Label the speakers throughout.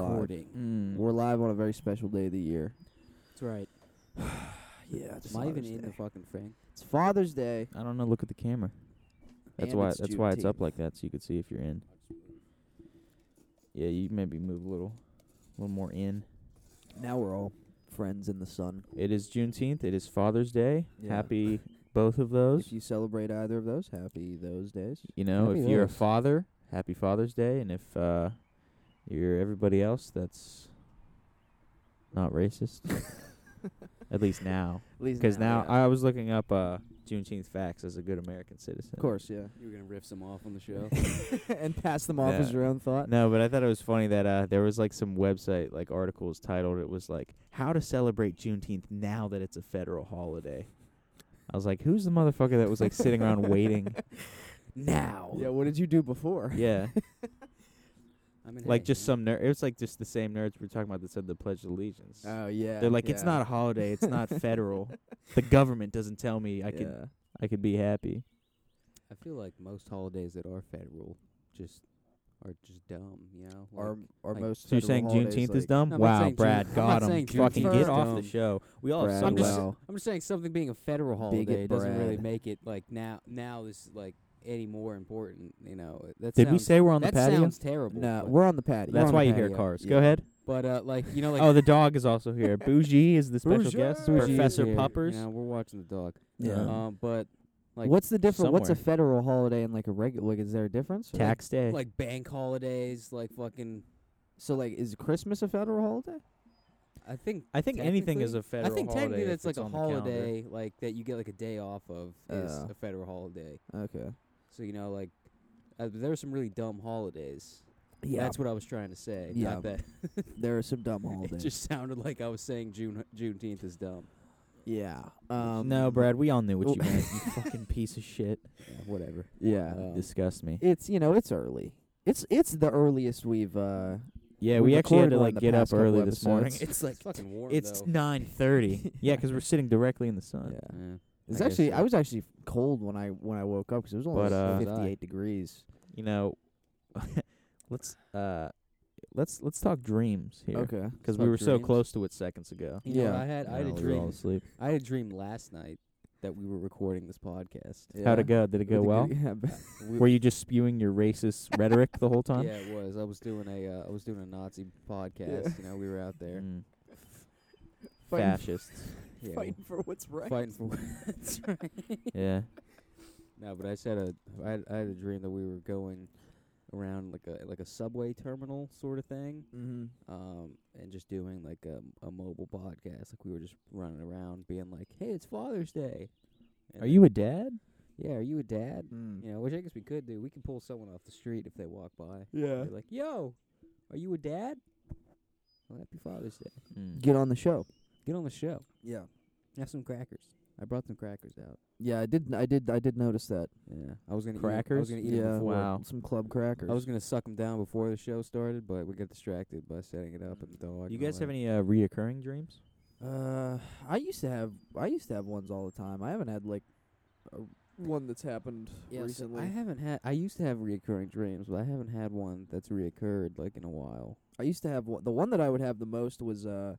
Speaker 1: recording.
Speaker 2: Mm.
Speaker 1: We're live on a very special day of the year.
Speaker 3: That's right.
Speaker 1: Yeah, it's
Speaker 3: Am I even
Speaker 1: Father's
Speaker 3: in the
Speaker 1: Day.
Speaker 3: fucking thing?
Speaker 1: It's Father's Day.
Speaker 2: I don't know. Look at the camera. That's
Speaker 1: and
Speaker 2: why.
Speaker 1: it's
Speaker 2: That's why it's up
Speaker 1: Juneteenth.
Speaker 2: like that, so you could see if you're in. Yeah, you maybe move a little, a little more in.
Speaker 1: Now we're all friends in the sun.
Speaker 2: It is Juneteenth. It is Father's Day.
Speaker 1: Yeah.
Speaker 2: Happy both of those.
Speaker 1: If you celebrate either of those, happy those days.
Speaker 2: You know,
Speaker 3: Happy
Speaker 2: if you're a
Speaker 3: those.
Speaker 2: father, happy Father's Day, and if uh, you're everybody else, that's not racist. At least now,
Speaker 1: At least
Speaker 2: because now, I was looking up uh, Juneteenth facts as a good American citizen.
Speaker 1: of course, yeah.
Speaker 3: You were gonna riff some off on the show.
Speaker 1: and pass them off
Speaker 2: Yeah.
Speaker 1: as your own thought.
Speaker 2: No, but I thought it was funny that uh, there was like some website like articles titled it was like how to celebrate Juneteenth now that it's a federal holiday. I was like, who's the motherfucker that was like sitting around waiting?
Speaker 3: now.
Speaker 1: Yeah, what did you do before?
Speaker 2: Yeah,
Speaker 3: I mean,
Speaker 2: like
Speaker 3: hey,
Speaker 2: just
Speaker 3: you know,
Speaker 2: some nerd. It was like just the same nerds we were talking about that said the Pledge of Allegiance.
Speaker 3: Uh,
Speaker 1: Oh yeah.
Speaker 2: They're like, it's
Speaker 1: yeah.
Speaker 2: not a holiday. It's not federal. The government doesn't tell me I could
Speaker 1: Yeah.
Speaker 2: I could be happy.
Speaker 3: I feel like most holidays that are federal just are just dumb. You know.
Speaker 1: Or
Speaker 3: Like,
Speaker 1: or
Speaker 3: like-
Speaker 1: most.
Speaker 2: So you're
Speaker 1: federal
Speaker 2: saying
Speaker 1: holidays,
Speaker 2: Juneteenth is
Speaker 1: like-
Speaker 2: dumb?
Speaker 3: No, I'm not
Speaker 2: wow,
Speaker 3: saying
Speaker 2: Brad,
Speaker 3: Jun- I'm
Speaker 2: got
Speaker 3: not
Speaker 2: him.
Speaker 3: saying
Speaker 2: Fucking
Speaker 3: Juneteenth
Speaker 2: get
Speaker 3: is
Speaker 2: off the
Speaker 3: dumb.
Speaker 2: show. We all have
Speaker 1: Brad,
Speaker 2: some
Speaker 3: I'm just-
Speaker 2: level-
Speaker 1: wow.
Speaker 3: I'm just saying something being a federal holiday
Speaker 1: Bigot
Speaker 3: doesn't really
Speaker 1: Brad.
Speaker 3: make it like now. Now is like any more important. You know. That
Speaker 2: Did
Speaker 3: sounds,
Speaker 2: we say we're on the
Speaker 3: that
Speaker 2: patio?
Speaker 3: sounds terrible.
Speaker 1: No,
Speaker 3: but-
Speaker 1: we're on the patio.
Speaker 2: That's
Speaker 1: We're on
Speaker 2: why
Speaker 1: the
Speaker 2: you hear
Speaker 1: patio.
Speaker 2: cars.
Speaker 1: Yeah.
Speaker 2: Go ahead.
Speaker 3: But uh, like you know, like
Speaker 2: oh, the dog is also here. Bougie is the special
Speaker 1: Bougie.
Speaker 2: guest.
Speaker 1: Bougie
Speaker 3: Bougie's
Speaker 2: Professor
Speaker 3: here,
Speaker 2: Puppers.
Speaker 3: You know, we're watching the dog.
Speaker 1: Yeah.
Speaker 2: Um,
Speaker 3: Um, but like
Speaker 1: what's the difference? What's a
Speaker 2: somewhere.
Speaker 1: federal holiday and like a regular? Like, is there a difference? Or, like-
Speaker 2: Tax day.
Speaker 3: like bank holidays, like fucking.
Speaker 1: So like, is Christmas a federal holiday?
Speaker 3: I think
Speaker 2: I think anything
Speaker 3: technically-
Speaker 2: is a federal
Speaker 3: I think
Speaker 2: holiday
Speaker 3: technically
Speaker 2: if
Speaker 3: that's like
Speaker 2: it's
Speaker 3: a
Speaker 2: on the calendar.
Speaker 3: holiday, like that you get like a day off of is
Speaker 1: Oh.
Speaker 3: a federal holiday.
Speaker 1: Okay.
Speaker 3: So you know, like uh, there are some really dumb holidays.
Speaker 1: Yeah.
Speaker 3: that's what I was trying to say.
Speaker 1: Yeah.
Speaker 3: not that
Speaker 1: there are some dumb
Speaker 3: it
Speaker 1: holidays.
Speaker 3: just sounded like I was saying June Juneteenth is dumb.
Speaker 1: yeah. Um,
Speaker 2: no, Brad, we all knew what you
Speaker 1: Well-
Speaker 2: meant. You fucking piece of shit.
Speaker 3: Yeah, whatever.
Speaker 1: Yeah.
Speaker 2: Uh,
Speaker 3: Um,
Speaker 2: Disgust me.
Speaker 1: it's you know it's early. It's it's the earliest we've. uh
Speaker 2: Yeah,
Speaker 1: we
Speaker 2: we, actually
Speaker 1: recorded
Speaker 2: had to
Speaker 1: on
Speaker 2: like
Speaker 1: the
Speaker 2: get up
Speaker 1: past couple
Speaker 2: early this morning.
Speaker 1: episodes.
Speaker 2: It's like
Speaker 3: It's fucking warm
Speaker 2: it's
Speaker 3: though.
Speaker 2: nine thirty. yeah, because we're sitting directly in the sun.
Speaker 1: yeah.
Speaker 3: Yeah.
Speaker 1: It's
Speaker 2: Uh, I guess
Speaker 1: actually
Speaker 2: so.
Speaker 1: I was actually cold when I when I woke up because it was only
Speaker 2: But, uh,
Speaker 1: fifty eight degrees.
Speaker 2: You know, let's uh, let's let's talk dreams here.
Speaker 1: Okay.
Speaker 3: Let's
Speaker 2: Because we
Speaker 3: talk
Speaker 2: were so
Speaker 3: dreams.
Speaker 2: close to it seconds ago.
Speaker 3: You know what,
Speaker 1: Yeah.
Speaker 3: I had I had
Speaker 2: Now
Speaker 3: a
Speaker 2: we were all
Speaker 3: dream.
Speaker 2: asleep.
Speaker 3: I had a dream last night that we were recording this podcast.
Speaker 2: How'd
Speaker 1: Yeah.
Speaker 2: it go? Did it go
Speaker 1: With the
Speaker 2: well?
Speaker 1: good- yeah, but-
Speaker 3: We-
Speaker 2: Were you just spewing your racist rhetoric the whole time?
Speaker 3: Yeah, it was. I was doing a uh, I was doing a Nazi podcast. You know, we were out there
Speaker 2: Mm.
Speaker 1: Fighting f-
Speaker 2: Fascists.
Speaker 3: yeah,
Speaker 1: for what's right.
Speaker 3: fighting for. That's right.
Speaker 2: yeah.
Speaker 3: No, but I said a I had, I had a dream that we were going around like a like a subway terminal sort of thing,
Speaker 1: Mm-hmm.
Speaker 3: um, and just doing like a, a mobile podcast. Like we were just running around, being like, "Hey, it's Father's Day." And
Speaker 2: Are
Speaker 3: then-
Speaker 2: you a dad?
Speaker 3: Yeah, are you a dad?
Speaker 1: Mm.
Speaker 3: You know, which I guess we could do. We could pull someone off the street if they walk by.
Speaker 1: Yeah.
Speaker 3: Be like, "Yo, are you a dad?" Well, happy Father's Day.
Speaker 2: Mm.
Speaker 1: Get on the show.
Speaker 3: Get on the show.
Speaker 1: Yeah.
Speaker 3: Have some crackers. I brought some crackers out.
Speaker 1: Yeah, I did. I did. I did notice that.
Speaker 3: Yeah, I was gonna Eat 'em- I
Speaker 2: Crackers?
Speaker 3: was gonna eat 'em
Speaker 1: Yeah.
Speaker 3: before.
Speaker 2: Wow.
Speaker 1: Some club crackers.
Speaker 3: I was gonna suck 'em down before the show started, but we got distracted by setting it up and the dog. and
Speaker 2: You
Speaker 3: all
Speaker 2: guys have
Speaker 3: that.
Speaker 2: any uh, reoccurring dreams?
Speaker 1: Uh, I used to have I used to have ones all the time. I haven't had like a, one that's happened
Speaker 3: Yeah, so
Speaker 1: recently.
Speaker 3: I haven't had. I used to have reoccurring dreams, but I haven't had one that's reoccurred like in a while.
Speaker 1: I used to have one, the one that I would have the most was uh,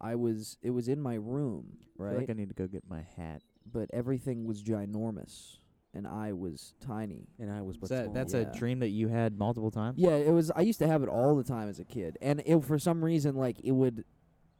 Speaker 1: I was it was in my room
Speaker 2: I
Speaker 1: right,
Speaker 2: I need to go get my hat.
Speaker 1: but everything was ginormous and I was tiny.
Speaker 3: And I was but small.
Speaker 2: that's
Speaker 1: yeah.
Speaker 2: a dream that you had multiple times?
Speaker 1: Yeah, it was. I used to have it all the time as a kid, and it for some reason like it would.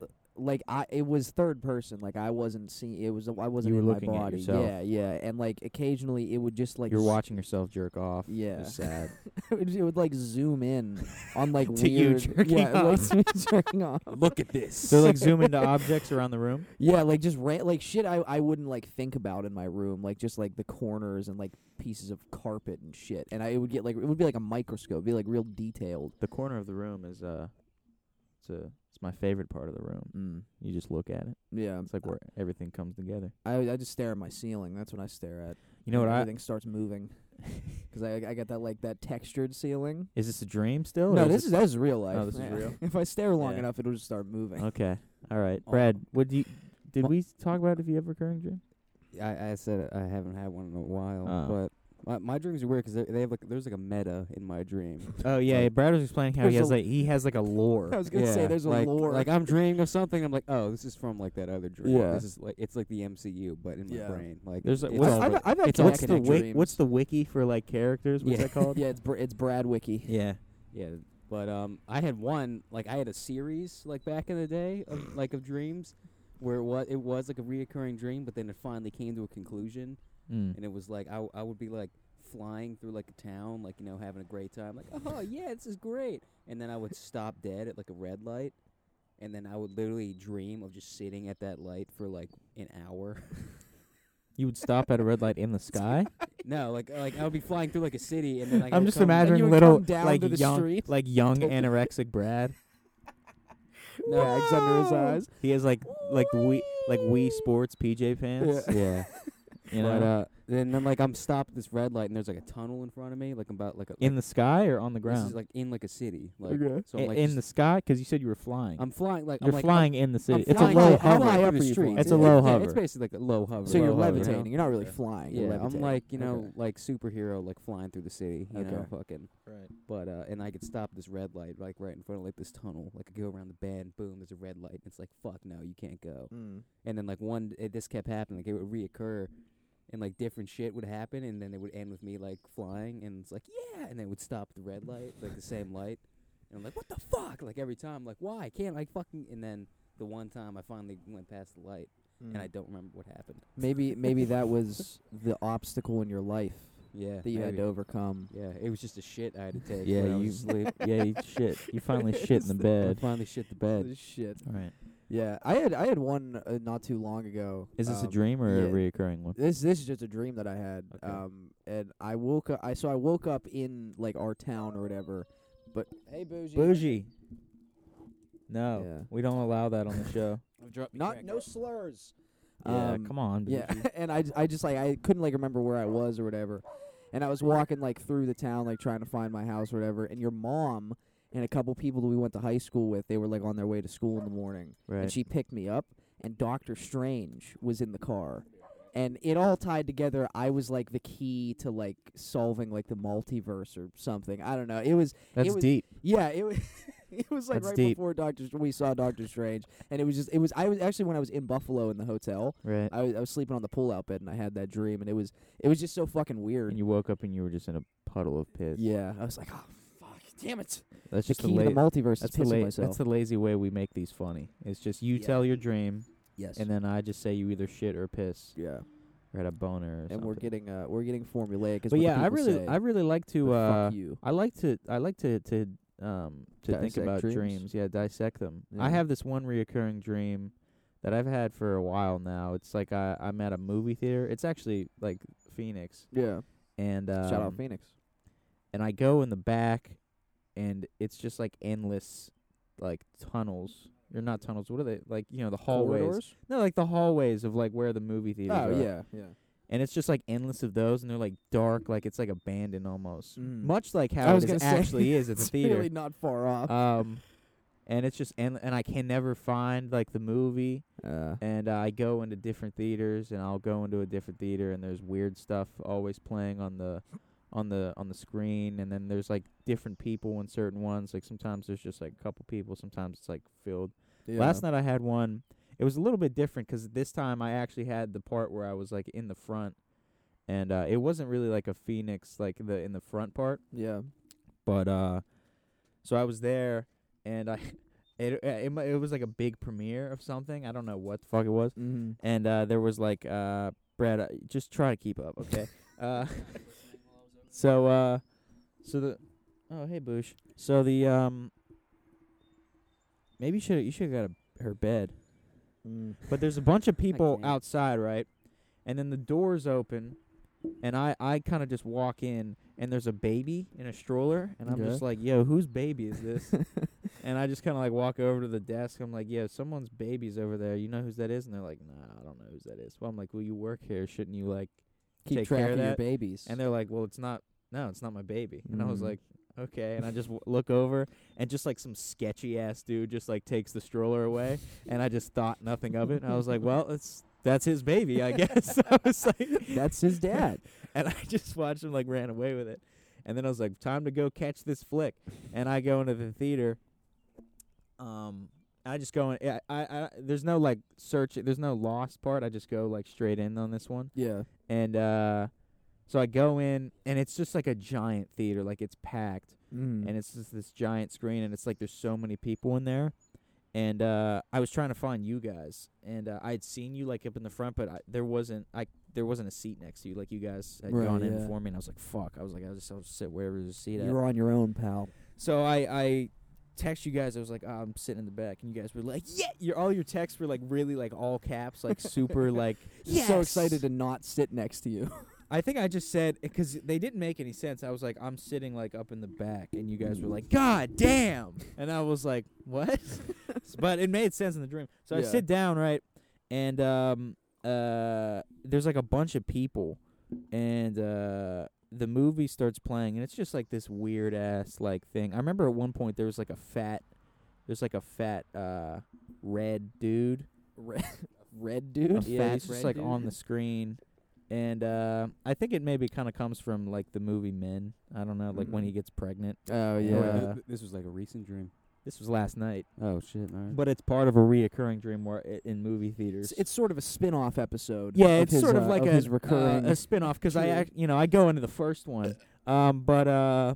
Speaker 1: uh, Like I, it was third person. Like I wasn't seeing. It was. I wasn't
Speaker 2: were
Speaker 1: in my
Speaker 2: looking at
Speaker 1: body.
Speaker 2: yourself.
Speaker 1: Yeah, yeah. And like occasionally, it would just like
Speaker 2: You're
Speaker 1: s-
Speaker 2: watching yourself jerk off.
Speaker 1: Yeah,
Speaker 2: It's sad.
Speaker 1: it would, it would like zoom in on like
Speaker 2: To you
Speaker 1: weird,
Speaker 2: jerking
Speaker 1: yeah,
Speaker 2: off.
Speaker 1: Like, jerking off.
Speaker 3: Look at this.
Speaker 2: so like zoom into objects around the room.
Speaker 1: Yeah, like just ran, like shit. I I wouldn't like think about in my room, like just like the corners and like pieces of carpet and shit. And I it would get like it would be like a microscope, it'd be like real detailed.
Speaker 2: The corner of the room is uh, it's a it's my favorite part of the room.
Speaker 1: Mm. Um, uh
Speaker 2: You just look at it.
Speaker 1: Yeah,
Speaker 2: It's like where everything comes together.
Speaker 1: I I just stare at my ceiling. That's what I stare at.
Speaker 2: You know what I?
Speaker 1: Everything starts moving. Cause I I got that like that textured ceiling.
Speaker 2: Oh, Is this a dream still? or
Speaker 1: no, this is that is real life.
Speaker 2: Oh, this is
Speaker 1: Yeah.
Speaker 2: real?
Speaker 1: if I stare long
Speaker 2: Yeah.
Speaker 1: enough, it'll just start moving.
Speaker 2: Okay. All right,
Speaker 3: Oh.
Speaker 2: Brad. What do you? Did
Speaker 3: Well-
Speaker 2: we talk about if you have recurring dreams?
Speaker 3: I, I said I haven't had one in a while,
Speaker 2: Oh.
Speaker 3: but My, my dreams are weird 'cause they, they have like there's like a meta in my dream.
Speaker 2: Oh yeah, yeah, Brad was explaining how he
Speaker 1: There's
Speaker 2: has
Speaker 1: a-
Speaker 2: like he has like a lore.
Speaker 1: I was gonna say
Speaker 3: Yeah,
Speaker 1: there's a
Speaker 3: like,
Speaker 1: lore.
Speaker 3: Like I'm dreaming of something. I'm like, oh, this is from like that other dream.
Speaker 1: Yeah.
Speaker 3: This is like it's like the MCU, but in my
Speaker 1: Yeah.
Speaker 3: brain. Like
Speaker 2: There's like
Speaker 3: it's
Speaker 2: what's,
Speaker 3: all
Speaker 1: I've-
Speaker 3: re-
Speaker 1: I've had
Speaker 2: it's what's the
Speaker 1: connected
Speaker 2: wiki,
Speaker 1: dreams.
Speaker 2: what's the wiki for like characters? What's
Speaker 3: Yeah.
Speaker 2: that called?
Speaker 1: yeah, it's Br- it's Brad Wiki.
Speaker 2: yeah.
Speaker 3: yeah. But um, I had one like I had a series like back in the day of like of dreams where it was it was like a reoccurring dream, but then it finally came to a conclusion.
Speaker 2: Mm.
Speaker 3: and it was like I, w- I would be like flying through like a town, like you know, having a great time, like oh yeah, this is great, and then I would stop dead at like a red light, and then I would literally dream of just sitting at that light for like an hour.
Speaker 2: You would stop at a red light in the sky.
Speaker 3: no, like like I would be flying through like a city, and then like I
Speaker 2: I'm
Speaker 3: would
Speaker 2: just
Speaker 3: come-
Speaker 1: And you
Speaker 2: imagining
Speaker 1: would
Speaker 2: little
Speaker 1: come down
Speaker 2: like
Speaker 1: to the
Speaker 2: young
Speaker 1: street.
Speaker 2: like young anorexic Brad.
Speaker 3: No,
Speaker 1: Bags under his eyes.
Speaker 2: He has like like we like we sports PJ pants.
Speaker 3: yeah,
Speaker 2: You know,
Speaker 3: but uh, and then like I'm stopped at this red light, and there's like a tunnel in front of me, like I'm about like a
Speaker 2: in the sky or on the
Speaker 3: like, this
Speaker 2: ground.
Speaker 3: is like in like a city, like
Speaker 1: Okay.
Speaker 3: so I'm
Speaker 2: I-
Speaker 3: like
Speaker 2: in
Speaker 3: just-
Speaker 2: the sky because you said you were flying.
Speaker 3: I'm flying like
Speaker 2: You're
Speaker 3: I'm like I'm
Speaker 2: flying in the city.
Speaker 3: I'm
Speaker 2: It's a
Speaker 3: flying
Speaker 2: low
Speaker 3: like- I'm
Speaker 2: hover.
Speaker 3: flying
Speaker 1: High up
Speaker 3: up in the
Speaker 1: you
Speaker 3: street.
Speaker 1: fly.
Speaker 2: It's a low
Speaker 3: yeah,
Speaker 2: hover.
Speaker 3: It's basically like a low hover.
Speaker 1: So you're
Speaker 2: Low, you know?
Speaker 1: levitating. You're not really flying.
Speaker 3: Yeah,
Speaker 1: you're
Speaker 3: I'm
Speaker 1: levitating.
Speaker 3: like you know
Speaker 1: Okay.
Speaker 3: like superhero like flying through the city. You know,
Speaker 1: Okay.
Speaker 3: fucking. But uh, and I could stop this red light like right in front of like this tunnel. Like I go around the bend, boom, there's a red light. It's like fuck no, you can't go.
Speaker 1: Mm.
Speaker 3: And then like one, it, this kept happening. Like it would reoccur, and like different shit would happen, and then it would end with me like flying, and it's like yeah, and then it would stop at the red light, like the same light. And I'm like, what the fuck? Like every time, like why can't I fucking? And then the one time I finally went past the light,
Speaker 2: Mm.
Speaker 1: Mm.
Speaker 3: and I don't remember what happened.
Speaker 1: Maybe maybe that was the obstacle in your life
Speaker 3: Yeah,
Speaker 1: that you had
Speaker 3: maybe.
Speaker 1: to overcome.
Speaker 3: Yeah, it was just a shit I had to take.
Speaker 2: Yeah,
Speaker 3: when I
Speaker 2: you
Speaker 3: was asleep.
Speaker 2: yeah, you shit. You finally shit in the bed.
Speaker 3: finally shit the bed.
Speaker 1: Shit.
Speaker 2: All right.
Speaker 1: Yeah, I had I had one uh, not too long ago.
Speaker 2: Is this a
Speaker 1: um,
Speaker 2: dream or a
Speaker 1: yeah.
Speaker 2: reoccurring one?
Speaker 1: This this is just a dream that I had.
Speaker 2: Okay.
Speaker 1: Um, and I woke up. I so I woke up in like our town or whatever. But hey, bougie.
Speaker 2: Bougie. No,
Speaker 1: Yeah.
Speaker 2: we don't allow that on the show.
Speaker 1: Not no slurs.
Speaker 2: yeah,
Speaker 1: um,
Speaker 2: come on.
Speaker 1: Yeah,
Speaker 2: Bougie.
Speaker 1: and I, I just like I couldn't like remember where I was or whatever, and I was walking like through the town like trying to find my house or whatever, and your mom and a couple people that we went to high school with they were like on their way to school in the morning, and
Speaker 2: Right.
Speaker 1: she picked me up, and Doctor Strange was in the car. And it all tied together. I was like the key to like solving like the multiverse or something. I don't know. It was
Speaker 2: That's
Speaker 1: was-
Speaker 2: deep.
Speaker 1: yeah, it was it was like
Speaker 2: That's
Speaker 1: right
Speaker 2: deep.
Speaker 1: before Doctor we saw Doctor Strange, and it was just it was I was actually when I was in Buffalo in the hotel,
Speaker 2: Right.
Speaker 1: I was, I was sleeping on the pull-out bed and I had that dream and it was it was just so fucking weird.
Speaker 2: And you woke up and you were just in a puddle of piss.
Speaker 1: Yeah, I was like, oh fuck, damn it!
Speaker 2: That's
Speaker 1: The
Speaker 2: just
Speaker 1: key
Speaker 2: la-
Speaker 1: to the multiverse is
Speaker 2: that's the
Speaker 1: pissing
Speaker 2: la-
Speaker 1: myself.
Speaker 2: That's the lazy way we make these funny. It's just you
Speaker 1: Yeah.
Speaker 2: tell your dream,
Speaker 1: yes.
Speaker 2: and then I just say you either shit or piss
Speaker 1: yeah,
Speaker 2: or had a boner. Or
Speaker 1: and we're
Speaker 2: something.
Speaker 1: getting uh we're getting formulaic. Is
Speaker 2: But
Speaker 1: what
Speaker 2: yeah,
Speaker 1: the
Speaker 2: I
Speaker 1: people
Speaker 2: really,
Speaker 1: say.
Speaker 2: I really like to.
Speaker 1: But
Speaker 2: uh
Speaker 1: fuck you.
Speaker 2: I like to I like to to um to think
Speaker 1: Dissect
Speaker 2: about dreams.
Speaker 1: dreams?
Speaker 2: Yeah, dissect them. I
Speaker 1: Yeah.
Speaker 2: have this one reoccurring dream that I've had for a while now. It's like I I'm at a movie theater. It's actually like Phoenix,
Speaker 1: Yeah,
Speaker 2: and um,
Speaker 1: shout out Phoenix.
Speaker 2: and I go in the back, and it's just like endless, like tunnels. Or not tunnels. What are they like? You know the hallways.
Speaker 1: Corridors?
Speaker 2: No, like the hallways of like where the movie theaters
Speaker 1: Oh
Speaker 2: are.
Speaker 1: yeah, yeah.
Speaker 2: And it's just like endless of those, and they're like dark, like it's like abandoned almost.
Speaker 1: Mm.
Speaker 2: Much like
Speaker 1: I
Speaker 2: how it
Speaker 1: was
Speaker 2: is
Speaker 1: gonna say,
Speaker 2: actually is at the
Speaker 1: it's
Speaker 2: theater
Speaker 1: really not far off.
Speaker 2: um and it's just and and I can never find like the movie
Speaker 1: Uh,
Speaker 2: and uh, I go into different theaters and I'll go into a different theater and there's weird stuff always playing on the on the on the screen and then there's like different people in certain ones like sometimes there's just like a couple people sometimes it's like filled
Speaker 1: yeah.
Speaker 2: last night I had one it was a little bit different 'cause this time I actually had the part where I was like in the front and uh it wasn't really like a phoenix like the in the front part
Speaker 1: Yeah.
Speaker 2: but uh so I was there and I it uh, it, mu- it was like a big premiere of something. I don't know what the fuck it was.
Speaker 1: Mm-hmm.
Speaker 2: And uh there was like uh Brad uh, just try to keep up, okay? uh So uh so the Oh, hey Boosh. So the um maybe you should you should have got a, her bed. But there's a bunch of people
Speaker 3: can't.
Speaker 2: outside, right? And then the doors open, and I I kind of just walk in, and there's a baby in a stroller, and I'm
Speaker 1: Okay.
Speaker 2: just like, "Yo, whose baby is this?" and I just kind of like walk over to the desk. I'm like, "Yo, someone's baby's over there. You know whose that is?" And they're like, "Nah, I don't know whose that is." Well, I'm like, "Well, you work here, shouldn't you like?"
Speaker 1: Keep
Speaker 2: Take care
Speaker 1: track
Speaker 2: of
Speaker 1: of your
Speaker 2: that.
Speaker 1: babies.
Speaker 2: And they're like, "Well, it's not. No, it's not my baby." And I was
Speaker 1: Mm.
Speaker 2: like. Okay, and I just w- look over, and just like some sketchy ass dude just like takes the stroller away, and I just thought nothing of it. And I was like, well, it's that's his baby, I guess. I was like,
Speaker 1: That's his dad.
Speaker 2: and I just watched him like ran away with it. And then I was like, time to go catch this flick. And I go into the theater. Um, I just go in. I, I, I there's no like search. There's no lost part. I just go like straight in on this one.
Speaker 1: yeah.
Speaker 2: And uh, so I go in, and it's just like a giant theater. Like it's packed
Speaker 1: Mm.
Speaker 2: and it's just this giant screen and it's like there's so many people in there and uh i was trying to find you guys and uh, i had seen you like up in the front but I, there wasn't i there wasn't a seat next to you like you guys had
Speaker 1: Right,
Speaker 2: gone in
Speaker 1: yeah.
Speaker 2: before me and i was like fuck i was like i'll just I'll sit wherever there's a seat at
Speaker 1: you're on your own, pal.
Speaker 2: so i i text you guys i was like oh, i'm sitting in the back and you guys were like yeah your all your texts were like really like all caps like super like
Speaker 1: Just So excited to not sit next to you.
Speaker 2: I think I just said because they didn't make any sense. I was like, I'm sitting like up in the back, and you guys were like, God damn, and I was like, what? but it made sense in the dream. So I
Speaker 1: Yeah.
Speaker 2: sit down right, and um uh there's like a bunch of people, and uh the movie starts playing, and it's just like this weird ass like thing. I remember at one point there was like a fat, there's like a fat uh red dude
Speaker 1: Red, red
Speaker 2: a
Speaker 1: dude.
Speaker 2: yeah, he's just like on the screen. And uh, I think it maybe kind of comes from like the movie Men. I don't know, like when he gets pregnant.
Speaker 1: Oh
Speaker 2: yeah.
Speaker 1: yeah.
Speaker 3: Oh, wait,
Speaker 2: Uh,
Speaker 3: th- this was like a recent dream.
Speaker 2: This was last night,
Speaker 3: Oh shit! All right.
Speaker 2: but it's part of a reoccurring dream where i in movie theaters.
Speaker 1: It's, it's sort of a spin-off episode.
Speaker 2: yeah,
Speaker 1: of
Speaker 2: it's
Speaker 1: his,
Speaker 2: sort of
Speaker 1: uh,
Speaker 2: like a
Speaker 1: his recurring.
Speaker 2: uh, a spin-off because I
Speaker 1: Sure.
Speaker 2: act, you know I go into the first one, um, but uh,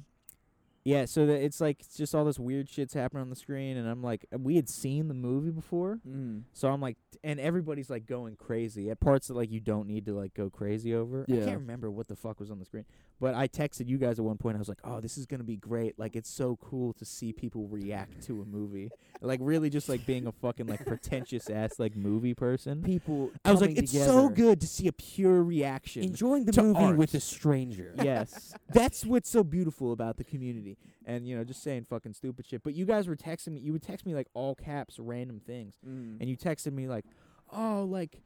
Speaker 2: yeah, so the, it's like it's just all this weird shits happening on the screen, and I'm like, we had seen the movie before,
Speaker 1: mm.
Speaker 2: So I'm like, and everybody's like going crazy at parts that like you don't need to like go crazy over. I
Speaker 1: Yeah.
Speaker 2: can't remember what the fuck was on the screen, but I texted you guys at one point. I was like, oh, this is gonna be great. Like it's so cool to see people react to a movie. like really just like being a fucking like pretentious ass like movie person.
Speaker 1: People.
Speaker 2: I was like,
Speaker 1: coming
Speaker 2: it's so
Speaker 1: together.
Speaker 2: good to see a pure reaction.
Speaker 3: Enjoying the
Speaker 2: to
Speaker 3: movie
Speaker 2: art.
Speaker 3: with a stranger.
Speaker 2: yes, that's what's so beautiful about the community, and you know, just saying fucking stupid shit. But you guys were texting me. You would text me like all caps, random things
Speaker 1: Mm.
Speaker 2: and you texted me like, "Oh, like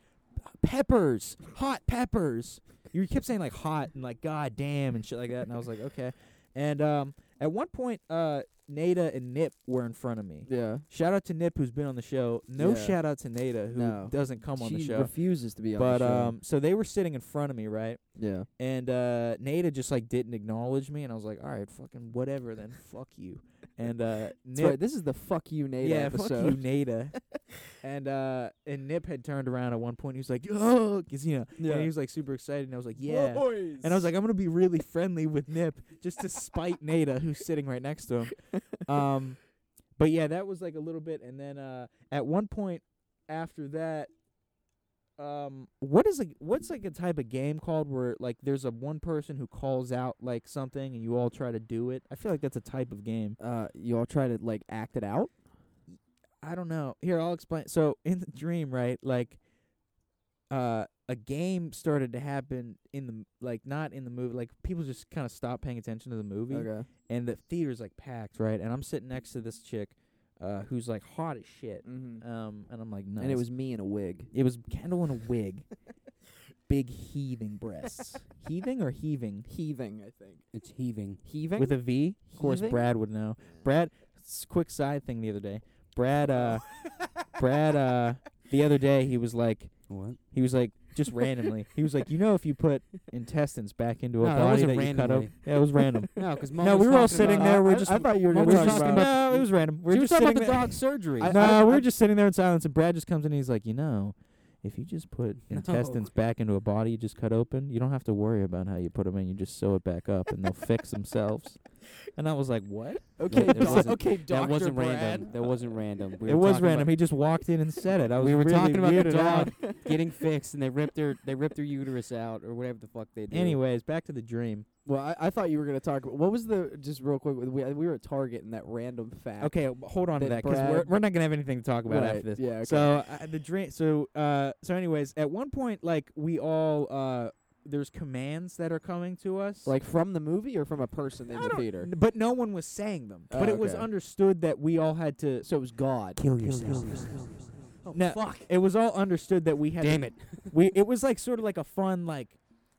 Speaker 2: peppers, hot peppers." You kept saying like hot and like god damn and shit like that, and I was like, "Okay." And um, at one point, uh, Nada and Nip were in front of me.
Speaker 1: Yeah.
Speaker 2: Shout out to Nip who's been on the show. No
Speaker 1: Yeah.
Speaker 2: shout out to Nada who
Speaker 1: No.
Speaker 2: doesn't come on the
Speaker 1: She
Speaker 2: show.
Speaker 1: refuses to be on
Speaker 2: But
Speaker 1: the show.
Speaker 2: um, so they were sitting in front of me, right?
Speaker 1: yeah.
Speaker 2: And uh, Nada just like didn't acknowledge me, and I was like, "All right, fucking whatever then, fuck you." And uh,
Speaker 1: That's
Speaker 2: Nip
Speaker 1: right. This is the fuck you Nate
Speaker 2: yeah,
Speaker 1: episode.
Speaker 2: fuck you, Nada. and uh, and Nip had turned around at one point. He was like, "Oh," 'cause, you know, and he was like super excited. And I was like, "Yeah." And I was like, "I'm gonna be really friendly with Nip just to spite Nada, who's sitting right next to him." Um, but yeah, that was like a little bit. And then uh, at one point after that, um, what is like what's like a type of game called where like there's a one person who calls out like something and you all try to do it? I feel like that's a type of game.
Speaker 1: uh, you all try to like act it out.
Speaker 2: I don't know. Here, I'll explain. So in the dream, right, like uh a game started to happen in the like not in the movie. Like people just kind of stopped paying attention to the movie
Speaker 1: Okay.
Speaker 2: and the theater's like packed, right? And I'm sitting next to this chick uh who's like hot as shit.
Speaker 1: Mm-hmm.
Speaker 2: Um and I'm like, "Nice."
Speaker 1: And it was me in a wig.
Speaker 2: it was Kendall in a wig. Big heaving breasts. heaving or heaving?
Speaker 1: Heaving, I think.
Speaker 3: It's heaving.
Speaker 1: Heaving.
Speaker 2: With a V? Of course
Speaker 1: Heaving?
Speaker 2: Brad would know. Brad s- quick side thing the other day. Brad uh Brad uh the other day he was like
Speaker 3: What?
Speaker 2: he was like just randomly he was like you know if you put intestines back into a
Speaker 3: No, that
Speaker 2: body
Speaker 3: wasn't
Speaker 2: that you cut up
Speaker 3: randomly.
Speaker 2: yeah it was random
Speaker 3: No, because
Speaker 2: no we were all sitting there we're just
Speaker 1: I thought you were
Speaker 2: we
Speaker 1: gonna
Speaker 2: were
Speaker 1: be talking
Speaker 2: just sitting-
Speaker 1: about.
Speaker 2: no it was random we
Speaker 3: We
Speaker 2: were
Speaker 3: were
Speaker 2: just
Speaker 3: talking
Speaker 2: sitting
Speaker 3: about the
Speaker 2: there
Speaker 3: dog surgery.
Speaker 1: I-
Speaker 2: no we were just sitting there in silence and Brad just comes in and he's like you know if you just put
Speaker 3: No.
Speaker 2: intestines back into a body you just cut open you don't have to worry about how you put 'em in you just sew it back up and they'll fix themselves and I was like what
Speaker 1: Okay,
Speaker 3: No, it
Speaker 1: doc-
Speaker 3: wasn't-
Speaker 1: okay,
Speaker 3: that
Speaker 1: Doctor
Speaker 3: wasn't
Speaker 1: Brad.
Speaker 3: random. That wasn't random. We
Speaker 2: it
Speaker 3: were
Speaker 2: was
Speaker 3: talking
Speaker 2: random
Speaker 3: about-
Speaker 2: he just walked in and said it I was
Speaker 3: we were
Speaker 2: really
Speaker 3: talking about the
Speaker 2: weirded out.
Speaker 3: dog getting fixed, and they ripped their they ripped their uterus out or whatever the fuck they did.
Speaker 2: anyways back to the dream
Speaker 1: Well, I, I thought you were gonna talk about what was the just real quick. We we were at Target and that random fact.
Speaker 2: okay w- hold on to
Speaker 1: that
Speaker 2: that because
Speaker 1: Brad-
Speaker 2: we're, we're not gonna have anything to talk about
Speaker 1: Right,
Speaker 2: after this
Speaker 1: Yeah. Okay.
Speaker 2: So uh, the dream. So uh, so anyways, at one point, like we all uh, there's commands that are coming to us.
Speaker 1: like from the movie or from a person in
Speaker 2: I
Speaker 1: the
Speaker 2: don't-
Speaker 1: theater.
Speaker 2: n- but no one was saying them.
Speaker 1: Oh,
Speaker 2: but it was
Speaker 1: okay.
Speaker 2: understood that we all had to.
Speaker 1: So it was God.
Speaker 3: Kill yourself. Oh,
Speaker 2: no,
Speaker 1: fuck.
Speaker 2: It was all understood that we had.
Speaker 3: Damn
Speaker 2: to,
Speaker 3: it.
Speaker 2: We it was like sort of like a fun like,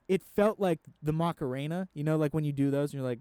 Speaker 2: it felt like the Macarena. You know, like when you do those, and you're like,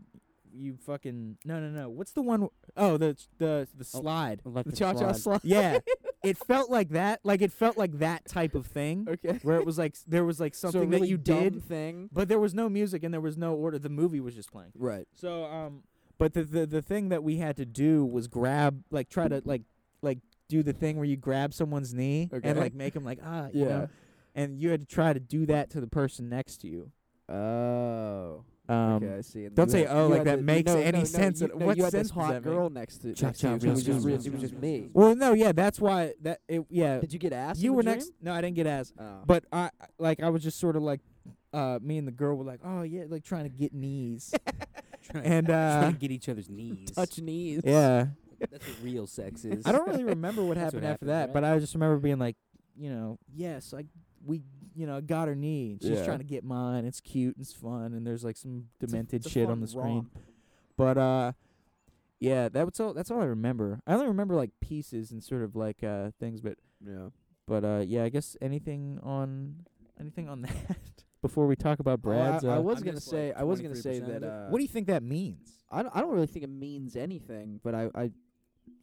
Speaker 2: you fucking no no no. What's the one? Oh the the the slide.
Speaker 3: Electric
Speaker 1: Cha Cha
Speaker 3: slide.
Speaker 1: slide.
Speaker 2: Yeah. it felt like that. Like it felt like that type of thing
Speaker 1: Okay.
Speaker 2: where it was like s- there was like something
Speaker 1: so a really
Speaker 2: that you
Speaker 1: dumb
Speaker 2: did,
Speaker 1: thing.
Speaker 2: but there was no music and there was no order. The movie was just playing.
Speaker 1: Right.
Speaker 2: So um but the, the the thing that we had to do was grab like try to like like do the thing where you grab someone's knee
Speaker 1: Okay.
Speaker 2: and like make them like ah you
Speaker 1: Yeah.
Speaker 2: know? and you had to try to do that to the person next to you.
Speaker 1: Oh.
Speaker 2: Um
Speaker 1: okay, I see. And
Speaker 2: don't
Speaker 1: you
Speaker 2: say,
Speaker 1: had-
Speaker 2: "Oh,"
Speaker 1: you
Speaker 2: like
Speaker 1: had
Speaker 2: that
Speaker 1: the-
Speaker 2: makes
Speaker 1: no,
Speaker 2: any
Speaker 1: no, no,
Speaker 2: sense
Speaker 1: You,
Speaker 2: at-
Speaker 1: no,
Speaker 2: what
Speaker 1: you had
Speaker 2: sense
Speaker 1: this
Speaker 2: does
Speaker 1: hot
Speaker 2: that make?
Speaker 1: girl next to, next to
Speaker 3: Cha-
Speaker 1: you.
Speaker 3: cha,
Speaker 1: so It was
Speaker 3: real
Speaker 1: just,
Speaker 3: soon.
Speaker 1: real- it was just me.
Speaker 2: Well no, yeah, that's why that it yeah.
Speaker 1: Did you get asked?
Speaker 2: you were next No, I didn't get asked.
Speaker 1: Oh.
Speaker 2: But I like I was just sort of like uh me and the girl were like, "Oh yeah, like trying to get knees."
Speaker 3: Trying,
Speaker 2: and uh
Speaker 3: trying to get each other's knees.
Speaker 1: touch knees.
Speaker 2: yeah.
Speaker 3: That's what real sex is.
Speaker 2: I don't really remember what
Speaker 3: That's
Speaker 2: happened
Speaker 3: what
Speaker 2: after that,
Speaker 3: happened,
Speaker 2: but I just remember being like, you know, yes, like we, you know, got her knee. And she's
Speaker 1: Yeah.
Speaker 2: trying to get mine. It's cute. and It's fun, and there's like some
Speaker 1: It's a-
Speaker 2: demented
Speaker 1: it's a
Speaker 2: shit on
Speaker 1: fun
Speaker 2: the screen.
Speaker 1: romp.
Speaker 2: But uh, yeah, that was all. That's all I remember. I only remember like pieces and sort of like uh things, but
Speaker 1: Yeah.
Speaker 2: but uh, yeah, I guess anything on anything on that before we talk about
Speaker 1: Oh, I-
Speaker 2: Brad's.
Speaker 1: I,
Speaker 2: uh,
Speaker 1: was
Speaker 3: I'm
Speaker 1: gonna
Speaker 3: just, like,
Speaker 1: say. I was gonna say
Speaker 3: 23% of
Speaker 1: that.
Speaker 3: it.
Speaker 1: Uh,
Speaker 2: what do you think that means?
Speaker 1: I don't, I don't really think it means anything, but I, I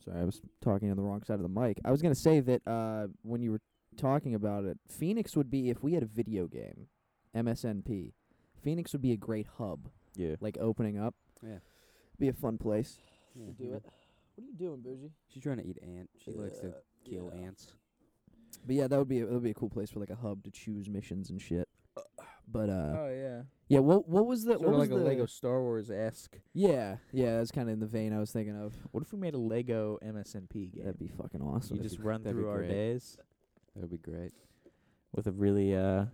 Speaker 1: sorry, I was talking on the wrong side of the mic. I was gonna say that uh, when you were talking about it, Phoenix would be if we had a video game, MSNP. Phoenix would be a great hub,
Speaker 2: Yeah.
Speaker 1: like opening up.
Speaker 3: Yeah.
Speaker 1: be a fun place.
Speaker 3: Yeah,
Speaker 1: do
Speaker 3: yeah.
Speaker 1: it. What are you doing, Bougie? Uh,
Speaker 3: She's trying to eat ant. She likes to kill ants.
Speaker 1: But yeah, that would be a, that would be a cool place for like a hub to choose missions and shit. But uh,
Speaker 2: Oh, yeah.
Speaker 1: yeah, what what was the what was the
Speaker 2: Star Wars esque.
Speaker 1: yeah yeah that's kind of in the vein I was thinking of.
Speaker 2: What if we made a Lego MSNP game?
Speaker 1: That'd be fucking awesome.
Speaker 2: you
Speaker 3: That'd
Speaker 2: just
Speaker 3: be-
Speaker 2: run
Speaker 3: that'd be
Speaker 2: through our
Speaker 3: great.
Speaker 2: days
Speaker 3: That would be great.
Speaker 2: with a really uh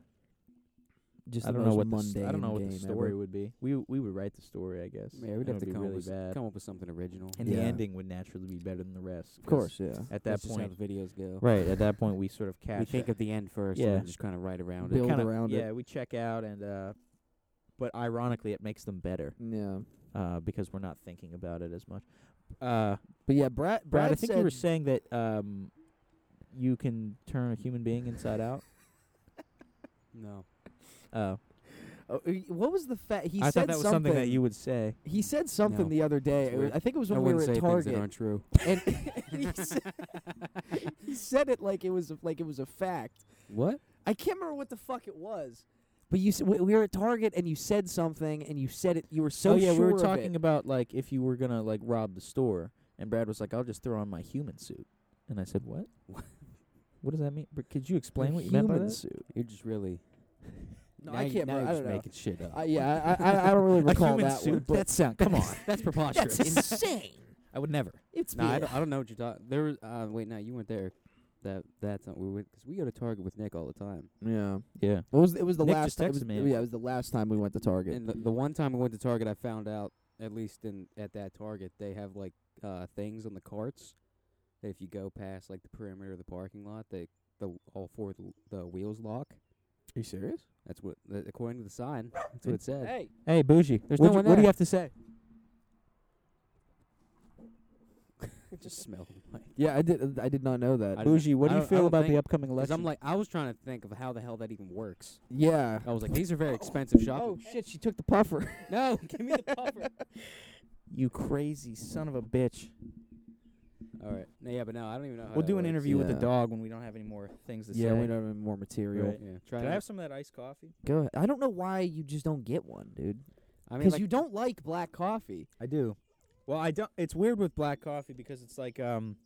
Speaker 1: just
Speaker 2: I
Speaker 1: the
Speaker 2: don't know
Speaker 1: most
Speaker 2: what the st-
Speaker 1: mundane
Speaker 2: I don't know what
Speaker 1: game
Speaker 2: the
Speaker 1: ever.
Speaker 2: story would be. We we would write the story, I guess.
Speaker 3: Yeah, we'd
Speaker 2: and
Speaker 3: have
Speaker 2: it
Speaker 3: to
Speaker 2: would be
Speaker 3: come, up
Speaker 2: really
Speaker 3: with,
Speaker 2: bad.
Speaker 3: come up with something original.
Speaker 2: and
Speaker 1: Yeah.
Speaker 2: the ending would naturally be better than the rest.
Speaker 1: Of course, yeah.
Speaker 2: At that
Speaker 3: That's just
Speaker 2: point,
Speaker 3: how the videos go.
Speaker 2: right? At that point, we sort of catch.
Speaker 3: We think of the end first,
Speaker 2: Yeah.
Speaker 3: and then just kind of write around
Speaker 1: Build
Speaker 3: it.
Speaker 2: kinda,
Speaker 1: around it.
Speaker 2: Yeah, we check out and. uh but ironically, it makes them better
Speaker 1: Yeah.
Speaker 2: uh, because we're not thinking about it as much. Uh,
Speaker 1: But yeah, Brad. Brad,
Speaker 2: Brad, I think
Speaker 1: said,
Speaker 2: you were saying that um, you can turn a human being inside out.
Speaker 3: No,
Speaker 2: Uh,
Speaker 1: Oh, y- what was the fact? He
Speaker 2: I
Speaker 1: said
Speaker 2: thought that was
Speaker 1: something.
Speaker 2: something that you would say.
Speaker 1: He said something
Speaker 3: No.
Speaker 1: the other day.
Speaker 3: It's
Speaker 1: It was-
Speaker 3: weird.
Speaker 1: I think it was when
Speaker 3: I
Speaker 1: we
Speaker 3: wouldn't
Speaker 1: were at
Speaker 3: say things that
Speaker 1: Target,
Speaker 3: aren't true.
Speaker 1: and he, said, he said it like it was a- like it was a fact.
Speaker 3: What?
Speaker 1: I can't remember what the fuck it was. But you s- we we were at Target and you said something and you said it. You were so
Speaker 2: oh
Speaker 1: sure
Speaker 2: yeah, we were
Speaker 1: of
Speaker 2: talking
Speaker 1: it.
Speaker 2: about like if you were gonna like rob the store, and Brad was like, "I'll just throw on my human suit," and I said, "What?
Speaker 3: What?
Speaker 2: what does that mean? But could you explain what you meant
Speaker 1: human
Speaker 2: by that?"
Speaker 1: suit.
Speaker 3: You're just really.
Speaker 1: No,
Speaker 3: now
Speaker 1: I
Speaker 3: you-
Speaker 1: can't.
Speaker 3: Now
Speaker 1: remember. I
Speaker 3: you're just
Speaker 1: don't know.
Speaker 3: making shit up.
Speaker 1: I, Uh, yeah, I, I I don't really
Speaker 2: a
Speaker 1: recall
Speaker 2: human
Speaker 1: that
Speaker 2: suit.
Speaker 1: one. But
Speaker 2: that sound. Come on,
Speaker 3: That's preposterous.
Speaker 1: insane.
Speaker 2: I would never.
Speaker 1: It's
Speaker 3: no, I
Speaker 1: been-
Speaker 3: don't, I don't know what you're talking. There was. Uh, wait, no, you weren't there. That that's not, we went because we go to Target with Nick all the time.
Speaker 1: yeah.
Speaker 2: Yeah.
Speaker 1: It was it was the
Speaker 2: Nick
Speaker 1: last
Speaker 2: just
Speaker 1: ti- it
Speaker 2: texted
Speaker 1: was-
Speaker 2: me. uh,
Speaker 1: Yeah, it was the last time we went to Target.
Speaker 3: And the, the one time we went to Target, I found out at least in at that Target they have like uh things on the carts that if you go past like the perimeter of the parking lot, they the all four of the, the wheels lock.
Speaker 1: Are you serious?
Speaker 3: That's what that, according to the sign. That's what it said.
Speaker 1: Hey,
Speaker 2: Hey, bougie.
Speaker 3: There's
Speaker 2: what
Speaker 3: no one
Speaker 2: What do
Speaker 3: there.
Speaker 2: you have to say?
Speaker 3: Just smell like.
Speaker 1: yeah, I did. I did not know that.
Speaker 3: I don't-
Speaker 2: Bougie, what do
Speaker 3: I
Speaker 2: you
Speaker 3: don't- I
Speaker 2: feel
Speaker 3: don't
Speaker 2: about the
Speaker 3: think-
Speaker 2: upcoming
Speaker 3: Because
Speaker 2: election?
Speaker 3: I'm like, I was trying to think of how the hell that even works.
Speaker 1: yeah.
Speaker 2: Oh,
Speaker 3: I was like, these are very expensive
Speaker 1: Oh
Speaker 3: shopping.
Speaker 1: shit! She took the puffer.
Speaker 3: no, give me the puffer.
Speaker 2: you crazy son of a bitch.
Speaker 3: All right. No, yeah, but no, I don't even know. How
Speaker 2: We'll
Speaker 3: that
Speaker 2: do an
Speaker 3: works.
Speaker 2: interview with the
Speaker 1: Yeah.
Speaker 2: dog when we don't have any more things to say.
Speaker 1: yeah, we don't have any more material.
Speaker 2: Right.
Speaker 3: Yeah, try. it
Speaker 2: Can I
Speaker 3: out.
Speaker 2: have some of that iced coffee?
Speaker 1: Go ahead. I don't know why you just don't get one, dude.
Speaker 3: I mean,
Speaker 1: Because
Speaker 3: like,
Speaker 1: you don't like black coffee.
Speaker 2: I do. Well, I don't. It's weird with black coffee because it's like um.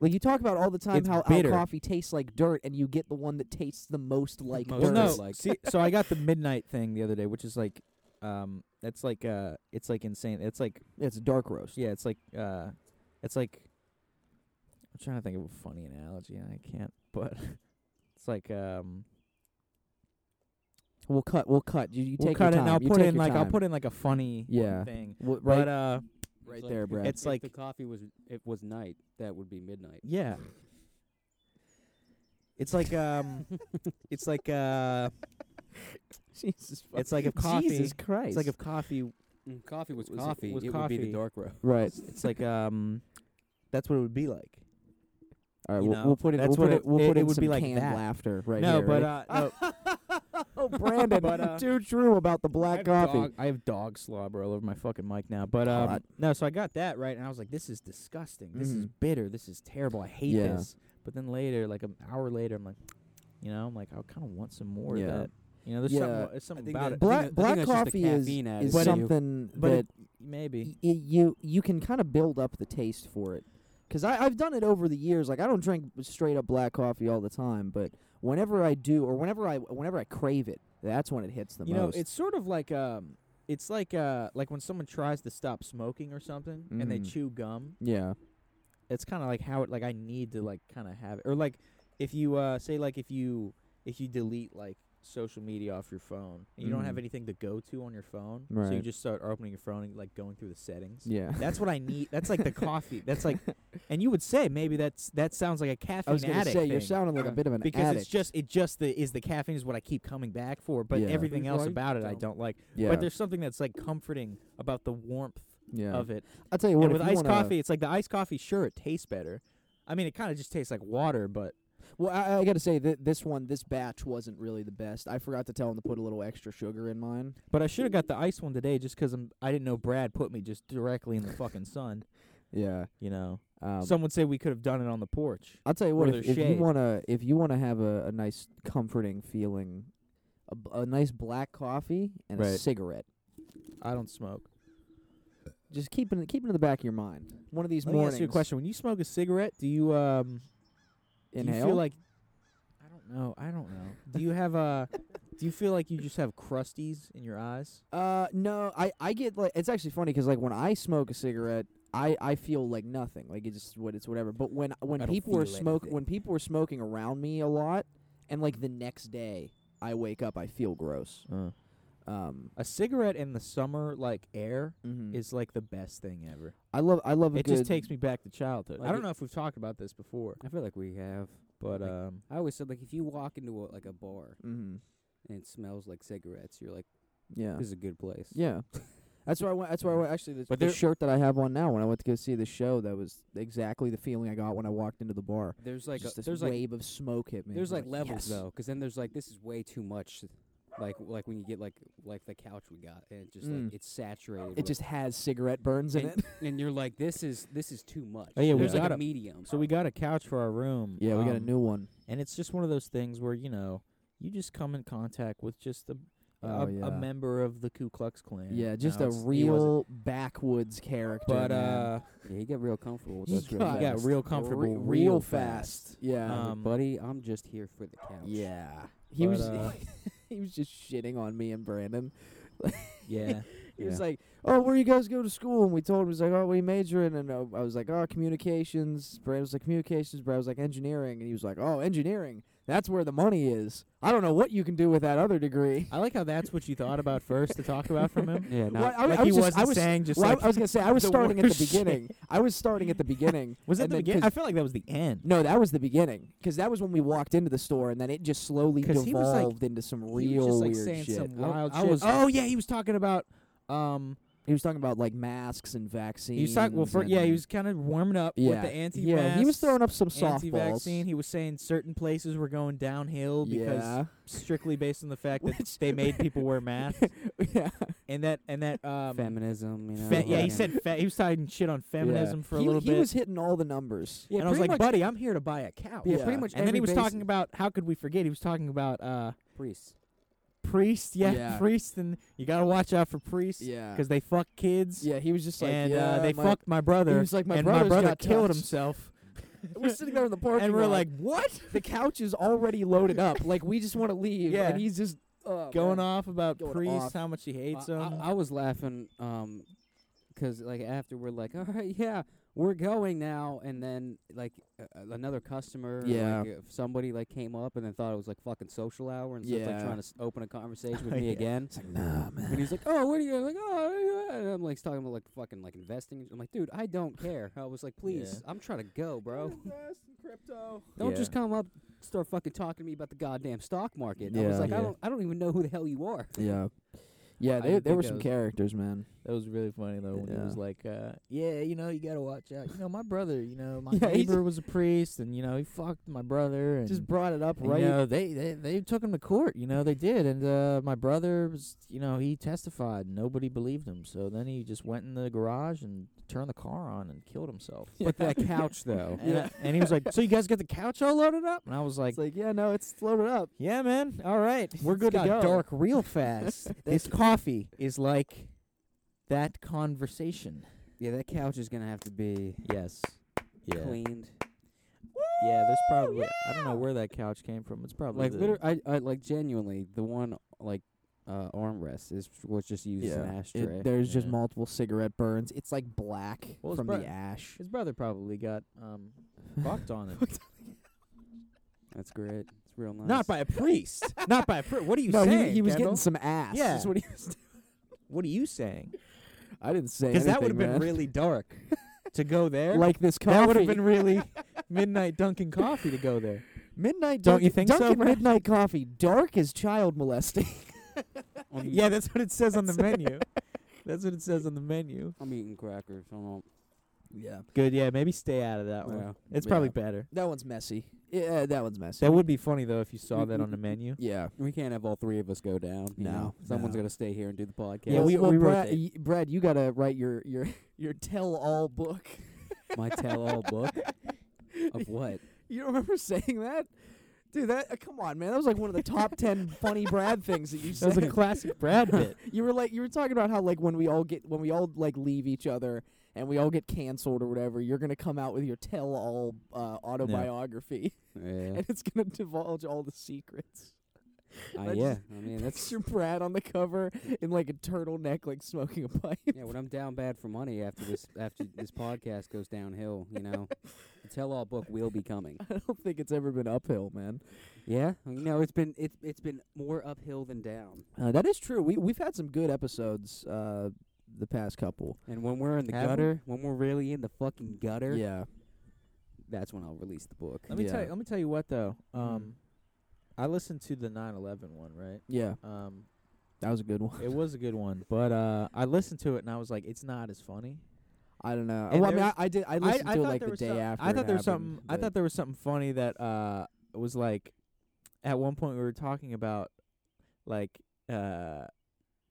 Speaker 1: Like you talk about all the time
Speaker 2: It's
Speaker 1: how our
Speaker 2: bitter.
Speaker 1: coffee tastes like dirt, and you get the one that tastes the most like
Speaker 3: Most
Speaker 2: Well,
Speaker 1: dirt.
Speaker 3: Burgers,
Speaker 2: no.
Speaker 3: like-
Speaker 2: see, so I got the midnight thing the other day, which is like, um, that's like uh, it's like insane. It's like
Speaker 1: It's dark roast.
Speaker 2: yeah, it's like uh, it's like. I'm trying to think of a funny analogy, and I can't. But it's like um,
Speaker 1: We'll cut. We'll cut. You, you
Speaker 2: we'll
Speaker 1: take
Speaker 2: cut it,
Speaker 1: your time.
Speaker 2: and I'll
Speaker 1: you
Speaker 2: put
Speaker 1: take
Speaker 2: in
Speaker 1: your
Speaker 2: like I'll
Speaker 1: time.
Speaker 2: put in like a funny
Speaker 1: Yeah.
Speaker 2: thing.
Speaker 1: Well, right,
Speaker 2: But uh,
Speaker 1: right
Speaker 3: It's like-
Speaker 1: there, Brad.
Speaker 2: it's-
Speaker 3: if
Speaker 2: like-
Speaker 3: the coffee was it was night, that would be midnight.
Speaker 2: yeah. It's like um, it's like uh,
Speaker 1: Jesus. fuck-
Speaker 2: it's like if coffee,
Speaker 1: Jesus Christ.
Speaker 2: it's like if coffee
Speaker 3: Mm, Coffee was,
Speaker 2: Was it-
Speaker 3: coffee.
Speaker 2: was
Speaker 3: it would be
Speaker 2: coffee.
Speaker 3: the dark roast.
Speaker 1: right.
Speaker 2: it's like um, that's what it would be like.
Speaker 1: All right,
Speaker 2: you
Speaker 1: we'll,
Speaker 2: know,
Speaker 1: we'll put it.
Speaker 2: that's
Speaker 1: We'll
Speaker 2: what
Speaker 1: put
Speaker 2: it-
Speaker 1: it. We'll
Speaker 2: it-
Speaker 1: put
Speaker 2: it
Speaker 1: in
Speaker 2: would
Speaker 1: some
Speaker 2: be like
Speaker 1: canned
Speaker 2: that.
Speaker 1: laughter right
Speaker 2: no,
Speaker 1: here.
Speaker 2: but
Speaker 1: right?
Speaker 2: uh, no,
Speaker 1: oh, Brandon,
Speaker 2: but, uh,
Speaker 1: too true about the
Speaker 2: I
Speaker 1: black
Speaker 2: have
Speaker 1: coffee.
Speaker 2: Dog, I have dog slobber all over my fucking mic now. But um,
Speaker 1: God.
Speaker 2: no, so I got that right, and I was like, "This is disgusting. This is
Speaker 1: Mhm.
Speaker 2: bitter. This is terrible. I hate
Speaker 1: Yeah.
Speaker 2: this." But then later, like an hour later, I'm like, you know, I'm like, I kind of want some more
Speaker 1: Yeah.
Speaker 2: of that. You know, there's
Speaker 1: Yeah.
Speaker 2: something, there's something
Speaker 3: think
Speaker 2: about
Speaker 3: that-
Speaker 2: it.
Speaker 3: I
Speaker 1: Black
Speaker 3: think
Speaker 1: black
Speaker 3: that's just the
Speaker 1: coffee is,
Speaker 3: caffeine
Speaker 1: is
Speaker 3: added
Speaker 2: to it.
Speaker 1: something
Speaker 2: But
Speaker 1: that
Speaker 2: it- maybe.
Speaker 1: y- y- you you can kind of build up the taste for it. Cause I, I've done it over the years. Like I don't drink straight up black coffee all the time, but whenever I do, or whenever I whenever I crave it, that's when it hits the
Speaker 2: you
Speaker 1: most.
Speaker 2: know, it's sort of like um, it's like uh, like when someone tries to stop smoking or something, and they
Speaker 1: Mhm.
Speaker 2: chew gum.
Speaker 1: yeah,
Speaker 2: It's kind of like how it like I need to like kind of have it, or like if you uh say like if you if you delete like social media off your phone, and you don't have
Speaker 1: Mhm.
Speaker 2: anything to go to on your phone, so you
Speaker 1: Right.
Speaker 2: just start opening your phone and like going through the settings.
Speaker 1: yeah.
Speaker 2: That's what I need. That's like the coffee. That's like, and you would say maybe that's that sounds like a caffeine
Speaker 1: I was gonna
Speaker 2: addict
Speaker 1: say you're
Speaker 2: thing,
Speaker 1: sounding like a bit of an
Speaker 2: because
Speaker 1: addict.
Speaker 2: it's just it just the is the caffeine is what I keep coming back for, but
Speaker 1: Yeah.
Speaker 2: everything
Speaker 3: Who's
Speaker 2: else
Speaker 3: right?
Speaker 2: about it I
Speaker 3: Dumb.
Speaker 2: don't like.
Speaker 1: yeah,
Speaker 2: But there's something that's like comforting about the warmth
Speaker 1: yeah.
Speaker 2: of it.
Speaker 1: I'll tell you what.
Speaker 2: and
Speaker 1: if
Speaker 2: with
Speaker 1: you
Speaker 2: iced
Speaker 1: wanna-
Speaker 2: coffee, it's like the iced coffee. Sure, it tastes better. I mean, it kind of just tastes like water, but
Speaker 1: Well, I, I got to say that this one, this batch wasn't really the best. I forgot to tell him to put a little extra sugar in mine.
Speaker 2: but I should have got the iced one today just 'cause I'm I didn't know Brad put me just directly in the fucking sun.
Speaker 1: Yeah.
Speaker 2: You know,
Speaker 1: Um,
Speaker 2: some would say we could have done it on the porch.
Speaker 1: I'll tell you what.
Speaker 2: where
Speaker 1: If, if
Speaker 2: there's
Speaker 1: you
Speaker 2: shade.
Speaker 1: wanna, if you wanna have a, a nice comforting feeling, a, b- a nice black coffee and a
Speaker 2: Right.
Speaker 1: cigarette.
Speaker 2: I don't smoke.
Speaker 1: Just keep it, keep it in the back of your mind. One of these
Speaker 2: Let me
Speaker 1: mornings.
Speaker 2: ask you a question. When you smoke a cigarette, do you um
Speaker 1: Inhale.
Speaker 2: Do you feel like I don't know. I don't know. Do you have a? do you feel like you just have crusties in your eyes?
Speaker 1: Uh, no, I, I get like it's actually funny 'cause like when I smoke a cigarette, I, I feel like nothing, like it's just what it's whatever. But when when
Speaker 2: I don't
Speaker 1: people are
Speaker 2: feel
Speaker 1: smoke
Speaker 2: anything.
Speaker 1: when people are smoking around me a lot, and like the next day I wake up, I feel gross.
Speaker 2: Uh.
Speaker 1: Um,
Speaker 2: A cigarette in the summer, like air,
Speaker 3: Mm-hmm.
Speaker 1: mhm.
Speaker 2: is like the best thing ever.
Speaker 1: I love I love a
Speaker 2: It
Speaker 1: good
Speaker 2: just takes me back to childhood.
Speaker 3: Like
Speaker 2: I don't
Speaker 3: it-
Speaker 2: know if we've talked about this before,
Speaker 3: I feel like we have.
Speaker 2: but
Speaker 3: like-
Speaker 2: um,
Speaker 3: I always said like if you walk into a, like a bar
Speaker 1: hmm
Speaker 3: and it smells like cigarettes, you're like,
Speaker 1: yeah
Speaker 3: this is a good place.
Speaker 1: yeah. That's where I went. That's where I went. Actually, the,
Speaker 2: But
Speaker 1: the
Speaker 2: there-
Speaker 1: shirt that I have on now, when I went to go see the show, that was exactly the feeling I got when I walked into the bar.
Speaker 3: There's like a,
Speaker 1: Just this
Speaker 3: there's like
Speaker 1: wave of smoke hit me.
Speaker 3: there's
Speaker 1: I'm
Speaker 3: like
Speaker 1: yes.
Speaker 3: levels though, 'cause then there's like this is way too much. Like like when you get like like the couch we got and it just
Speaker 1: Mm.
Speaker 3: like it's saturated.
Speaker 1: It
Speaker 3: with-
Speaker 1: just has cigarette burns in
Speaker 3: and,
Speaker 1: it.
Speaker 3: and you're like this is this is too much.
Speaker 2: Oh, yeah, we
Speaker 3: there's like
Speaker 2: got
Speaker 3: a
Speaker 2: a-
Speaker 3: medium.
Speaker 2: so we got a couch for our room.
Speaker 1: Yeah, we got a
Speaker 2: um,
Speaker 1: new one.
Speaker 2: and it's just one of those things where you know you just come in contact with just a a,
Speaker 1: Oh,
Speaker 2: a
Speaker 1: yeah.
Speaker 2: member of the Ku Klux Klan.
Speaker 1: Yeah, just
Speaker 2: No,
Speaker 1: a
Speaker 2: it's- he wasn't.
Speaker 1: real backwoods character.
Speaker 2: But
Speaker 1: man.
Speaker 2: uh,
Speaker 3: yeah, you get real comfortable with
Speaker 1: He
Speaker 3: us.
Speaker 2: he
Speaker 3: real
Speaker 1: got-
Speaker 3: fast.
Speaker 2: got real comfortable,
Speaker 1: Re-
Speaker 2: real fast.
Speaker 1: Yeah,
Speaker 2: Um,
Speaker 3: buddy, I'm just here for the couch.
Speaker 1: yeah. He
Speaker 2: but,
Speaker 1: was
Speaker 2: uh,
Speaker 1: he was just shitting on me and Brandon.
Speaker 2: yeah.
Speaker 1: He was
Speaker 3: Yeah.
Speaker 1: like, "Oh, where you guys go to school?" And we told him, "He's like, oh, we major in." And uh, I was like, "Oh, communications." Brandon was like, "Communications." Brad was like, "Engineering," and he was like, "Oh, engineering. That's where the money is. I don't know what you can do with that other degree."
Speaker 2: I like how that's what you thought about first to talk about from him.
Speaker 3: Yeah,
Speaker 1: Well,
Speaker 3: not,
Speaker 1: I,
Speaker 2: like
Speaker 1: I
Speaker 2: he
Speaker 1: was just,
Speaker 2: wasn't
Speaker 1: I was,
Speaker 2: saying just
Speaker 1: well, I-
Speaker 2: like
Speaker 1: I was gonna say I was
Speaker 2: the
Speaker 1: starting at the
Speaker 2: worst shit.
Speaker 1: beginning. I was starting at the beginning.
Speaker 2: was that
Speaker 1: and
Speaker 2: the
Speaker 1: then
Speaker 2: beginning?
Speaker 1: Chris-
Speaker 2: I felt like that was the end.
Speaker 1: No, that was the beginning. 'Cause that was when we walked into the store, and then it just slowly
Speaker 2: 'Cause
Speaker 1: devolved
Speaker 2: he was, like-
Speaker 1: into some
Speaker 2: he
Speaker 1: real
Speaker 2: was just like
Speaker 1: weird
Speaker 2: saying
Speaker 1: shit.
Speaker 2: some
Speaker 3: I-
Speaker 2: wild
Speaker 3: I
Speaker 2: shit.
Speaker 3: was-
Speaker 2: oh yeah, he was talking about um
Speaker 1: he was talking about like masks and vaccines.
Speaker 2: he was talking well for,
Speaker 1: and-
Speaker 2: yeah, he was kind of warming up
Speaker 1: yeah,
Speaker 2: with the anti
Speaker 1: Yeah, he was throwing up some softballs.
Speaker 2: anti-vaccine. He was saying certain places were going downhill because
Speaker 1: yeah,
Speaker 2: strictly based on the fact that
Speaker 1: Which-
Speaker 2: they made people wear masks
Speaker 1: yeah.
Speaker 2: and that and that um
Speaker 3: feminism. You know,
Speaker 2: fe- yeah, he
Speaker 3: like-
Speaker 2: said fe- he was talking shit on feminism
Speaker 1: yeah.
Speaker 2: for a
Speaker 1: he,
Speaker 2: little
Speaker 1: he
Speaker 2: bit.
Speaker 1: was hitting all the numbers.
Speaker 3: Yeah,
Speaker 2: and I was
Speaker 3: pretty
Speaker 2: like,
Speaker 3: much-
Speaker 2: buddy, I'm here to buy a couch.
Speaker 3: yeah,
Speaker 1: Yeah.
Speaker 3: pretty much.
Speaker 2: And then
Speaker 3: every
Speaker 2: he was
Speaker 3: basic-
Speaker 2: talking about how could we forget? He was talking about uh
Speaker 3: priests.
Speaker 2: priest, yeah,
Speaker 1: Yeah.
Speaker 2: priest, and you gotta watch out for priests
Speaker 1: Yeah,
Speaker 2: because they fuck kids,
Speaker 1: yeah, he was just like,
Speaker 2: and
Speaker 1: yeah,
Speaker 2: uh, they
Speaker 1: my,
Speaker 2: fucked my
Speaker 1: He
Speaker 2: brother,
Speaker 1: was like, my
Speaker 2: and my
Speaker 1: brother's
Speaker 2: brother
Speaker 1: got
Speaker 2: killed
Speaker 1: touched."
Speaker 2: himself,
Speaker 1: We're sitting there in the parking
Speaker 2: and we're
Speaker 1: lot.
Speaker 2: like, what?
Speaker 1: the couch is already loaded up. Like we just want to leave,
Speaker 2: Yeah.
Speaker 1: and he's just oh,
Speaker 2: Going
Speaker 1: man.
Speaker 2: off about
Speaker 1: Going
Speaker 2: priests,
Speaker 1: off.
Speaker 2: how much he hates
Speaker 3: I,
Speaker 2: them.
Speaker 3: I, I was laughing um 'cause like after we're like, all right, yeah, we're going now, and then like uh, uh, another customer, or,
Speaker 1: Yeah.
Speaker 3: like, uh, somebody like came up and then thought it was like fucking social hour, and so it's, like
Speaker 1: Yeah.
Speaker 3: trying to s- open a conversation with
Speaker 2: Oh,
Speaker 3: me
Speaker 2: yeah.
Speaker 3: again.
Speaker 1: It's like, nah,
Speaker 3: And
Speaker 1: man.
Speaker 3: he's like, "Oh, what are you?" like, "Oh," yeah," and I'm like talking about like fucking like investing. I'm like, "Dude, I don't care." I was like, "Please, I'm trying to go, bro. Don't
Speaker 2: Yeah.
Speaker 3: just come up, start fucking talking to me about the goddamn stock market." I
Speaker 1: Yeah.
Speaker 3: was like,
Speaker 2: Yeah.
Speaker 3: "I don't, I don't even know who the hell you are."
Speaker 1: Yeah, yeah.
Speaker 2: I
Speaker 1: They
Speaker 2: didn't
Speaker 1: there
Speaker 2: think
Speaker 1: were
Speaker 2: that
Speaker 1: some
Speaker 2: was-
Speaker 1: characters, man.
Speaker 2: That was really funny though when it was
Speaker 1: Yeah.
Speaker 2: like, uh, yeah, you know, you gotta watch out. You know, my brother, you know, my
Speaker 1: Yeah, he
Speaker 2: neighbor was a priest, and you know, he fucked my brother, and
Speaker 1: Just brought it up
Speaker 2: and,
Speaker 1: right.
Speaker 2: you know, they, they they took him to court. You know, they did, and uh, my brother was, you know, he testified, and nobody believed him. So then he just went in the garage and turned the car on and killed himself.
Speaker 3: But that couch though.
Speaker 2: And, I- and he was like, "So you guys got the couch all loaded up?" And I was like,
Speaker 1: it's like, yeah, no, it's loaded up.
Speaker 2: "Yeah, man. All right, we're
Speaker 1: It's
Speaker 2: good to
Speaker 1: got
Speaker 2: go."
Speaker 1: dark
Speaker 2: real fast. this coffee is like that conversation.
Speaker 3: yeah, that couch is gonna have to be
Speaker 2: Yes. Yeah.
Speaker 3: cleaned.
Speaker 2: Yeah. There's probably I don't know where that couch came from. It's probably
Speaker 3: Like
Speaker 2: the-
Speaker 3: literally, I, I like genuinely the one like uh, armrest is was just used as an
Speaker 1: It-
Speaker 3: ashtray.
Speaker 1: there's just
Speaker 2: Yeah.
Speaker 1: multiple cigarette burns. It's like black
Speaker 2: Well, it's
Speaker 1: from
Speaker 2: bri-
Speaker 1: the ash.
Speaker 2: His brother probably got um fucked on it.
Speaker 3: That's great. It's real nice.
Speaker 2: Not by a priest. Not by a priest. What are you
Speaker 1: no,
Speaker 2: saying?
Speaker 1: he, he was
Speaker 2: Kendall?
Speaker 1: getting some ass.
Speaker 2: Yeah.
Speaker 1: is what he was doing.
Speaker 2: What are you saying?
Speaker 1: I didn't say
Speaker 2: Because
Speaker 1: anything.
Speaker 2: that would have been
Speaker 1: man.
Speaker 2: really dark to go there.
Speaker 1: like this coffee.
Speaker 2: that would have been really midnight Dunkin' coffee to go there.
Speaker 1: midnight.
Speaker 2: Don't
Speaker 1: Dunkin'-
Speaker 2: you think so,
Speaker 1: Dunkin'
Speaker 2: Brad?
Speaker 1: midnight coffee, dark as child molesting.
Speaker 3: I'm,
Speaker 2: Yeah, that's what it says on the menu. That's what it says on the menu.
Speaker 3: I'm eating crackers. I don't.
Speaker 1: yeah,
Speaker 2: Good, yeah, maybe stay out of that one.
Speaker 3: Well,
Speaker 2: It's
Speaker 1: Yeah.
Speaker 2: probably better.
Speaker 1: that one's messy. Yeah, uh, that one's messy.
Speaker 2: That would be funny though if you saw that on the menu.
Speaker 1: yeah.
Speaker 3: we can't have all three of us go down. you
Speaker 1: No,
Speaker 3: know? someone's
Speaker 1: no.
Speaker 3: gonna stay here and do the podcast.
Speaker 2: Yeah, we-
Speaker 1: well,
Speaker 2: we wrote
Speaker 1: Brad,
Speaker 2: that.
Speaker 1: y- Brad, you gotta write your your your tell all book.
Speaker 3: my tell-all book of what?
Speaker 1: You don't remember saying that, dude? That uh, come on, man. That was like one of the top ten funny Brad things that you
Speaker 2: That
Speaker 1: said.
Speaker 2: was a classic Brad bit.
Speaker 1: you were like you were talking about how like when we all get when we all like leave each other and we all get canceled or whatever, you're gonna come out with your tell all uh, autobiography
Speaker 3: Yeah,
Speaker 1: and it's gonna divulge all the secrets.
Speaker 3: uh,
Speaker 1: I
Speaker 3: yeah.
Speaker 1: just-
Speaker 3: I mean,
Speaker 1: That's
Speaker 3: that's
Speaker 1: your Brad on the cover in like a turtleneck, like smoking a pipe.
Speaker 3: yeah. When I'm down bad for money after this after this podcast goes downhill, you know, the tell-all book will be coming.
Speaker 1: I don't think it's ever been uphill, man.
Speaker 3: Yeah, no, it's been it's it's been more uphill than down.
Speaker 1: Uh, that is true. We we've had some good episodes uh, the past couple.
Speaker 3: And when we're in the
Speaker 2: Have we?
Speaker 3: gutter, when we're really in the fucking gutter,
Speaker 1: Yeah,
Speaker 3: that's when I'll release the book.
Speaker 2: Let me tell
Speaker 1: Yeah.
Speaker 2: you, let me tell you what though. Um I listened to the 9/11 one, right?
Speaker 1: yeah,
Speaker 2: Um
Speaker 1: that was a good one.
Speaker 2: it was a good one, but uh I listened to it and I was like it's not as funny.
Speaker 1: I don't know.
Speaker 2: And
Speaker 1: well, I mean,
Speaker 2: there's-
Speaker 1: I, I did. I listened
Speaker 2: I
Speaker 1: to it
Speaker 2: thought
Speaker 1: like
Speaker 2: there
Speaker 1: the
Speaker 2: was
Speaker 1: day
Speaker 2: some-
Speaker 1: after.
Speaker 2: I thought
Speaker 1: it
Speaker 2: there was
Speaker 1: happened,
Speaker 2: something. I
Speaker 1: but-
Speaker 2: thought there was something funny that uh was like, at one point we were talking about like uh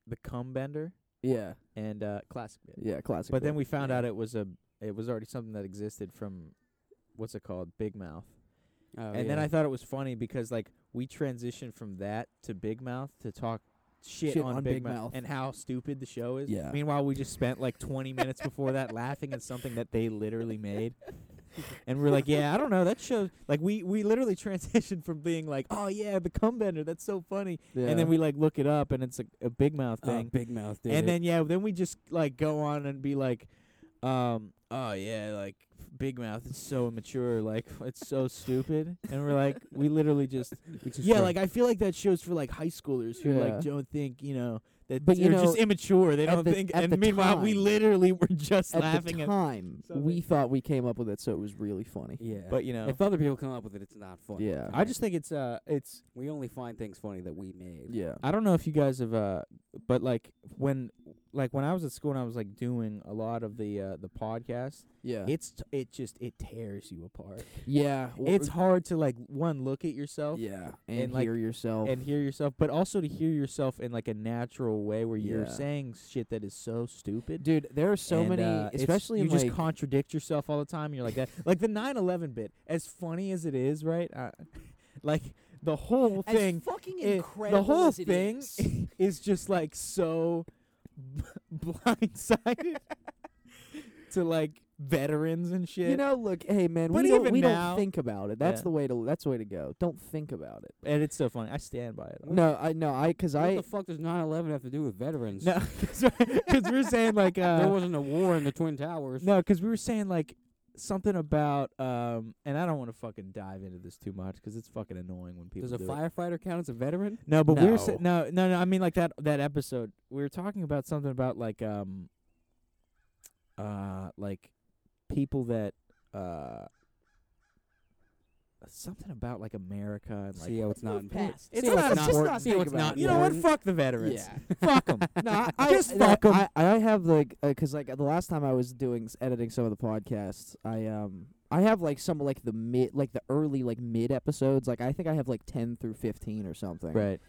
Speaker 2: the cum bender
Speaker 1: Yeah,
Speaker 2: and uh classic bit,
Speaker 1: yeah, classic.
Speaker 2: but then
Speaker 1: bit.
Speaker 2: we found
Speaker 3: Yeah.
Speaker 2: out it was a it was already something that existed from what's it called Big Mouth,
Speaker 3: Oh,
Speaker 2: and then I thought it was funny because like we transitioned from that to Big Mouth to talk. Shit,
Speaker 1: Shit
Speaker 2: on,
Speaker 1: on
Speaker 2: Big,
Speaker 1: Big
Speaker 2: Mouth,
Speaker 1: Mouth.
Speaker 2: and how stupid the show is.
Speaker 1: Yeah.
Speaker 2: Meanwhile, we just spent like 20 minutes before that laughing at something that they literally made. And we're like, yeah, I don't know. That show, like, we we literally transitioned from being like, oh yeah, the cumbender, that's so funny,
Speaker 1: yeah. Oh,
Speaker 2: and then we like look it up, and it's a, a Uh, big mouth thing,
Speaker 3: big mouth, dude.
Speaker 2: and then yeah, then we just like go on and be like, um, oh yeah, like big mouth, it's so immature, like it's so stupid, and we're like, we literally just yeah, like I feel like that show's for like high schoolers who
Speaker 1: Yeah.
Speaker 2: like don't think you know
Speaker 1: But,
Speaker 2: that but
Speaker 1: you
Speaker 2: they're just
Speaker 1: know,
Speaker 2: immature. They
Speaker 1: at
Speaker 2: don't
Speaker 1: the-
Speaker 2: think.
Speaker 1: at
Speaker 2: And
Speaker 1: the
Speaker 2: meanwhile, we
Speaker 1: time-
Speaker 2: literally were just
Speaker 1: at
Speaker 2: laughing
Speaker 1: the
Speaker 2: at.
Speaker 1: time
Speaker 2: something.
Speaker 1: we thought we came up with it, so it was really funny.
Speaker 3: yeah.
Speaker 2: But you know,
Speaker 3: if other people come up with it, it's not funny.
Speaker 1: Yeah.
Speaker 2: I just think it's uh, it's
Speaker 3: we only find things funny that we made.
Speaker 1: Yeah,
Speaker 2: I don't know if you guys have uh but like when like when I was at school and I was like doing a lot of the uh the podcast,
Speaker 1: yeah,
Speaker 2: it's t- it just it tears you apart.
Speaker 1: yeah. w-
Speaker 2: It's hard to like one look at yourself
Speaker 1: yeah, and,
Speaker 2: and, like-
Speaker 1: hear yourself.
Speaker 2: and hear yourself, but also to hear yourself in like a natural way where you're
Speaker 1: Yeah.
Speaker 2: saying shit that is so stupid.
Speaker 1: Dude, there are so
Speaker 2: and,
Speaker 1: many,
Speaker 2: uh, it's-
Speaker 1: especially
Speaker 2: you
Speaker 1: in
Speaker 2: just
Speaker 1: like,
Speaker 2: contradict yourself all the time. You're like that, like the 9/11 bit. As funny as it is, right? Uh, like the whole
Speaker 1: as
Speaker 2: thing
Speaker 1: fucking
Speaker 2: it-
Speaker 1: incredible.
Speaker 2: the whole
Speaker 1: as it
Speaker 2: thing
Speaker 1: is.
Speaker 2: is just like so b- blindsided to like veterans and shit.
Speaker 1: You know, look, hey man,
Speaker 2: But
Speaker 1: we don't
Speaker 2: even
Speaker 1: we
Speaker 2: now-
Speaker 1: don't think about it. That's
Speaker 2: Yeah.
Speaker 1: the way to that's the way to go. Don't think about it.
Speaker 2: and it's so funny. I stand by it.
Speaker 1: No, I no, I cuz
Speaker 3: What
Speaker 1: I
Speaker 3: the fuck does 9/11 have to do with veterans?
Speaker 2: no, because we were saying like
Speaker 3: there
Speaker 2: uh,
Speaker 3: wasn't a war in the Twin Towers.
Speaker 2: no, because we were saying like something about um, and I don't want to fucking dive into this too much because it's fucking annoying when people
Speaker 3: does a
Speaker 2: do it.
Speaker 3: firefighter count as a veteran?
Speaker 2: No, but we were sa- no, no, no. I mean, like that that episode. We were talking about something about like um, uh, like people that uh, something about like America and like
Speaker 3: See how it's not
Speaker 1: Move
Speaker 3: important.
Speaker 1: past.
Speaker 2: It's
Speaker 3: See how it's
Speaker 2: not- it's
Speaker 3: not
Speaker 2: just
Speaker 1: not
Speaker 3: important. See how
Speaker 1: think
Speaker 3: it's
Speaker 1: about
Speaker 3: not
Speaker 1: it.
Speaker 2: you know what?
Speaker 3: important.
Speaker 2: Fuck the veterans.
Speaker 1: Yeah.
Speaker 2: Fuck 'em.
Speaker 1: no, I, I
Speaker 2: Just
Speaker 1: no,
Speaker 2: fuck 'em.
Speaker 1: I, I have like because like the last time I was doing s- editing some of the podcasts, I um I have like some like the mid like the early like mid episodes. Like I think I have like ten through fifteen or something.
Speaker 2: Right.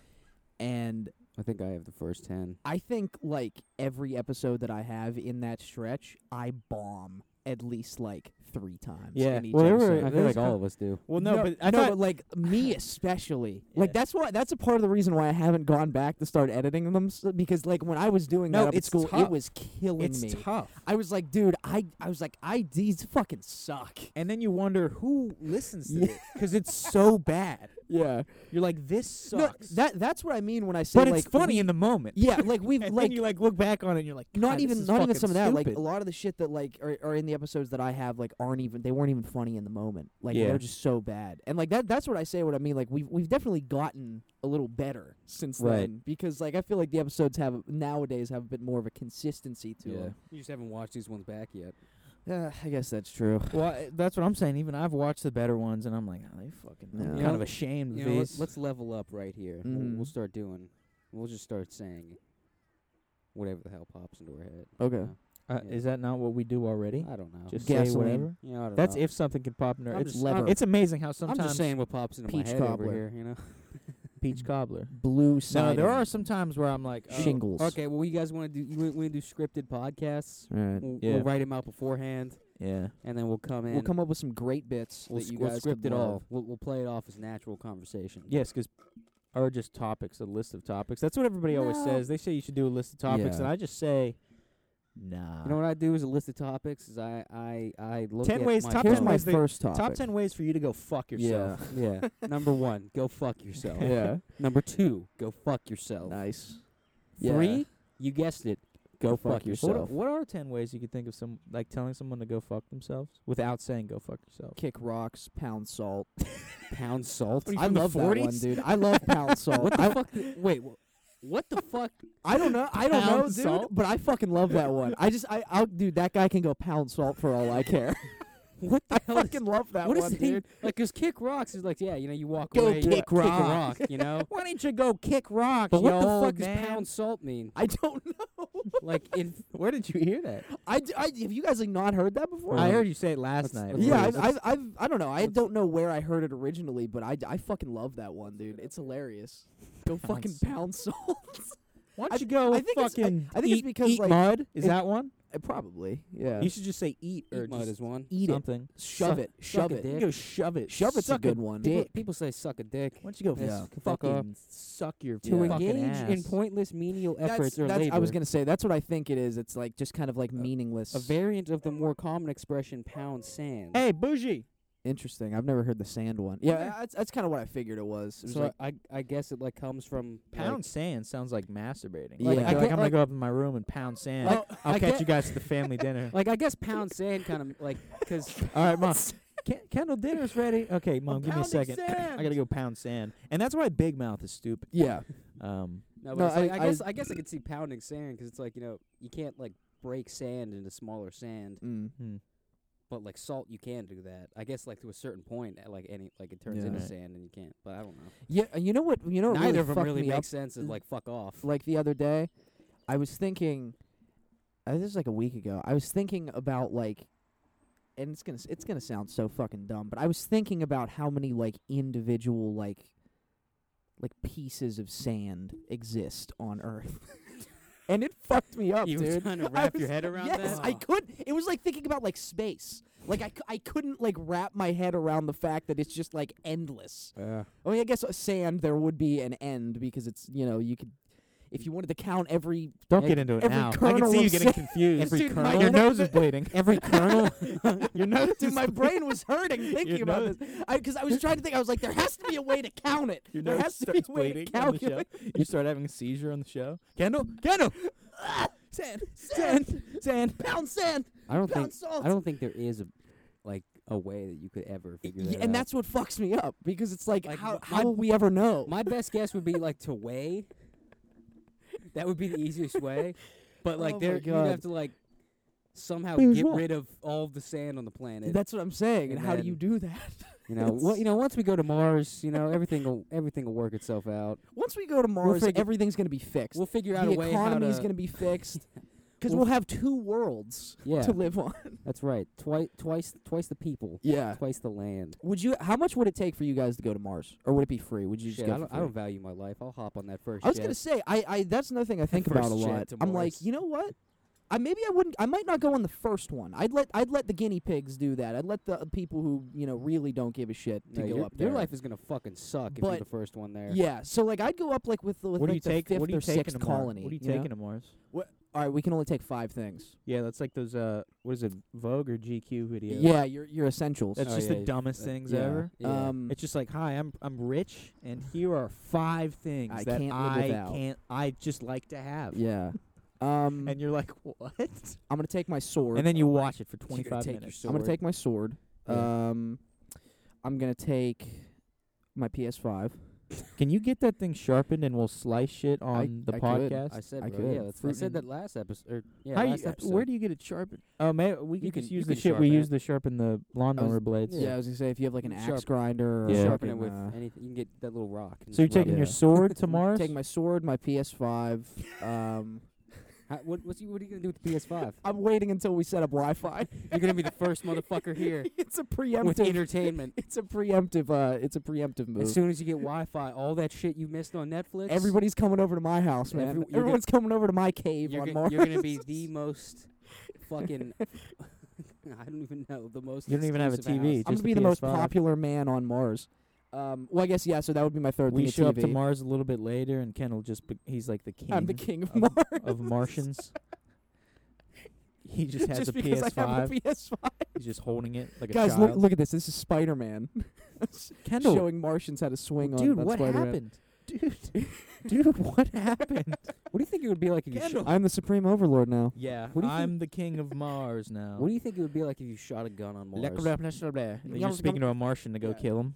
Speaker 1: And
Speaker 3: I think I have the first ten.
Speaker 1: I think like every episode that I have in that stretch, I bomb at least like three times.
Speaker 2: Yeah,
Speaker 1: In each
Speaker 2: well, there were-
Speaker 1: episode.
Speaker 3: I feel
Speaker 2: There's
Speaker 3: like
Speaker 2: com-
Speaker 3: all of us do.
Speaker 2: Well, no, but I
Speaker 1: no,
Speaker 2: thought
Speaker 1: but like me especially.
Speaker 2: Yeah.
Speaker 1: Like that's why that's a part of the reason why I haven't gone back to start editing them s- because like when I was doing
Speaker 2: No,
Speaker 1: that up at
Speaker 2: it's
Speaker 1: school,
Speaker 2: tough.
Speaker 1: it was killing
Speaker 2: it's
Speaker 1: me.
Speaker 2: tough.
Speaker 1: I was like, dude, I I was like, I these fucking suck.
Speaker 2: And then you wonder who listens to
Speaker 1: Yeah.
Speaker 2: it because it's so bad.
Speaker 1: Yeah,
Speaker 2: You're like, this sucks.
Speaker 1: that that's what I mean when I say
Speaker 2: but
Speaker 1: like
Speaker 2: it's funny
Speaker 1: we-
Speaker 2: in the moment.
Speaker 1: yeah, like we've
Speaker 2: and
Speaker 1: like
Speaker 2: then you like look back on it and you're like,
Speaker 1: not
Speaker 2: "God, this
Speaker 1: even
Speaker 2: is
Speaker 1: not even
Speaker 2: fucking
Speaker 1: some of that. Like
Speaker 2: stupid."
Speaker 1: a lot of the shit that like are, are in the episodes that I have like aren't even they weren't even funny in the moment. Like
Speaker 2: Yeah.
Speaker 1: they're just so bad. And like that that's what I say. What I mean like we've we've definitely gotten a little better since
Speaker 2: Right.
Speaker 1: then because like I feel like the episodes have nowadays have a bit more of a consistency to
Speaker 3: Yeah. You just haven't watched these ones back yet.
Speaker 2: Mm-hmm.
Speaker 1: them. Uh, I guess that's true.
Speaker 2: well, I- that's what I'm saying. Even I've watched the better ones, and I'm like, oh, they fucking. I'm
Speaker 1: Yeah.
Speaker 2: kind
Speaker 1: You know-
Speaker 2: of ashamed
Speaker 3: You
Speaker 2: of
Speaker 3: know,
Speaker 2: this.
Speaker 3: let, let's level up right here. We'll,
Speaker 2: Mm-hmm.
Speaker 3: we'll
Speaker 1: Mhm.
Speaker 3: start doing. We'll just start saying whatever the hell pops into our head.
Speaker 1: Okay.
Speaker 3: You
Speaker 2: uh,
Speaker 3: yeah.
Speaker 2: Is that not what we do already?
Speaker 3: know? I don't know.
Speaker 2: Just say
Speaker 1: Gasoline.
Speaker 2: whatever.
Speaker 3: you know, I don't
Speaker 2: That's
Speaker 3: know.
Speaker 2: if something could pop in there.
Speaker 3: I'm
Speaker 2: It's
Speaker 1: just- I'm-
Speaker 2: it's amazing how
Speaker 3: I'm
Speaker 2: sometimes
Speaker 3: just saying what pops into my
Speaker 1: peach
Speaker 3: head
Speaker 1: cobbler.
Speaker 3: over here. You know.
Speaker 2: peach cobbler.
Speaker 1: Blue
Speaker 2: No,
Speaker 1: siding.
Speaker 2: there are some times where I'm like, oh,
Speaker 1: shingles.
Speaker 3: Okay. Well, you guys want to do you want to do scripted podcasts?
Speaker 1: All right.
Speaker 3: We'll,
Speaker 2: Yeah.
Speaker 3: we'll write them out beforehand,
Speaker 2: Yeah.
Speaker 3: and then we'll come in.
Speaker 1: We'll come up with some great bits
Speaker 3: We'll,
Speaker 1: that you
Speaker 3: sc- we'll
Speaker 1: guys
Speaker 3: script
Speaker 1: could
Speaker 3: it
Speaker 1: love.
Speaker 3: all. We'll, we'll play it off as natural conversation.
Speaker 2: Yes, because or just topics, a list of topics. That's what everybody always
Speaker 1: No.
Speaker 2: says. They say you should do a list of topics,
Speaker 1: Yeah.
Speaker 2: and I just say, nah.
Speaker 3: You know what I do is a list of topics. Is I I I look
Speaker 2: 10
Speaker 3: at
Speaker 2: ways-
Speaker 3: my
Speaker 2: top
Speaker 1: Here's
Speaker 2: ten
Speaker 3: phone.
Speaker 1: my
Speaker 2: ways they-
Speaker 1: first
Speaker 2: Top
Speaker 1: topic.
Speaker 2: ten ways for you to go fuck
Speaker 1: Yeah.
Speaker 2: yourself.
Speaker 3: Yeah. Number one, go fuck yourself.
Speaker 1: yeah.
Speaker 3: Number two, go fuck yourself.
Speaker 1: nice.
Speaker 3: Three,
Speaker 1: Yeah.
Speaker 3: you guessed it, go, fuck,
Speaker 2: What,
Speaker 3: yourself.
Speaker 2: a- what are ten ways you could think of some like telling someone to go fuck themselves without saying go fuck yourself?
Speaker 1: Kick rocks, pound salt.
Speaker 3: Pound salt.
Speaker 2: What are you
Speaker 1: I
Speaker 2: from the
Speaker 1: love that one,
Speaker 2: 40s?
Speaker 1: dude. I love pound salt.
Speaker 3: what the
Speaker 1: I,
Speaker 3: fuck? th- Wait, wha- what the fuck?
Speaker 1: I don't know. I don't know,
Speaker 2: Pound
Speaker 1: dude.
Speaker 2: salt?
Speaker 1: But I fucking love that one. I just, I, I'll, dude. That guy can go pound salt for all I care.
Speaker 3: What the
Speaker 1: I
Speaker 3: hell? is-
Speaker 1: fucking love that
Speaker 3: what is
Speaker 1: one,
Speaker 3: he-
Speaker 1: dude.
Speaker 3: Like, cause kick rocks is like, yeah, you know, you walk
Speaker 2: Go
Speaker 3: away, you
Speaker 2: kick
Speaker 3: kick a
Speaker 2: rocks.
Speaker 3: rock, you know.
Speaker 2: Why don't you go kick rocks?
Speaker 3: But what
Speaker 2: you
Speaker 3: the
Speaker 2: old
Speaker 3: fuck
Speaker 2: man?
Speaker 3: does pound salt mean?
Speaker 1: I don't know.
Speaker 3: Like, in
Speaker 2: Where did you hear that?
Speaker 1: I, d- I- have you guys like not heard that before?
Speaker 2: I heard you say it last
Speaker 3: That's-
Speaker 2: night.
Speaker 3: that's
Speaker 1: Yeah,
Speaker 3: Wait,
Speaker 1: I've,
Speaker 3: that's-
Speaker 1: I've, I've, I don't know. I don't know where I heard it originally, but I, d- I fucking love that one, dude. It's hilarious. Go fucking pound salt.
Speaker 2: Why
Speaker 1: I-
Speaker 2: don't you go
Speaker 1: I think it's- I-
Speaker 2: fucking
Speaker 1: I think it's
Speaker 2: eat-
Speaker 1: because,
Speaker 2: eat
Speaker 1: like,
Speaker 2: mud? Is
Speaker 1: it-
Speaker 2: that one?
Speaker 1: Uh, Probably, yeah.
Speaker 2: You should just say eat or
Speaker 3: eat mud
Speaker 2: just
Speaker 3: is one.
Speaker 1: eat it.
Speaker 2: something.
Speaker 1: Shove
Speaker 3: Suck-
Speaker 1: it. Shove
Speaker 3: a
Speaker 1: it.
Speaker 3: dick.
Speaker 2: You go shove it.
Speaker 1: Shove it's a
Speaker 2: Suck
Speaker 1: good one.
Speaker 3: People,
Speaker 1: Dick.
Speaker 3: people say suck a dick.
Speaker 2: Why don't you go
Speaker 3: Yeah.
Speaker 2: f-
Speaker 3: Fuck off.
Speaker 2: fucking suck your
Speaker 3: To
Speaker 1: Yeah.
Speaker 2: fucking
Speaker 3: engage
Speaker 2: ass.
Speaker 3: in pointless menial efforts
Speaker 1: that's,
Speaker 3: or
Speaker 1: that's,
Speaker 3: labor.
Speaker 1: I was gonna say that's what I think it is. It's like just kind of like
Speaker 2: A-
Speaker 1: meaningless.
Speaker 3: a variant of the more common expression pound sand.
Speaker 2: Hey, bougie.
Speaker 1: Interesting. I've never heard the sand one. Yeah,
Speaker 2: Yeah.
Speaker 1: that's that's kind of what I figured it was. It was
Speaker 3: So
Speaker 1: like,
Speaker 3: I I guess it like comes from like-
Speaker 2: Pound sand sounds like masturbating.
Speaker 1: Yeah.
Speaker 2: Like, I
Speaker 1: I
Speaker 2: feel like
Speaker 3: get-
Speaker 2: I'm gonna
Speaker 3: like-
Speaker 2: go up in my room and pound sand.
Speaker 3: Like,
Speaker 2: I'll
Speaker 3: I
Speaker 2: catch
Speaker 3: get-
Speaker 2: you guys at the family dinner.
Speaker 3: like I guess pound sand kind of like because
Speaker 2: All right, mom. Ken- Kendall, dinner's ready. Okay, mom, give me a
Speaker 1: pounding
Speaker 2: second. I gotta go pound sand, and that's why Big Mouth is stupid.
Speaker 1: yeah,
Speaker 2: Um,
Speaker 3: no, but
Speaker 1: No,
Speaker 3: it's like,
Speaker 1: I-
Speaker 3: I,
Speaker 1: I-
Speaker 3: guess I, guess I could see pounding sand because it's like you know you can't like break sand into smaller sand,
Speaker 1: mm.
Speaker 2: hmm.
Speaker 3: but like salt you can do that. I guess like to a certain point, at, like any like it turns
Speaker 1: Yeah.
Speaker 3: into
Speaker 2: Right.
Speaker 3: sand and you can't. But I don't know.
Speaker 1: yeah. uh, You know what? You know what
Speaker 3: Neither
Speaker 1: really
Speaker 3: of them
Speaker 1: fucked
Speaker 3: really
Speaker 1: me
Speaker 3: makes
Speaker 1: up.
Speaker 3: sense. Is like fuck off.
Speaker 1: Like the other day, I was thinking. Uh, this is like a week ago. I was thinking about like, and it's gonna s- it's gonna sound so fucking dumb, but I was thinking about how many like individual like, like pieces of sand exist on Earth, and it fucked me up,
Speaker 3: you were
Speaker 1: dude.
Speaker 3: trying to
Speaker 1: I
Speaker 3: wrap your
Speaker 1: was-
Speaker 3: head around
Speaker 1: yes,
Speaker 3: that.
Speaker 1: I could. It was like thinking about like space. Like I, cou- I couldn't like wrap my head around the fact that it's just like endless.
Speaker 2: yeah.
Speaker 1: I mean, I guess uh, sand there would be an end because it's you know you could if you wanted to count every
Speaker 2: Don't
Speaker 3: Ev-
Speaker 2: get into it
Speaker 1: every
Speaker 2: now. I can
Speaker 1: kernel
Speaker 2: see
Speaker 1: of
Speaker 2: you getting
Speaker 1: sand-
Speaker 2: confused.
Speaker 1: Every Dude, my
Speaker 2: Your
Speaker 1: kernel-
Speaker 2: nose is bleeding.
Speaker 3: Every kernel.
Speaker 2: Your nose
Speaker 1: dude,
Speaker 2: is
Speaker 1: my brain was hurting thinking
Speaker 2: Your
Speaker 1: about
Speaker 2: nose-
Speaker 1: this because I, was trying to think. I was like, there has to be a way to count it.
Speaker 2: Your
Speaker 1: there
Speaker 2: nose
Speaker 1: has to be
Speaker 2: starts
Speaker 1: a way to
Speaker 2: bleeding on the show.
Speaker 1: calculate.
Speaker 2: You start having a seizure on the show. Kendall, Kendall,
Speaker 1: Sand, sand,
Speaker 2: sand.
Speaker 1: pound sand,
Speaker 3: I don't
Speaker 1: pound
Speaker 3: think
Speaker 1: salt.
Speaker 3: I don't think there is a like a way that you could ever figure
Speaker 1: Yeah,
Speaker 3: that
Speaker 1: and
Speaker 3: out.
Speaker 1: that's what fucks me up because it's like,
Speaker 3: Like,
Speaker 1: how
Speaker 3: my-
Speaker 1: how will we ever know?
Speaker 3: My best guess would be like to weigh. That would be the easiest way. But like
Speaker 1: Oh my
Speaker 3: there you'd
Speaker 1: God.
Speaker 3: have to like somehow
Speaker 1: Who's
Speaker 3: get
Speaker 1: what?
Speaker 3: rid of all of the sand on the planet.
Speaker 1: That's what I'm saying. And,
Speaker 3: And
Speaker 1: how do
Speaker 3: then-
Speaker 1: you do that?
Speaker 3: You know, well, you know, once we go to Mars, you know, everything will everything will work itself out.
Speaker 1: Once we go to Mars,
Speaker 3: figure-
Speaker 1: everything's gonna be fixed.
Speaker 3: We'll figure out
Speaker 1: the
Speaker 3: a way how
Speaker 1: economy's
Speaker 3: to-
Speaker 1: gonna be fixed because
Speaker 3: We'll-
Speaker 1: we'll have two worlds
Speaker 3: Yeah,
Speaker 1: to live on.
Speaker 3: that's right. Twice, twice, twice the people,
Speaker 1: Yeah.
Speaker 3: twice the land.
Speaker 1: Would you? How much would it take for you guys to go to Mars, or would it be free? Would you just
Speaker 3: Shit,
Speaker 1: go?
Speaker 3: I
Speaker 1: for
Speaker 3: don't, I
Speaker 1: free?
Speaker 3: don't value my life. I'll hop on that first.
Speaker 1: I was
Speaker 3: jet.
Speaker 1: gonna say, I, I that's another thing I think about a
Speaker 3: First jet
Speaker 1: lot.
Speaker 3: to
Speaker 1: I'm like,
Speaker 3: Mars.
Speaker 1: you know what? I maybe I wouldn't. I might not go on the first one. I'd let I'd let the guinea pigs do that. I'd let the uh, people who you know really don't give a shit to
Speaker 3: No,
Speaker 1: go
Speaker 3: your,
Speaker 1: up there.
Speaker 3: your life is gonna fucking suck if you're
Speaker 1: But-
Speaker 3: the first one there.
Speaker 1: yeah. So like, I'd go up like with, the- with
Speaker 2: What do
Speaker 1: like
Speaker 2: you
Speaker 1: the
Speaker 2: take?
Speaker 1: fifth
Speaker 2: What do you
Speaker 1: or
Speaker 2: take
Speaker 1: sixth
Speaker 2: in a Mars?
Speaker 1: colony.
Speaker 2: What do you
Speaker 1: know?
Speaker 2: take in a Mars?
Speaker 1: All right, we can only take five things.
Speaker 2: Yeah, that's like those uh, what is it, Vogue or GQ
Speaker 1: Yeah,
Speaker 2: video?
Speaker 1: your your essentials.
Speaker 2: that's
Speaker 3: Oh,
Speaker 2: just
Speaker 3: yeah,
Speaker 2: the dumbest
Speaker 3: uh,
Speaker 2: things
Speaker 3: yeah.
Speaker 2: ever.
Speaker 3: Yeah.
Speaker 1: Um,
Speaker 2: It's just like, hi, I'm I'm rich, and here are five things
Speaker 1: I
Speaker 2: that
Speaker 1: can't live
Speaker 2: I
Speaker 1: without.
Speaker 2: can't. I just like to have.
Speaker 1: yeah. Um,
Speaker 2: And you're like, what? And
Speaker 1: I'm gonna take my sword.
Speaker 2: then you watch it for 25
Speaker 3: 25 take your
Speaker 2: minutes.
Speaker 1: I'm gonna
Speaker 3: sword.
Speaker 1: take my sword. Um, I'm gonna take my PS5.
Speaker 2: Can you get that thing sharpened, and we'll slice shit on the
Speaker 1: I could.
Speaker 2: podcast?
Speaker 3: I said,
Speaker 1: I
Speaker 3: bro,
Speaker 1: could.
Speaker 3: yeah, that's, I
Speaker 1: Fruit
Speaker 3: said
Speaker 1: and-
Speaker 3: that last episode. Or, yeah,
Speaker 2: How you-
Speaker 3: last
Speaker 2: uh,
Speaker 3: episode.
Speaker 2: where do you get it sharpened? Oh, may we
Speaker 3: You
Speaker 2: could just
Speaker 3: can-
Speaker 2: use
Speaker 3: you
Speaker 2: the
Speaker 3: can
Speaker 2: shit we
Speaker 3: sharpen
Speaker 2: use
Speaker 3: it.
Speaker 2: to sharpen the lawnmower
Speaker 3: was-
Speaker 2: blades.
Speaker 1: Yeah. I was gonna say if you have like an
Speaker 3: You
Speaker 1: axe
Speaker 3: sharp-
Speaker 1: grinder, or
Speaker 2: Yeah.
Speaker 3: sharpen it
Speaker 1: fucking,
Speaker 3: with
Speaker 1: uh,
Speaker 3: anything. You can get that little rock. and
Speaker 2: So you're
Speaker 3: just rub
Speaker 2: taking
Speaker 3: it.
Speaker 2: your
Speaker 1: Yeah.
Speaker 2: sword to Mars?
Speaker 1: Take my sword, my PS5. Um,
Speaker 3: How, what, what's you, what are you gonna do with the PS5?
Speaker 1: I'm waiting until we set up Wi-Fi.
Speaker 3: you're gonna be the first motherfucker here
Speaker 1: it's a
Speaker 3: with
Speaker 1: preemptive.
Speaker 3: entertainment.
Speaker 1: It's a preemptive. Uh, it's a preemptive move.
Speaker 3: As soon as you get Wi-Fi, all that shit you missed on Netflix,
Speaker 1: Everybody's coming over to my house, man.
Speaker 3: Every- you're gonna-
Speaker 1: Everyone's coming over to my cave
Speaker 3: you're,
Speaker 1: on
Speaker 3: go-
Speaker 1: Mars.
Speaker 3: you're gonna be the most fucking. I don't even know the most.
Speaker 2: You don't even have a
Speaker 3: exclusive
Speaker 2: TV.
Speaker 3: house.
Speaker 1: I'm
Speaker 2: just
Speaker 1: gonna be
Speaker 2: the
Speaker 1: the most
Speaker 2: PS5.
Speaker 1: popular man on Mars. Um, well, I guess yeah. So that would be my third
Speaker 2: we
Speaker 1: thing.
Speaker 2: show
Speaker 1: a
Speaker 2: up to
Speaker 1: TV.
Speaker 2: Mars a little bit later, and Ken will just be, he's like the king,
Speaker 1: I'm the king of Oh,
Speaker 2: of-
Speaker 1: Mars.
Speaker 2: of Martians. he just has a
Speaker 1: because
Speaker 2: PS5.
Speaker 1: I have a PS5.
Speaker 2: he's just holding it like a
Speaker 1: Guys,
Speaker 2: child.
Speaker 1: look, look at this. This is Spider Man
Speaker 2: Kendall,
Speaker 1: showing Martians how to swing
Speaker 2: dude,
Speaker 1: on, on
Speaker 2: what
Speaker 1: Spider-Man.
Speaker 2: happened? Dude, dude, what happened?
Speaker 3: What do you think it would be like if you? Shot,
Speaker 2: Kendall.
Speaker 1: I'm the supreme overlord now.
Speaker 2: Yeah,
Speaker 3: What do you
Speaker 2: I'm the king of Mars now.
Speaker 3: what do you think it would be like if you shot a gun on Mars?
Speaker 2: And You're speaking to a Martian to go
Speaker 1: Yeah.
Speaker 2: kill him.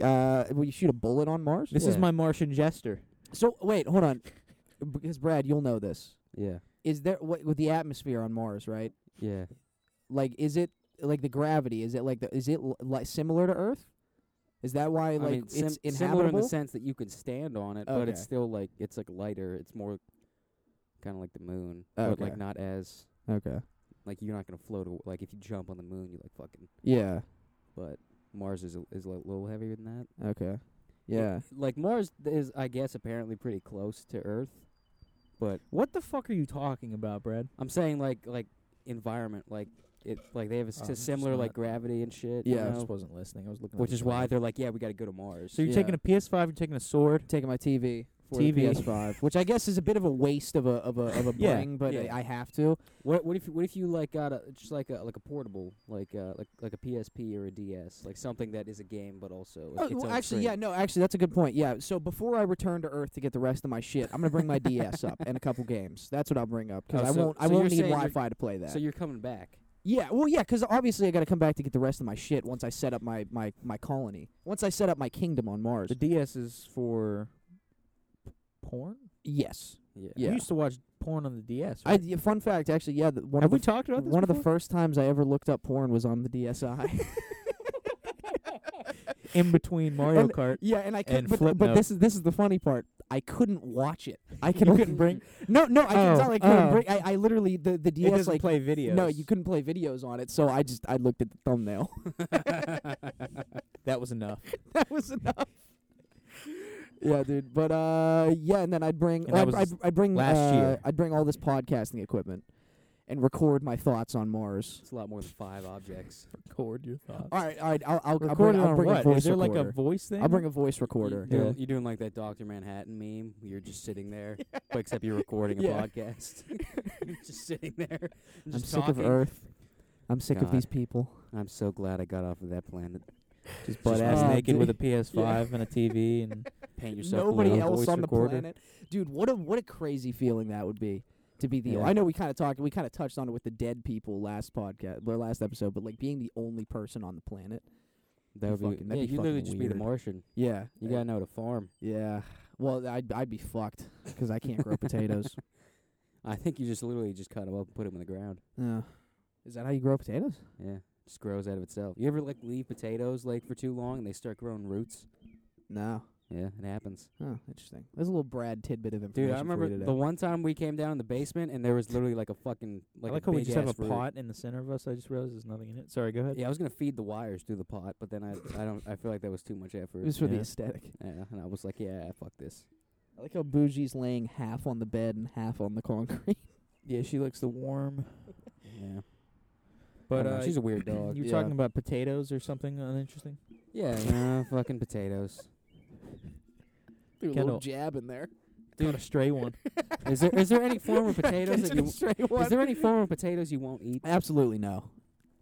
Speaker 1: Uh, will you shoot a bullet on Mars?
Speaker 2: This is
Speaker 3: Yeah.
Speaker 2: my Martian jester.
Speaker 1: So wait, hold on, because Brad, you'll know this.
Speaker 3: yeah,
Speaker 1: Is there what with the atmosphere on Mars, right?
Speaker 3: yeah.
Speaker 1: Like, is it like the gravity? Is it like the? Is it li- like similar to Earth? Is that why like
Speaker 3: I mean, sim-
Speaker 1: it's
Speaker 3: similar in the
Speaker 1: inhabitable?
Speaker 3: sense that you can stand on it, but
Speaker 1: Okay.
Speaker 3: it's still like it's like lighter. It's more kind of like the moon, but
Speaker 1: Okay.
Speaker 3: like not as
Speaker 1: Okay.
Speaker 3: like you're not gonna float. Aw- like if you jump on the moon, you like fucking.
Speaker 1: Yeah.
Speaker 3: But Mars is a, is a little heavier than that.
Speaker 1: Okay.
Speaker 3: It-
Speaker 1: Yeah.
Speaker 3: like Mars is, I guess, apparently pretty close to Earth, but
Speaker 2: What the fuck are you talking about, Brad?
Speaker 3: I'm saying like like environment, like it, like they have a s-
Speaker 2: Oh, I'm
Speaker 3: similar
Speaker 2: just
Speaker 3: like
Speaker 2: not-
Speaker 3: gravity and shit.
Speaker 1: Yeah,
Speaker 3: you
Speaker 1: I
Speaker 3: know?
Speaker 2: wasn't listening. I was looking.
Speaker 3: which is why they're like, yeah, we got to go to Mars.
Speaker 2: So you're
Speaker 1: Yeah.
Speaker 2: taking a PS5. You're taking a sword.
Speaker 1: Taking my TV. For
Speaker 2: TV.
Speaker 1: The PS5, which I guess is a bit of a waste of a of a of a
Speaker 2: Yeah,
Speaker 1: bring, but
Speaker 3: yeah.
Speaker 1: I, I have to.
Speaker 3: What what if what if you like got a just like a like a portable like uh like like a PSP or a DS like something that is a game but also
Speaker 1: Oh,
Speaker 3: its
Speaker 1: well,
Speaker 3: own
Speaker 1: actually, yeah,
Speaker 3: screen.
Speaker 1: no, actually, that's a good point. Yeah, so before I return to Earth to get the rest of my shit, I'm gonna bring my DS up and a couple games. That's what I'll bring up because
Speaker 3: Oh,
Speaker 1: I
Speaker 3: so-
Speaker 1: won't, I
Speaker 3: so
Speaker 1: won't
Speaker 3: you're
Speaker 1: need
Speaker 3: saying you're-
Speaker 1: Wi-Fi to play that.
Speaker 3: So you're coming back.
Speaker 1: yeah, well, yeah, because obviously I gotta come back to get the rest of my shit once I set up my my my colony. Once I set up my kingdom on Mars.
Speaker 2: The DS is for p- porn.
Speaker 1: yes. Yeah.
Speaker 2: You used to watch porn on the DS.
Speaker 1: I,
Speaker 2: Right?
Speaker 1: yeah, fun fact, actually, yeah, the, one
Speaker 2: Have
Speaker 1: of
Speaker 2: we
Speaker 1: the,
Speaker 2: talked about this?
Speaker 1: one of the
Speaker 2: before?
Speaker 1: first times I ever looked up porn was on the DSi.
Speaker 2: in between Mario
Speaker 1: And-
Speaker 2: Kart.
Speaker 1: yeah, and I couldn't.
Speaker 2: And
Speaker 1: But,
Speaker 2: Flipnote.
Speaker 1: but this is this is the funny part. I couldn't watch it. I could
Speaker 2: couldn't bring-
Speaker 1: No, no, I
Speaker 2: Oh,
Speaker 1: it's not like I couldn't
Speaker 2: oh.
Speaker 1: bring. I, I literally the the
Speaker 2: it
Speaker 1: DS
Speaker 2: doesn't
Speaker 1: like
Speaker 2: play videos.
Speaker 1: No, you couldn't play videos on it, so I just I looked at the thumbnail.
Speaker 2: That was enough.
Speaker 1: that was enough. yeah, dude. But uh, yeah, and then I'd bring
Speaker 2: And that
Speaker 1: I'd,
Speaker 2: was
Speaker 1: I'd, I'd bring
Speaker 2: last
Speaker 1: uh,
Speaker 2: year.
Speaker 1: I'd bring all this podcasting equipment and record my thoughts on Mars.
Speaker 3: It's a lot more than five objects.
Speaker 2: Record your thoughts.
Speaker 1: All right, all right. I'll I'll, I'll
Speaker 2: Record
Speaker 1: bring,
Speaker 2: it
Speaker 1: I'll
Speaker 2: on
Speaker 1: bring a
Speaker 2: what?
Speaker 1: voice
Speaker 2: Is there
Speaker 1: recorder.
Speaker 2: like a voice thing?
Speaker 1: I'll bring a voice
Speaker 3: You-
Speaker 1: recorder.
Speaker 3: You're,
Speaker 2: Yeah.
Speaker 3: you're doing like that Doctor Manhattan meme. where You're just sitting there, but except you're recording a
Speaker 1: Yeah.
Speaker 3: podcast. you're just sitting there.
Speaker 1: I'm
Speaker 3: just
Speaker 1: sick of
Speaker 3: talking.
Speaker 1: Earth. I'm sick of
Speaker 3: God.
Speaker 1: these people.
Speaker 3: I'm so glad I got off of that planet.
Speaker 2: just butt
Speaker 3: butt
Speaker 2: ass
Speaker 3: ass
Speaker 2: naked
Speaker 1: dude.
Speaker 2: with a PS5 and a TV and
Speaker 3: Paint yourself.
Speaker 1: Nobody
Speaker 2: blue,
Speaker 1: else
Speaker 2: voice
Speaker 1: on the
Speaker 2: recorder.
Speaker 1: planet, dude. What a what a crazy feeling that would be to be the.
Speaker 3: Yeah.
Speaker 1: I know we kind of talked, we kind of touched on it with the dead people last podcast or last episode, but like being the only person on the planet.
Speaker 3: That would be.
Speaker 1: fucking- that'd
Speaker 3: yeah,
Speaker 1: be
Speaker 3: you literally
Speaker 1: fucking
Speaker 3: just be
Speaker 1: weird.
Speaker 3: the Martian.
Speaker 1: Yeah,
Speaker 3: You gotta know how to farm.
Speaker 1: Yeah. Well, I'd I'd be fucked because I can't grow potatoes.
Speaker 3: I think you just literally just cut 'em up and put 'em in the ground.
Speaker 1: Yeah. Is that how you grow potatoes?
Speaker 3: Yeah. just grows out of itself. You ever like leave potatoes like for too long and they start growing roots?
Speaker 1: No.
Speaker 3: Yeah, it happens.
Speaker 1: Huh, interesting. There's a little Brad tidbit of information
Speaker 3: Dude, I remember
Speaker 1: for you today.
Speaker 3: the one time we came down in the basement and there was literally like a fucking like,
Speaker 2: I like
Speaker 3: a
Speaker 2: how we
Speaker 3: big
Speaker 2: just have a
Speaker 3: ass root.
Speaker 2: pot in the center of us. I just realized there's nothing in it. Sorry, go ahead.
Speaker 3: Yeah, I was gonna feed the wires through the pot, but then I I don't I feel like that was too much
Speaker 1: It
Speaker 3: effort.
Speaker 1: was for the
Speaker 2: Yeah.
Speaker 1: aesthetic.
Speaker 3: yeah, and I was like, yeah, fuck this.
Speaker 1: I like how Bougie's laying half on the bed and half on the concrete.
Speaker 2: Yeah, she likes the warm.
Speaker 3: Yeah, I
Speaker 2: But
Speaker 3: don't know,
Speaker 2: uh,
Speaker 3: she's a weird dog.
Speaker 2: you were
Speaker 1: yeah.
Speaker 2: talking about potatoes or something uninteresting?
Speaker 3: yeah, no, fucking potatoes.
Speaker 1: Threw a
Speaker 2: Kendall.
Speaker 1: little jab in there.
Speaker 2: Dude, a stray one.
Speaker 3: Is there is there any form of potatoes that
Speaker 1: Catching a
Speaker 3: you
Speaker 1: stray
Speaker 3: is
Speaker 1: one.
Speaker 3: there any form of potatoes you won't eat?
Speaker 1: Absolutely no.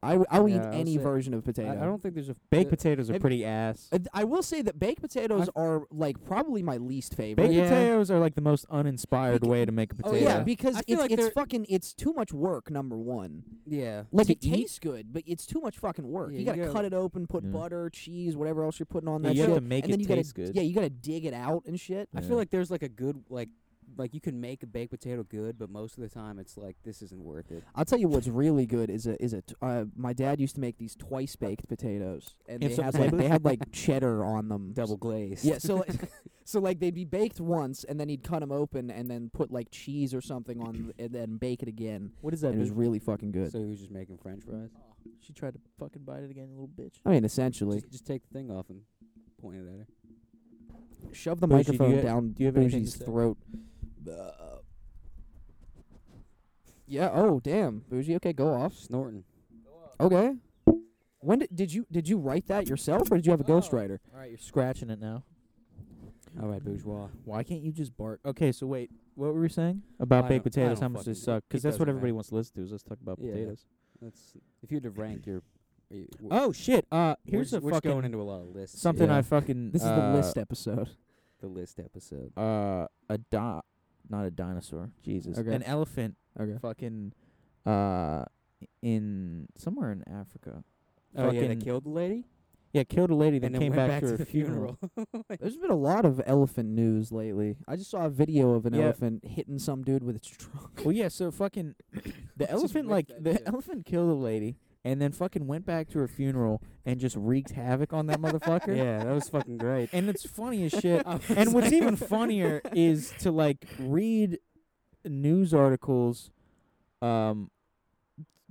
Speaker 1: I w- I'll
Speaker 3: Yeah,
Speaker 1: eat
Speaker 3: I'll
Speaker 1: any
Speaker 3: say-
Speaker 1: version of
Speaker 3: I,
Speaker 1: potato.
Speaker 3: I don't think there's a
Speaker 2: Baked
Speaker 3: uh,
Speaker 2: potatoes are
Speaker 1: have-
Speaker 2: pretty ass.
Speaker 1: Uh, I will say that baked potatoes
Speaker 3: I've-
Speaker 1: are like probably my least favorite.
Speaker 2: Baked
Speaker 3: yeah.
Speaker 2: potatoes are like the most uninspired
Speaker 1: Beca-
Speaker 2: way to make a
Speaker 1: Oh
Speaker 2: potato.
Speaker 1: yeah,
Speaker 3: yeah.
Speaker 1: because
Speaker 3: I
Speaker 1: it's
Speaker 3: feel like
Speaker 1: it's
Speaker 3: they're-
Speaker 1: fucking it's too much work. Number one,
Speaker 3: yeah.
Speaker 1: like
Speaker 2: To
Speaker 1: it tastes good, but it's too much fucking work.
Speaker 3: Yeah,
Speaker 1: you
Speaker 3: you
Speaker 1: gotta
Speaker 3: gotta-
Speaker 1: cut it open, put
Speaker 2: Yeah.
Speaker 1: butter, cheese, whatever else you're putting on
Speaker 2: Yeah,
Speaker 1: that
Speaker 2: you
Speaker 1: shit,
Speaker 2: have to make
Speaker 1: and then
Speaker 2: it
Speaker 1: you gotta
Speaker 2: taste good.
Speaker 1: yeah, you gotta dig it out and shit.
Speaker 3: I
Speaker 2: Yeah.
Speaker 3: feel like there's like a good like like you can make a baked potato good, but most of the time it's like this isn't worth it.
Speaker 1: I'll tell you what's really good is a is a t- uh, my dad used to make these twice baked potatoes, and
Speaker 2: You
Speaker 1: they
Speaker 2: have
Speaker 1: had
Speaker 2: some
Speaker 1: like
Speaker 2: flavor?
Speaker 1: they had like cheddar on them,
Speaker 3: Double glazed.
Speaker 1: Yeah, so like, so like they'd be baked once, and then he'd cut them open, and then put like cheese or something on, th- and then bake it again.
Speaker 2: What is
Speaker 1: And
Speaker 2: that?
Speaker 1: it was
Speaker 2: Boo?
Speaker 1: really fucking good.
Speaker 3: So he was just making French fries.
Speaker 2: she tried to fucking bite it again, little bitch.
Speaker 1: I mean, essentially,
Speaker 3: Just, just take the thing off and point it at her.
Speaker 1: shove the
Speaker 2: Bougie, do
Speaker 1: microphone
Speaker 2: you-
Speaker 1: down
Speaker 2: do you have anything to
Speaker 1: Bougie's
Speaker 2: say?
Speaker 1: throat. Uh, yeah. Oh, damn, Bougie. Okay, go off.
Speaker 3: Snorting.
Speaker 1: Okay. When did, did you did you write that yourself, or did you have a ghostwriter?
Speaker 2: All right, you're scratching it now.
Speaker 3: All right, bourgeois.
Speaker 2: Why can't you just bark? Okay, so wait, what were you saying about
Speaker 3: I
Speaker 2: baked
Speaker 3: don't- I
Speaker 2: potatoes?
Speaker 3: don't
Speaker 2: How much they
Speaker 3: fucking-
Speaker 2: suck?
Speaker 3: it
Speaker 2: Because that's what
Speaker 3: doesn't
Speaker 2: everybody
Speaker 3: matter.
Speaker 2: wants to listen to. Is let's talk about
Speaker 3: Yeah.
Speaker 2: potatoes.
Speaker 3: That's if you'd have ranked your. y- w-
Speaker 2: Oh shit! Uh,
Speaker 3: we're
Speaker 2: here's
Speaker 3: just-
Speaker 2: a
Speaker 3: we're just
Speaker 2: fucking
Speaker 3: going into a lot of lists.
Speaker 2: something
Speaker 1: Yeah.
Speaker 2: I fucking.
Speaker 1: This is the
Speaker 2: uh,
Speaker 1: list episode.
Speaker 3: The list episode.
Speaker 2: Uh, a dot, not a dinosaur. Jesus,
Speaker 1: Okay.
Speaker 2: an elephant.
Speaker 1: Okay.
Speaker 2: Fucking, uh, in somewhere in Africa.
Speaker 3: Oh yeah, they
Speaker 2: fucking-
Speaker 3: killed the lady
Speaker 2: Yeah, killed a lady, then
Speaker 3: and then
Speaker 2: came
Speaker 3: went back
Speaker 2: back, to,
Speaker 3: to,
Speaker 2: her
Speaker 3: the funeral.
Speaker 1: There's been a lot of elephant news lately. I just saw a video of an
Speaker 2: Yeah.
Speaker 1: elephant hitting some dude with its trunk.
Speaker 2: well, yeah. So fucking, the elephant
Speaker 3: whip
Speaker 2: like
Speaker 3: that
Speaker 2: the
Speaker 3: shit.
Speaker 2: elephant killed a lady, and then fucking went back to her funeral and just wreaked havoc on that motherfucker.
Speaker 3: yeah, that was fucking great.
Speaker 2: and it's funny as shit. and what's even funnier is to like read news articles. Um,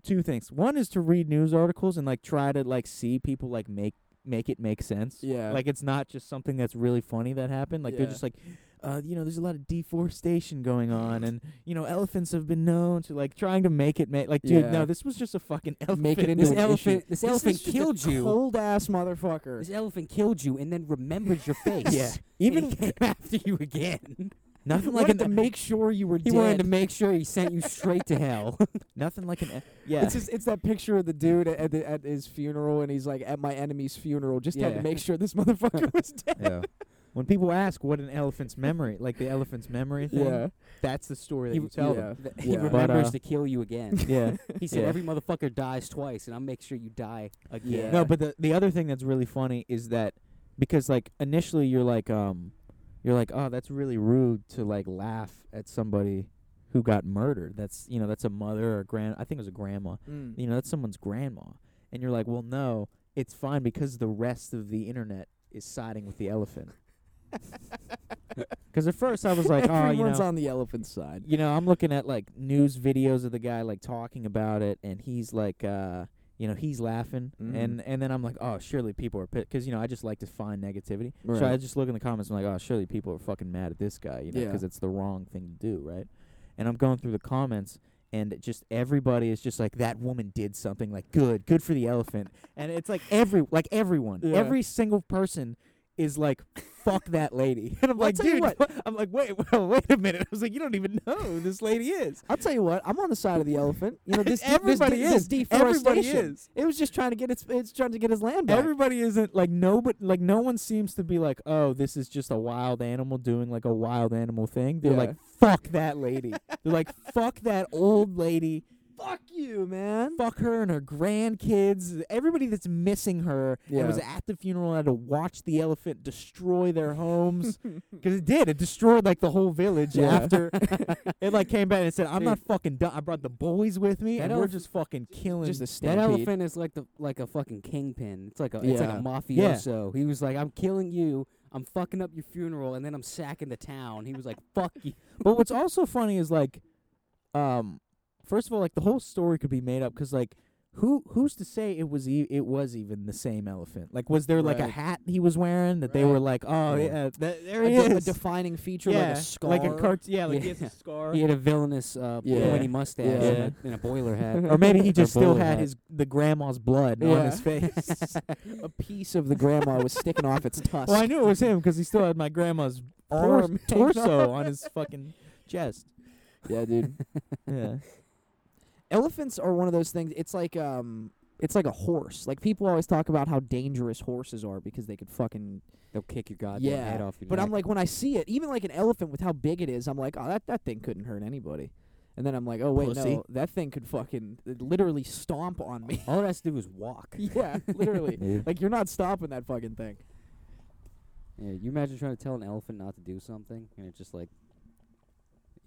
Speaker 2: two things. One is to read news articles and like try to like see people like make make it make sense.
Speaker 1: Yeah.
Speaker 2: Like it's not just something that's really funny that happened. Like they're
Speaker 1: Yeah.
Speaker 2: just like, uh, you know, there's a lot of deforestation going on, and you know, elephants have been known to like trying to make it make like, dude,
Speaker 1: Yeah.
Speaker 2: no, this was just a fucking elephant.
Speaker 1: Make it into
Speaker 3: this
Speaker 1: an
Speaker 3: elephant,
Speaker 1: issue.
Speaker 3: this
Speaker 1: This
Speaker 3: elephant
Speaker 1: is just a
Speaker 3: killed you.
Speaker 1: Cold ass motherfucker.
Speaker 2: e-,
Speaker 3: This elephant killed you and then remembered your face.
Speaker 2: yeah,
Speaker 3: Even
Speaker 2: even
Speaker 3: came after you again.
Speaker 2: nothing like
Speaker 1: wanted
Speaker 2: an
Speaker 1: to make sure you were
Speaker 3: He
Speaker 1: dead.
Speaker 3: wanted to make sure he sent you straight to hell.
Speaker 2: nothing like an e, yeah.
Speaker 1: It's just, it's that picture of the dude at at the, at his funeral, and he's like at my enemy's funeral. Just had to
Speaker 3: Yeah.
Speaker 1: make sure this motherfucker was dead.
Speaker 2: Yeah. When people ask what an elephant's memory, like the elephant's memory thing, that's the story that
Speaker 3: He-
Speaker 2: you tell
Speaker 1: yeah.
Speaker 2: them.
Speaker 3: He
Speaker 1: Yeah.
Speaker 3: remembers
Speaker 1: But,
Speaker 2: uh,
Speaker 3: to kill you again.
Speaker 2: Yeah.
Speaker 3: He said,
Speaker 2: Yeah.
Speaker 3: "Every motherfucker dies twice, and I'll make sure you die again."
Speaker 1: Yeah.
Speaker 2: No, but the the other thing that's really funny is that because like initially you're like um you're like oh that's really rude to like laugh at somebody who got murdered. That's you know that's a mother or grand I think it was a grandma. You know that's someone's grandma. And you're like well no it's fine because the rest of the internet is siding with the elephant. Because at first I was like oh
Speaker 1: Everyone's
Speaker 2: you know
Speaker 1: on the elephant side.
Speaker 2: you know, I'm looking at like news videos of the guy like talking about it, and he's like, uh, you know, he's laughing,
Speaker 1: Mhm.
Speaker 2: and and then I'm like, oh, surely people are pissed, because you know, I just like to find negativity, so I
Speaker 1: Right.
Speaker 2: just look in the comments, and I'm like, oh, surely people are fucking mad at this guy, you know,
Speaker 1: Yeah.
Speaker 2: because it's the wrong thing to do, right? And I'm going through the comments. And it just everybody is just like that woman did something like good, good for the elephant, and it's like every like everyone,
Speaker 1: Yeah.
Speaker 2: every single person is like fuck that lady, and I'm
Speaker 1: Well, I'll
Speaker 2: like
Speaker 1: tell you
Speaker 2: dude,
Speaker 1: what,
Speaker 2: what? I'm like, wait, well, wait a minute. I was like, you don't even know who this lady is.
Speaker 1: I'll tell you what, I'm on the side of the elephant. You know, this de-
Speaker 2: everybody
Speaker 1: this, de-
Speaker 2: is.
Speaker 1: this deforestation.
Speaker 2: everybody is.
Speaker 1: It was just trying to get its it's trying to get his land back.
Speaker 2: Everybody isn't like no, but like no one seems to be like, oh, this is just a wild animal doing like a wild animal thing. They're
Speaker 1: Yeah.
Speaker 2: like, fuck that lady. They're like, fuck that old lady
Speaker 1: Fuck you, man.
Speaker 2: fuck her and her grandkids, everybody that's missing her, and was
Speaker 1: Yeah.
Speaker 2: at the funeral and had to watch the elephant destroy their homes. Because it did. It destroyed like the whole village
Speaker 1: Yeah.
Speaker 2: after it like came back and said, "I'm not fucking done. I brought the boys with me,
Speaker 1: That
Speaker 2: and we're
Speaker 1: elef-
Speaker 2: just fucking killing."
Speaker 1: Just a
Speaker 3: That
Speaker 1: stampede.
Speaker 3: elephant is like the like a fucking kingpin. It's like a it's like
Speaker 1: Yeah.
Speaker 3: a
Speaker 2: Yeah.
Speaker 3: mafioso. He was like, I'm killing you. I'm fucking up your funeral, and then I'm sacking the town. He was like, "Fuck you."
Speaker 2: but what's also funny is like, um, first of all, like the whole story could be made up because like. Who who's to say it was e- it was even the same elephant? Like, was there like a
Speaker 1: Right.
Speaker 2: hat he was wearing that they
Speaker 1: Right.
Speaker 2: were like, oh
Speaker 1: Yeah.
Speaker 2: yeah, th- there
Speaker 1: a,
Speaker 2: he
Speaker 1: de- a
Speaker 2: is.
Speaker 1: defining feature like a scar.
Speaker 2: like a cart- yeah, like he has
Speaker 3: Yeah.
Speaker 2: a scar.
Speaker 3: He had a villainous, uh,
Speaker 1: Yeah.
Speaker 3: pointy mustache
Speaker 1: Yeah.
Speaker 3: And, a, and a boiler hat.
Speaker 2: or maybe he just still
Speaker 3: bowler
Speaker 2: had
Speaker 3: hat.
Speaker 2: his the grandma's blood on his face.
Speaker 1: a piece of the grandma was sticking off its tusk.
Speaker 2: well, I knew it was him because he still had my grandma's tor-
Speaker 1: Arm.
Speaker 2: torso on his fucking chest.
Speaker 1: Yeah, dude.
Speaker 2: Yeah,
Speaker 1: Elephants are one of those things. It's like um, it's like a horse. Like people always talk about how dangerous horses are because they could fucking.
Speaker 3: They'll kick your goddamn
Speaker 1: yeah.
Speaker 3: head off your
Speaker 1: but
Speaker 3: neck.
Speaker 1: I'm like, when I see it, even like an elephant with how big it is, I'm like, oh, that that thing couldn't hurt anybody. And then I'm like, oh wait,
Speaker 2: Pussy.
Speaker 1: no, that thing could fucking literally stomp on me.
Speaker 3: all it has to do is walk.
Speaker 1: yeah, literally.
Speaker 3: Yeah.
Speaker 1: Like you're not stopping that fucking thing.
Speaker 3: Yeah, you imagine trying to tell an elephant not to do something, and it just like,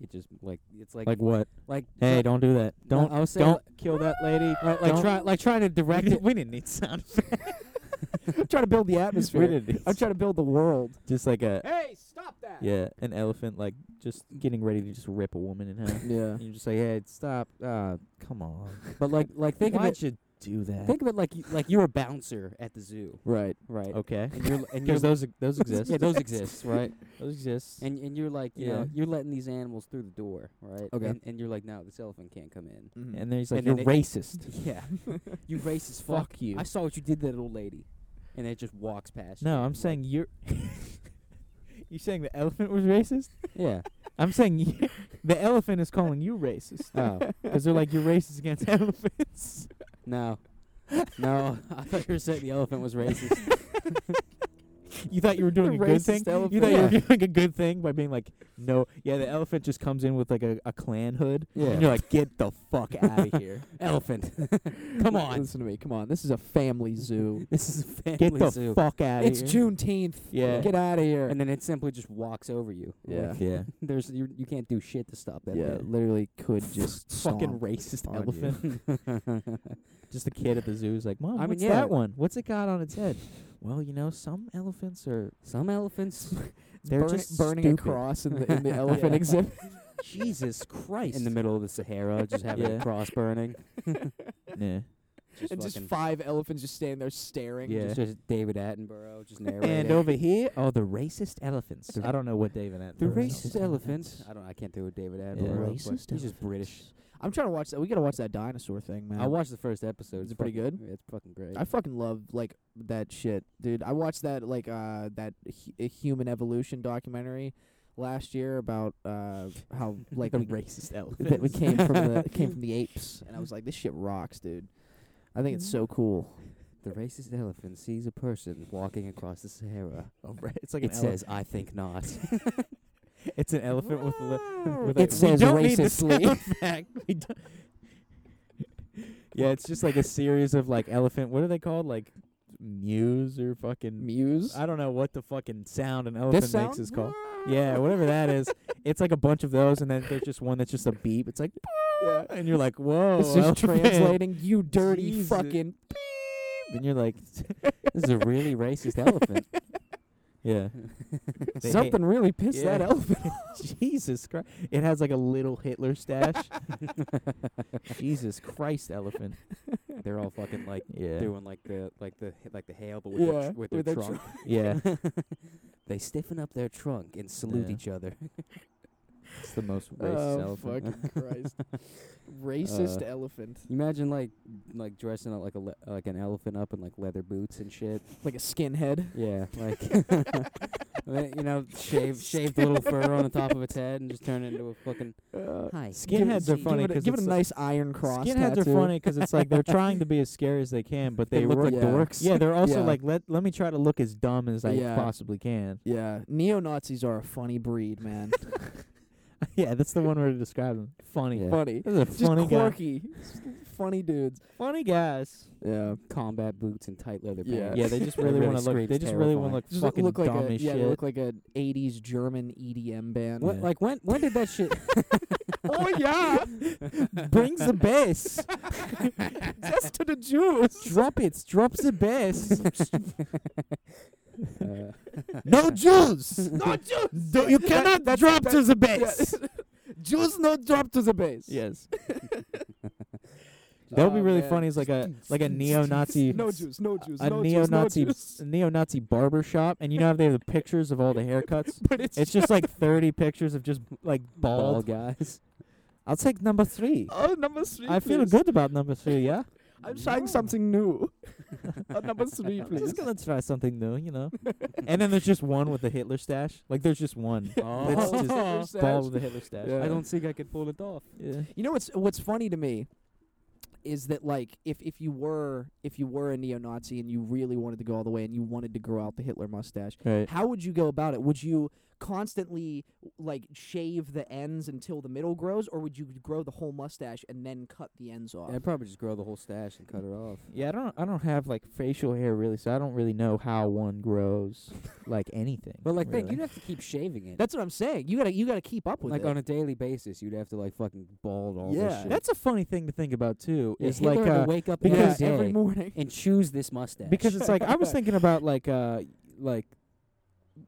Speaker 3: it just like it's like
Speaker 2: like what?
Speaker 3: like
Speaker 2: Hey,
Speaker 3: try-
Speaker 2: don't do that.
Speaker 3: no,
Speaker 2: Don't
Speaker 3: I was saying,
Speaker 2: don't kill that lady.
Speaker 3: like, like
Speaker 2: don't-
Speaker 3: try like trying to direct it.
Speaker 2: we didn't need sound.
Speaker 1: I'm trying to build the atmosphere. I'm trying to build the world.
Speaker 2: just like a
Speaker 1: Hey, stop that.
Speaker 2: yeah, an elephant like just getting ready to just rip a woman in half.
Speaker 1: Yeah.
Speaker 2: And you're just like, hey, stop! Uh, come on.
Speaker 3: But like like think of
Speaker 2: Why'd
Speaker 3: it
Speaker 2: you do that?
Speaker 3: think of it like you, like you're a bouncer at the zoo,
Speaker 1: Right.
Speaker 3: right?
Speaker 2: okay,
Speaker 3: And you're and you're
Speaker 2: because Oh, those e-, those exist.
Speaker 3: yeah those exist, right?
Speaker 2: Those exist.
Speaker 3: And and you're like you
Speaker 2: Yeah.
Speaker 3: know you're letting these animals through the door, right?
Speaker 1: Okay.
Speaker 3: And, and you're like no this elephant can't come in.
Speaker 1: Mm-hmm.
Speaker 2: And then he's like,
Speaker 3: And
Speaker 2: "You're
Speaker 3: then
Speaker 2: racist."
Speaker 3: Yeah, you racist fuck.
Speaker 2: Fuck you.
Speaker 3: I saw what you did to that old lady, and it just walks past.
Speaker 2: No, I'm saying you're. you're saying the elephant was racist.
Speaker 3: you. yeah.
Speaker 2: I'm saying you, the elephant is calling you racist
Speaker 3: Oh.
Speaker 2: because they're like you're racist against elephants.
Speaker 3: No. No, I thought you were saying the elephant was racist.
Speaker 2: You thought you were doing
Speaker 1: A
Speaker 2: a good
Speaker 1: racist
Speaker 2: thing. You
Speaker 1: elephant.
Speaker 2: thought you were doing a good thing by being like, no, yeah. The elephant just comes in with like a, a clan hood,
Speaker 3: Yeah.
Speaker 2: and you're like, get the fuck out of here.
Speaker 3: elephant. Come on.
Speaker 1: Listen to me. Come on. This is a family zoo.
Speaker 3: This is a family
Speaker 2: Get the
Speaker 3: zoo.
Speaker 2: fuck out of
Speaker 1: it's
Speaker 2: here.
Speaker 1: Juneteenth.
Speaker 2: Yeah.
Speaker 1: Get out of here.
Speaker 3: and then it simply just walks over you.
Speaker 1: Yeah.
Speaker 3: Like,
Speaker 2: Yeah.
Speaker 3: there's you, you can't do shit to stop that.
Speaker 1: yeah,
Speaker 3: thing.
Speaker 1: literally could just
Speaker 2: Fucking
Speaker 1: stomp.
Speaker 2: racist
Speaker 1: on you.
Speaker 2: elephant. Just a kid at the zoo is like, Mom,
Speaker 3: I mean,
Speaker 2: what's
Speaker 3: yeah.
Speaker 2: that one? What's it got on its head? well, you know, some elephants are
Speaker 3: Some elephants
Speaker 2: they're
Speaker 1: Burn-
Speaker 2: just
Speaker 1: burning
Speaker 2: stupid.
Speaker 1: a cross in the in the elephant
Speaker 2: Yeah.
Speaker 1: exhibit.
Speaker 2: Jesus Christ.
Speaker 3: in the middle of the Sahara just having a
Speaker 2: Yeah.
Speaker 3: cross burning.
Speaker 2: yeah.
Speaker 3: Just
Speaker 1: and just
Speaker 3: fucking-
Speaker 1: five elephants just standing there staring.
Speaker 2: Yeah.
Speaker 3: just, just David Attenborough just narrating.
Speaker 2: And over here are the racist elephants. I don't know what David
Speaker 3: the
Speaker 2: Attenborough is.
Speaker 3: racist elephants. I don't. I can't do it, David
Speaker 2: Yeah.
Speaker 3: Attenborough. but
Speaker 1: Racist
Speaker 3: He's just British.
Speaker 1: I'm trying to watch that. We gotta watch that dinosaur thing, man.
Speaker 3: I watched the first episode.
Speaker 1: Is it pretty
Speaker 3: fucking- It's fucking great.
Speaker 1: I fucking love like that shit, dude. I watched that like uh that hu- uh, human evolution documentary last year about uh how like
Speaker 2: the
Speaker 1: we,
Speaker 2: racist elephants.
Speaker 1: that we came from the came from the apes, and I was like, this shit rocks, dude. I think it's
Speaker 2: Mm.
Speaker 1: so cool.
Speaker 3: The racist elephant sees a person walking across the Sahara.
Speaker 2: Oh, right. It's like
Speaker 3: It
Speaker 2: an ele-
Speaker 3: says, "I think not."
Speaker 2: it's an elephant with a li- with
Speaker 1: It
Speaker 2: a,
Speaker 1: says
Speaker 2: we don't need the
Speaker 1: racistly.
Speaker 2: sound fact. We don't- yeah, it's just like a series of like elephant. What are they called? Like mews or fucking
Speaker 1: Muse.
Speaker 2: I don't know what the fucking sound an elephant
Speaker 1: this sound
Speaker 2: makes is called. Yeah, whatever that is. It's like a bunch of those, and then there's just one that's just a beep. It's like,
Speaker 1: Yeah.
Speaker 2: and you're like, whoa.
Speaker 1: It's just
Speaker 2: elephant."
Speaker 1: translating. You dirty
Speaker 2: Jesus.
Speaker 1: fucking.
Speaker 2: And you're like,
Speaker 3: this is a really racist elephant.
Speaker 2: yeah. They hate-
Speaker 1: Something really pissed
Speaker 2: Yeah.
Speaker 1: that elephant.
Speaker 2: Jesus Christ. It has like a little Hitler stash. Jesus Christ, elephant.
Speaker 3: They're all fucking like
Speaker 2: Yeah.
Speaker 3: doing like the like the like the hail, but with their
Speaker 1: Yeah,
Speaker 3: tr- with their
Speaker 1: with their
Speaker 3: trunk.
Speaker 2: Yeah.
Speaker 3: they stiffen up their trunk and salute
Speaker 2: Yeah.
Speaker 3: each other.
Speaker 2: It's the most racist
Speaker 1: Oh
Speaker 2: elephant. Uh,
Speaker 1: fucking Christ! Racist elephant,
Speaker 3: Imagine like like dressing up like a le- like an elephant up in like leather boots and shit.
Speaker 1: like a skinhead. Uh,
Speaker 3: Yeah, like you know, shave shaved a little fur on the top of its head and just turn it into a fucking
Speaker 1: Uh,
Speaker 3: hi.
Speaker 2: Skinheads are
Speaker 3: Give
Speaker 2: funny
Speaker 1: Give it, a-
Speaker 2: 'cause
Speaker 1: give it
Speaker 2: it's
Speaker 1: a
Speaker 2: like-
Speaker 1: nice iron cross.
Speaker 2: Skinheads
Speaker 1: tattoo.
Speaker 2: are funny 'cause it's like they're trying to be as scary as they can, but
Speaker 3: They
Speaker 2: they,
Speaker 3: look
Speaker 2: were-
Speaker 3: like
Speaker 1: Yeah.
Speaker 3: dorks.
Speaker 2: Yeah, they're also
Speaker 1: Yeah.
Speaker 2: like let let me try to look as dumb as I
Speaker 1: Yeah.
Speaker 2: possibly can.
Speaker 1: Yeah, neo Nazis are a funny breed, man.
Speaker 2: yeah, that's the one word to describe him. Funny.
Speaker 3: Yeah.
Speaker 1: Funny.
Speaker 2: This is a
Speaker 1: Just
Speaker 2: funny guy.
Speaker 1: quirky. Just funny dudes.
Speaker 2: Funny guys.
Speaker 1: Yeah.
Speaker 3: uh, Combat boots and tight leather
Speaker 1: Yeah.
Speaker 3: pants.
Speaker 2: Yeah, they just
Speaker 1: That
Speaker 2: really
Speaker 3: Everybody
Speaker 2: want to look.
Speaker 3: screams
Speaker 2: They just really want to
Speaker 3: terrifying.
Speaker 2: look
Speaker 1: Just look,
Speaker 2: fucking
Speaker 1: look like
Speaker 2: dumb
Speaker 1: a
Speaker 2: as
Speaker 1: yeah, they
Speaker 2: shit.
Speaker 1: look like an '80s German EDM band.
Speaker 3: What,
Speaker 2: Yeah.
Speaker 3: Like when? When did that shit?
Speaker 2: oh yeah, brings the bass.
Speaker 1: Just to the Jews.
Speaker 2: Drop it. Drop the bass.
Speaker 3: Uh,
Speaker 2: no Jews.
Speaker 1: No Jews.
Speaker 2: Do- you cannot drop to the bass.
Speaker 1: Jews not drop to the base.
Speaker 2: yes. That would be
Speaker 1: Oh,
Speaker 2: really
Speaker 1: man.
Speaker 2: funny. Is like a like a neo-Nazi.
Speaker 1: No Jews. No Jews.
Speaker 2: a
Speaker 1: no Jews, no
Speaker 2: neo-Nazi
Speaker 1: Jews.
Speaker 2: neo-Nazi barber shop, and you know how they have the pictures of all the haircuts.
Speaker 1: But it's,
Speaker 2: It's just like thirty pictures of just like
Speaker 3: bald
Speaker 2: bald.
Speaker 3: guys.
Speaker 2: I'll take number three.
Speaker 1: oh number three.
Speaker 2: I feel
Speaker 1: please.
Speaker 2: good about number three. Yeah,
Speaker 1: I'm trying something new. uh, number three,
Speaker 2: I'm
Speaker 1: please.
Speaker 2: just gonna try something new, you know. and then there's just one with the Hitler stash. Like there's just one
Speaker 3: Oh.
Speaker 1: That's
Speaker 2: just
Speaker 1: just
Speaker 2: ball with the Hitler stash.
Speaker 1: Yeah.
Speaker 3: I don't think I could pull it off.
Speaker 2: Yeah.
Speaker 1: You know what's what's funny to me is that like if if you were if you were a neo-Nazi and you really wanted to go all the way and you wanted to grow out the Hitler mustache,
Speaker 2: Right.
Speaker 1: how would you go about it? Would you constantly like shave the ends until the middle grows, or would you grow the whole mustache and then cut the ends off?
Speaker 3: I'd probably just grow the whole stash and cut it off.
Speaker 2: Yeah, I don't. I don't have like facial hair really, so I don't really know how one grows like anything.
Speaker 3: But like,
Speaker 2: really.
Speaker 3: think you'd have to keep shaving it.
Speaker 1: That's what I'm saying. You gotta you gotta keep up with
Speaker 3: like
Speaker 1: it.
Speaker 3: on a daily basis, you'd have to like fucking bald all
Speaker 1: Yeah.
Speaker 3: this shit.
Speaker 2: that's a funny thing to think about too.
Speaker 3: Yeah,
Speaker 2: is
Speaker 3: Hitler
Speaker 2: like
Speaker 3: had
Speaker 2: uh,
Speaker 3: to wake up
Speaker 2: because
Speaker 3: every day
Speaker 1: every morning.
Speaker 3: and choose this mustache.
Speaker 2: because it's like I was thinking about like uh like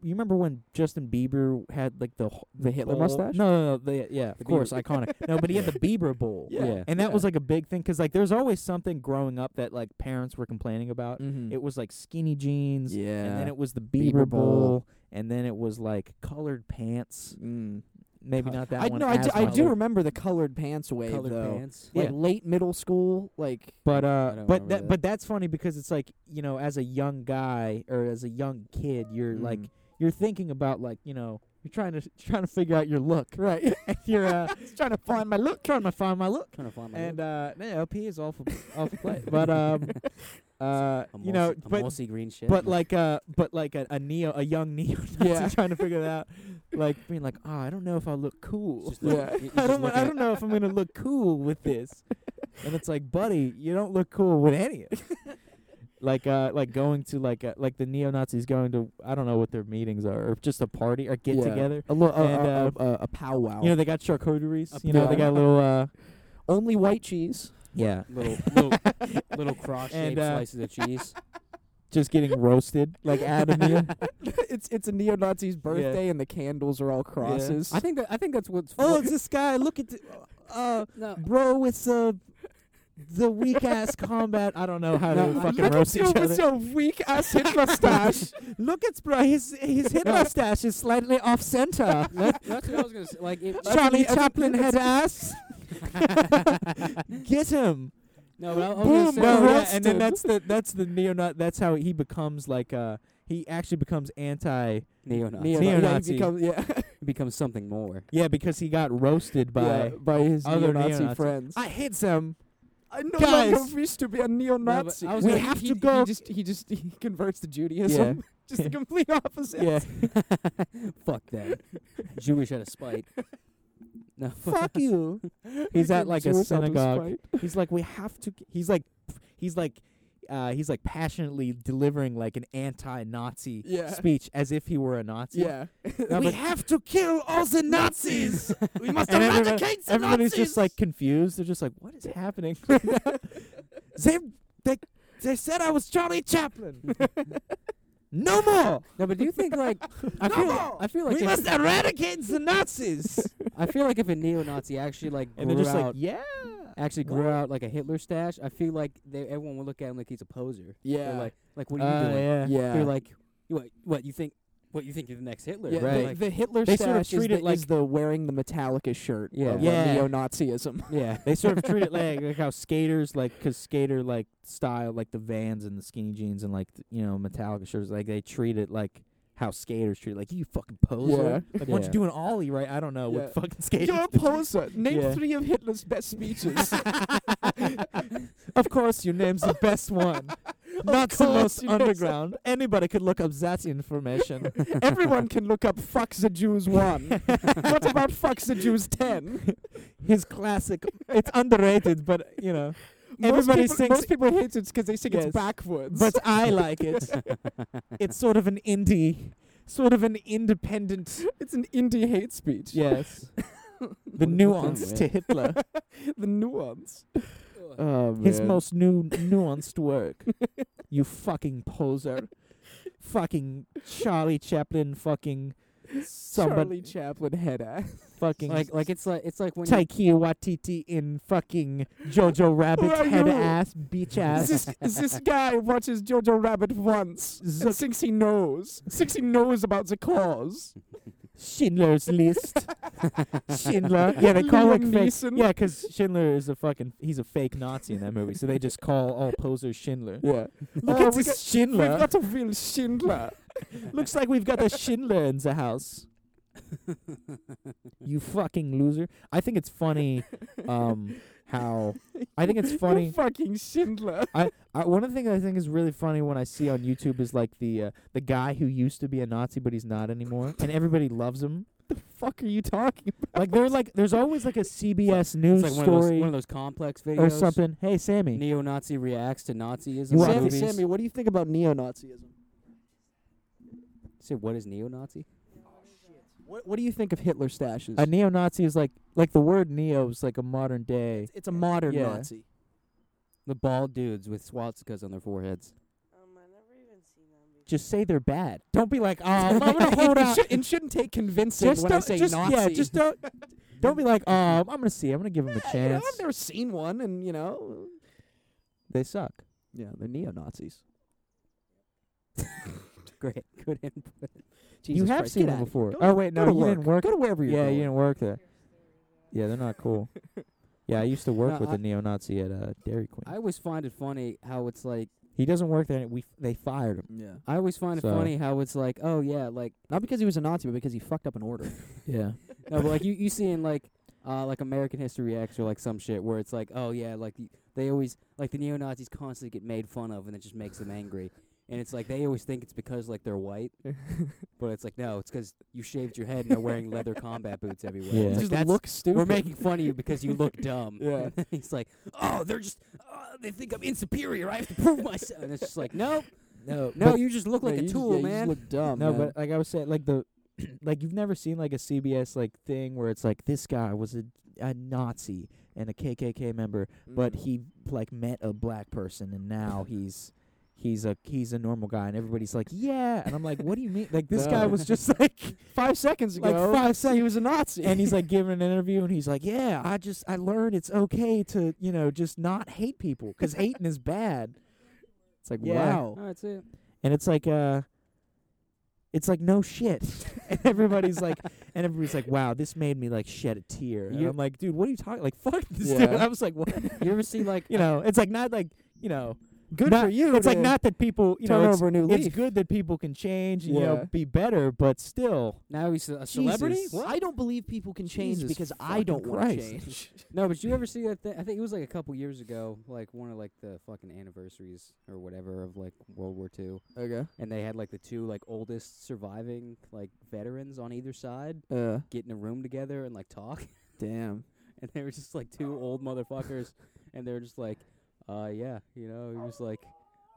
Speaker 2: you remember when Justin Bieber had like the wh-
Speaker 1: The Hitler
Speaker 2: bowl?
Speaker 1: mustache?
Speaker 2: No, no, no the, yeah, of
Speaker 3: The
Speaker 2: course,
Speaker 3: Bieber-
Speaker 2: iconic. No, but he had the Bieber bowl.
Speaker 1: Yeah.
Speaker 3: Yeah.
Speaker 2: And that
Speaker 1: Yeah.
Speaker 2: was like a big thing cuz like there's always something growing up that like parents were complaining about.
Speaker 1: Mm-hmm.
Speaker 2: It was like skinny jeans
Speaker 1: yeah.
Speaker 2: and then it was the Bieber,
Speaker 1: Bieber
Speaker 2: bowl.
Speaker 1: bowl.
Speaker 2: and then it was like colored pants.
Speaker 1: mm.
Speaker 2: Maybe
Speaker 3: Co-
Speaker 2: not that
Speaker 1: I
Speaker 2: one.
Speaker 1: no, I
Speaker 2: as
Speaker 1: do, I
Speaker 2: much,
Speaker 1: do remember the colored pants wave
Speaker 3: colored
Speaker 1: though.
Speaker 3: pants.
Speaker 1: Like
Speaker 2: Yeah.
Speaker 1: late middle school, like
Speaker 2: But
Speaker 3: I
Speaker 2: uh
Speaker 3: don't
Speaker 2: but
Speaker 3: remember
Speaker 2: that,
Speaker 3: that.
Speaker 2: but that's funny because it's like, you know, as a young guy or as a young kid, you're like
Speaker 1: Mm.
Speaker 2: you're thinking about like, you know, you're trying to trying to figure out your look.
Speaker 1: right.
Speaker 2: you're uh trying to find my look, trying to find my look.
Speaker 3: Trying to find my
Speaker 2: And
Speaker 3: look.
Speaker 2: uh no, LP is awful awful play. But um uh
Speaker 3: A
Speaker 2: you know,
Speaker 3: mossy- a
Speaker 2: but
Speaker 3: mossy green shit.
Speaker 2: but like uh but like a, a neo a young neo Nazi
Speaker 1: Yeah.
Speaker 2: trying to figure it out. Like being like, Oh, I don't know if I look cool.
Speaker 3: Just look-
Speaker 1: Yeah.
Speaker 3: you- you
Speaker 2: I
Speaker 3: just
Speaker 2: don't. wa-
Speaker 3: look
Speaker 2: I
Speaker 3: at-
Speaker 2: don't know if I'm gonna look cool with this. And it's like, buddy, you don't look cool with any of it. like, uh, like going to like uh, like the neo Nazis going to I don't know what their meetings are or just a party or get
Speaker 1: Yeah.
Speaker 2: together.
Speaker 1: A, lo- a,
Speaker 2: And,
Speaker 1: a-
Speaker 2: uh,
Speaker 1: a, a, a powwow.
Speaker 2: You know, they got charcuteries.
Speaker 3: A
Speaker 2: You know, they got
Speaker 1: powwow.
Speaker 2: little. uh
Speaker 1: only white cheese.
Speaker 2: Yeah.
Speaker 3: little little, little cross-shaped
Speaker 2: And, uh,
Speaker 3: slices of cheese.
Speaker 2: Just getting roasted like at a meal.
Speaker 1: it's it's a neo Nazi's birthday and the candles are all crosses.
Speaker 3: I think that I think that's what's.
Speaker 2: oh,
Speaker 3: what-
Speaker 2: it's this guy. Look at, the, uh,
Speaker 3: no,
Speaker 2: bro, it's uh, the weak ass combat. I don't know how
Speaker 3: No,
Speaker 2: to
Speaker 3: I-
Speaker 2: fucking
Speaker 1: Look
Speaker 2: roast
Speaker 1: at you
Speaker 2: each other.
Speaker 1: with your weak ass Hitler stash.
Speaker 2: Look at bro, his his hip mustache is slightly off center.
Speaker 3: that- that's what I was gonna say. Like, if,
Speaker 2: Charlie Chaplin had ass. Get him!
Speaker 3: no, but I, I was
Speaker 2: Boom!
Speaker 3: gonna say,
Speaker 2: No,
Speaker 1: we're
Speaker 2: Oh, yeah, and
Speaker 1: roasted.
Speaker 2: then that's the that's the neo That's how he becomes like uh he actually becomes anti.
Speaker 3: neo-Nazi
Speaker 2: Neo- Neo-Nazi.
Speaker 1: Yeah, he become- yeah.
Speaker 3: becomes something more.
Speaker 2: Yeah, because he got roasted by.
Speaker 1: Yeah, by his neo
Speaker 2: other
Speaker 1: Nazi
Speaker 2: neo-Nazis.
Speaker 1: friends.
Speaker 2: I hate them.
Speaker 1: I no
Speaker 2: Guys.
Speaker 1: longer wish to be a neo Nazi.
Speaker 3: I was
Speaker 2: We
Speaker 3: gonna-
Speaker 2: have
Speaker 1: he,
Speaker 2: to
Speaker 1: he
Speaker 2: go.
Speaker 1: just he just he converts to Judaism. just the complete opposite.
Speaker 2: Yeah.
Speaker 3: Fuck that. Jewish out of spite. No,
Speaker 2: Fuck you. He's at like a
Speaker 1: Jewish out of
Speaker 2: synagogue.
Speaker 1: spite.
Speaker 2: He's like, we have to. g- He's like, he's like, uh, he's like passionately delivering like an anti-Nazi
Speaker 1: Yeah.
Speaker 2: speech as if he were a Nazi.
Speaker 1: Yeah.
Speaker 2: No, but-
Speaker 4: have to kill all the Nazis. we must
Speaker 2: And everybody-
Speaker 4: eradicate the
Speaker 2: Everybody's just
Speaker 4: Nazis.
Speaker 2: like confused. They're just like, what is happening? right now?" they they they said I was Charlie Chaplin. no more.
Speaker 3: no, but do you think like I
Speaker 4: No
Speaker 3: feel
Speaker 4: more!
Speaker 3: I feel like
Speaker 4: we
Speaker 3: if,
Speaker 4: must eradicate the Nazis.
Speaker 3: I feel like if a neo-Nazi actually like
Speaker 2: And
Speaker 3: grew
Speaker 2: they're just
Speaker 3: out
Speaker 2: like, yeah.
Speaker 3: actually grew out like a Hitler stash, I feel like they, everyone would look at him like he's a poser. They're
Speaker 1: Yeah.
Speaker 3: like, like what are you
Speaker 2: Uh,
Speaker 3: doing?
Speaker 2: yeah.
Speaker 1: yeah.
Speaker 3: You're like, you- what? What you think? What you think you're the next Hitler?
Speaker 1: Yeah,
Speaker 2: Right.
Speaker 1: the,
Speaker 3: Like,
Speaker 1: the Hitler
Speaker 2: They
Speaker 1: stash
Speaker 2: sort of treat
Speaker 1: is,
Speaker 2: it
Speaker 1: the, is
Speaker 2: like-
Speaker 1: the wearing the Metallica shirt.
Speaker 3: Yeah.
Speaker 1: of, uh,
Speaker 2: Yeah.
Speaker 1: neo-Nazism.
Speaker 3: yeah.
Speaker 2: They sort of treat it like, like how skaters like because skater like style like the Vans and the skinny jeans and like th- you know Metallica shirts like they treat it like how skaters treat it, like you fucking poser.
Speaker 1: Yeah.
Speaker 2: Like once
Speaker 3: Yeah.
Speaker 2: you do an ollie right, I don't know
Speaker 1: Yeah.
Speaker 2: what fucking skaters.
Speaker 1: You're a poser. Name
Speaker 2: Yeah.
Speaker 1: three of Hitler's best speeches.
Speaker 2: of course, your name's the best one. Not
Speaker 1: course,
Speaker 2: Simos
Speaker 1: you know what I'm saying?
Speaker 2: Underground. Anybody could look up that information.
Speaker 1: Everyone can look up Fuck the Jews 1. what about Fuck the Jews 10?
Speaker 2: His classic. It's underrated, but you know.
Speaker 1: most
Speaker 2: Everybody
Speaker 1: people,
Speaker 2: thinks-
Speaker 1: most people hate it because they think
Speaker 2: Yes.
Speaker 1: it's backwards.
Speaker 2: But I like it. it's sort of an indie, sort of an independent.
Speaker 1: it's an indie hate speech.
Speaker 2: Yes. the
Speaker 3: What a
Speaker 2: nuance
Speaker 3: fucking
Speaker 2: to Hitler.
Speaker 1: the nuance. Oh, man.
Speaker 2: His most new nuanced work. you fucking poser. fucking Charlie Chaplin. Fucking
Speaker 1: Charlie
Speaker 2: somebody.
Speaker 1: Chaplin head ass.
Speaker 2: Fucking
Speaker 3: like like it's like it's like when you-
Speaker 2: Taiki Watiti in fucking Jojo Rabbit
Speaker 1: Who are
Speaker 2: head
Speaker 1: you?
Speaker 2: ass beach ass.
Speaker 1: this, this guy watches Jojo Rabbit once and thinks he knows. Thinks he knows about the cause.
Speaker 2: Schindler's List. Schindler. Yeah, they call
Speaker 1: Liam
Speaker 2: like fake.
Speaker 1: Neeson.
Speaker 2: Yeah, 'cause Schindler is a fucking. He's a fake Nazi in that movie, so they just call all posers Schindler.
Speaker 1: Yeah.
Speaker 2: Look
Speaker 1: Oh,
Speaker 2: at
Speaker 1: we
Speaker 2: this
Speaker 1: got-
Speaker 2: Schindler.
Speaker 1: We've got a real Schindler.
Speaker 2: Looks like we've got a Schindler in the house. you fucking loser. I think it's funny. Um, how I think it's
Speaker 1: You
Speaker 2: funny.
Speaker 1: fucking Schindler.
Speaker 2: I, one of the things I think is really funny when I see on YouTube is like the uh, the guy who used to be a Nazi but he's not anymore, and everybody loves him.
Speaker 1: fuck are you talking
Speaker 2: Like they're like, there's always like a CBS news
Speaker 3: it's like one of, those,
Speaker 2: story
Speaker 3: one of those complex videos
Speaker 2: or something. Hey, Sammy.
Speaker 3: Neo-Nazi reacts to Nazism.
Speaker 2: You
Speaker 3: in
Speaker 2: want Sammy-
Speaker 3: movies.
Speaker 1: what do you think about neo-Nazism?
Speaker 3: Say what is neo-Nazi?
Speaker 1: What, what do you think of Hitler stashes?
Speaker 2: A neo-Nazi is like like the word neo is like a modern day.
Speaker 1: it's a modern
Speaker 2: Yeah.
Speaker 1: Nazi.
Speaker 3: The bald dudes with swastikas on their foreheads.
Speaker 5: Um, I never even seen that before.
Speaker 2: Just say they're bad. Don't be like, oh, I'm gonna
Speaker 1: it,
Speaker 2: hold out.
Speaker 1: should, it shouldn't take convincing
Speaker 2: Just
Speaker 1: when I
Speaker 2: don't-
Speaker 1: say
Speaker 2: just-
Speaker 1: Nazi.
Speaker 2: yeah, just don't- Don't be like, oh, I'm gonna see. I'm gonna give them a
Speaker 1: You know,
Speaker 2: chance.
Speaker 1: I've never seen one, and you know,
Speaker 2: they suck.
Speaker 1: yeah, they're neo-Nazis.
Speaker 3: Great, good input.
Speaker 2: you
Speaker 1: Jesus
Speaker 2: have
Speaker 1: Christ, get
Speaker 2: seen them
Speaker 1: outta here.
Speaker 2: before.
Speaker 1: Go-
Speaker 2: oh wait, no,
Speaker 1: go
Speaker 2: you
Speaker 1: to
Speaker 2: didn't work.
Speaker 1: Go to wherever you're
Speaker 2: yeah,
Speaker 1: going.
Speaker 2: you didn't work there. Yeah, they're not cool. Yeah, I used to work
Speaker 3: No,
Speaker 2: with
Speaker 3: I-
Speaker 2: a neo-Nazi at uh, Dairy Queen.
Speaker 3: I always find it funny how it's like.
Speaker 2: he doesn't work there. and We f- they fired him.
Speaker 1: Yeah.
Speaker 3: I always find it
Speaker 2: So-
Speaker 3: funny how it's like, oh yeah, like
Speaker 1: Not because he was a Nazi, but because he fucked up an order.
Speaker 2: Yeah.
Speaker 3: no, but like you you see in like uh like American History X or like some shit where it's like, oh yeah, like y- they always like the neo Nazis constantly get made fun of and it just makes them angry. And it's like they always think it's because like they're white, but it's like no, it's 'cause you shaved your head and are wearing leather combat boots everywhere.
Speaker 2: Yeah.
Speaker 3: It's
Speaker 2: You
Speaker 3: like,
Speaker 1: just
Speaker 3: that's-
Speaker 1: look stupid.
Speaker 3: We're making fun of you because you look dumb.
Speaker 1: Yeah.
Speaker 3: And he's like, oh, they're just, uh, they think I'm insuperior. I have to prove myself. And it's just like, no,
Speaker 2: No,
Speaker 3: no, you just look
Speaker 1: Yeah,
Speaker 3: like
Speaker 1: you
Speaker 3: a
Speaker 1: just-
Speaker 3: tool,
Speaker 1: yeah, you just
Speaker 3: man.
Speaker 1: look dumb.
Speaker 2: no,
Speaker 1: Oh, man.
Speaker 2: but like I was saying, like the, like you've never seen like a CBS like thing where it's like this guy was a a Nazi and a KKK member, but he like met a black person and now he's. He's a he's a normal guy and everybody's like yeah and I'm like what do you mean like this guy
Speaker 1: No.
Speaker 2: was just like
Speaker 1: five seconds ago,
Speaker 2: like five
Speaker 1: he was a Nazi,
Speaker 2: and he's like giving an interview and he's like yeah I just I learned it's okay to you know just not hate people because hating is bad
Speaker 1: it's like,
Speaker 2: Yeah.
Speaker 1: wow.
Speaker 3: No, that's it.
Speaker 2: and it's like uh it's like no shit and everybody's like and everybody's like wow this made me like shed a tear and
Speaker 3: You-
Speaker 2: i'm like dude what are you talking like fuck this dude
Speaker 1: Yeah.
Speaker 2: i was like what
Speaker 3: You ever see like
Speaker 2: you know it's like not like you know
Speaker 1: Good
Speaker 2: not-
Speaker 1: for you.
Speaker 2: it's like
Speaker 1: to
Speaker 2: not that people you know
Speaker 1: turn
Speaker 2: it's,
Speaker 1: over a new
Speaker 2: it's
Speaker 1: leaf.
Speaker 2: good that people can change and you
Speaker 1: Yeah.
Speaker 2: know be better but still
Speaker 3: now he's a celebrity?
Speaker 2: Jesus.
Speaker 1: I don't believe people can change
Speaker 2: Jesus
Speaker 1: because I don't
Speaker 2: fucking
Speaker 1: want to
Speaker 2: Christ.
Speaker 1: change.
Speaker 3: No, but you ever see that thing? I think it was like a couple years ago, like one of like the fucking anniversaries or whatever of like World War Two,
Speaker 1: okay.
Speaker 3: and they had like the two like oldest surviving like veterans on either side
Speaker 1: Uh,
Speaker 3: get in a room together and like talk.
Speaker 1: damn.
Speaker 3: and they were just like two old motherfuckers, and they were just like, uh, yeah, you know, he was like,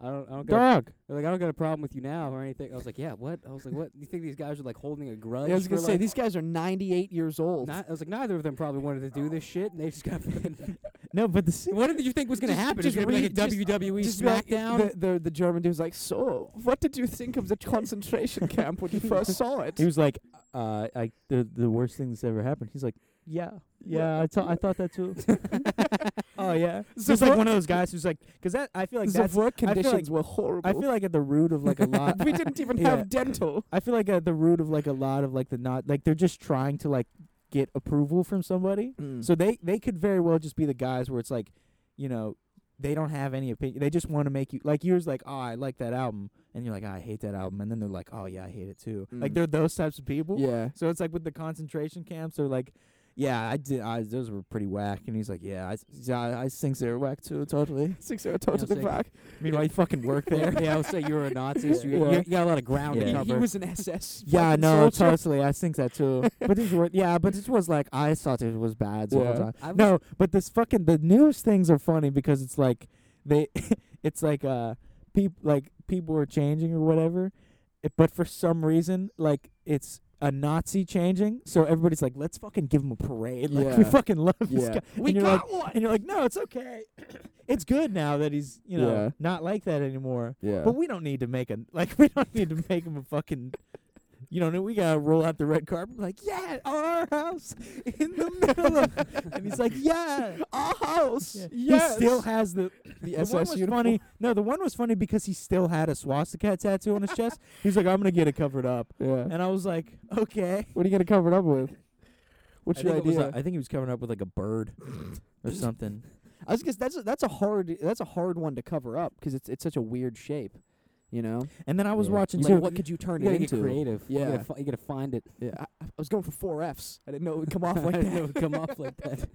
Speaker 3: I don't, I don't, got,
Speaker 2: dog
Speaker 3: they're like, I don't got a problem with you now or anything. I was like, yeah, what? I was like, what? You think these guys are like holding a grudge?
Speaker 1: I was
Speaker 3: for,
Speaker 1: gonna say
Speaker 3: like,
Speaker 1: these guys are 98 years old.
Speaker 3: Not, I was like, neither of them probably wanted to do this shit, and they just got fucking.
Speaker 2: no but the si-
Speaker 3: what did you think was gonna
Speaker 1: Just-
Speaker 3: happen? It was
Speaker 1: just
Speaker 3: gonna be like a
Speaker 1: read- just-
Speaker 3: WWE
Speaker 1: Just be like,
Speaker 3: SmackDown.
Speaker 1: The, the the German dude's like, so what did you think of the concentration camp when you first saw it?
Speaker 2: he was like uh like the the worst thing that's ever happened he's like yeah yeah I thought I thought that too oh yeah
Speaker 1: The
Speaker 2: just like
Speaker 1: wor-
Speaker 2: one of those guys who's like because that I feel like
Speaker 1: the
Speaker 2: that's
Speaker 1: work
Speaker 2: I feel
Speaker 1: conditions
Speaker 2: like-
Speaker 1: were horrible.
Speaker 2: I feel like at the root of like a lot.
Speaker 1: we didn't even
Speaker 2: Yeah.
Speaker 1: have dental.
Speaker 2: I feel like at the root of like a lot of like the not like they're just trying to like get approval from somebody.
Speaker 1: Mm.
Speaker 2: So they they could very well just be the guys where it's like, you know, they don't have any opinion. They just want to make you like yours. Like, oh, I like that album, and you're like, "Oh, I hate that album, and then they're like, oh yeah, I hate it too. Like
Speaker 1: Mm.
Speaker 2: they're those types of people.
Speaker 1: yeah.
Speaker 2: So it's like with the concentration camps, they're like, yeah, I did. I, those were pretty whack. And he's like, yeah, I, yeah, I- I think they're whack too, totally.
Speaker 1: Six hour total
Speaker 3: like-
Speaker 1: back.
Speaker 2: Meanwhile, you fucking work there.
Speaker 3: yeah, I would say you're a Nazi. So you,
Speaker 2: Yeah.
Speaker 3: you got a lot of ground
Speaker 2: Yeah.
Speaker 3: to
Speaker 2: He-
Speaker 3: cover.
Speaker 1: an SS.
Speaker 2: Yeah,
Speaker 1: fucking
Speaker 2: no,
Speaker 1: soldier.
Speaker 2: totally. I think that too. But it was, yeah, but it was like I thought it was bad the whole
Speaker 1: Yeah.
Speaker 2: time.
Speaker 3: I was-
Speaker 2: No, but this fucking the news things are funny because it's like they, it's like uh, people like people are changing or whatever, it- but for some reason like it's a Nazi changing, so everybody's like, let's fucking give him a parade. Like we
Speaker 1: Yeah.
Speaker 2: fucking love this
Speaker 1: Yeah.
Speaker 2: guy.
Speaker 4: We
Speaker 2: and you're
Speaker 4: got
Speaker 2: like, and you're like, no, it's okay. it's good now that he's you know
Speaker 1: Yeah.
Speaker 2: not like that anymore.
Speaker 1: Yeah.
Speaker 2: But we don't need to make a like we don't need to make him a fucking you know we gotta roll out the red carpet like yeah our house in the middle of and he's like yeah
Speaker 1: Our house.
Speaker 2: yeah.
Speaker 1: Yes.
Speaker 2: he still has the
Speaker 1: the
Speaker 2: the one
Speaker 1: SS
Speaker 2: was
Speaker 1: uniform.
Speaker 2: funny no the one was funny because he still had a swastika tattoo on his chest he's like I'm gonna get it covered up
Speaker 1: Yeah.
Speaker 2: and I was like okay
Speaker 1: What are you gonna cover it up with? What's your idea?
Speaker 2: I think he was covering up with like a bird or something
Speaker 1: I was guess that's a, that's a hard that's a hard one to cover up because it's it's such a weird shape, you know.
Speaker 2: and then I was
Speaker 1: Yeah.
Speaker 2: watching
Speaker 1: You
Speaker 2: like
Speaker 1: said, what could you turn
Speaker 3: You
Speaker 1: it
Speaker 3: gotta get
Speaker 1: into?
Speaker 3: creative. You
Speaker 1: Yeah.
Speaker 3: gotta, fi- you gotta find it.
Speaker 1: Yeah, I, I was going for four Fs. I didn't know it would come off like
Speaker 3: I didn't know it
Speaker 1: that.
Speaker 3: would come off like that.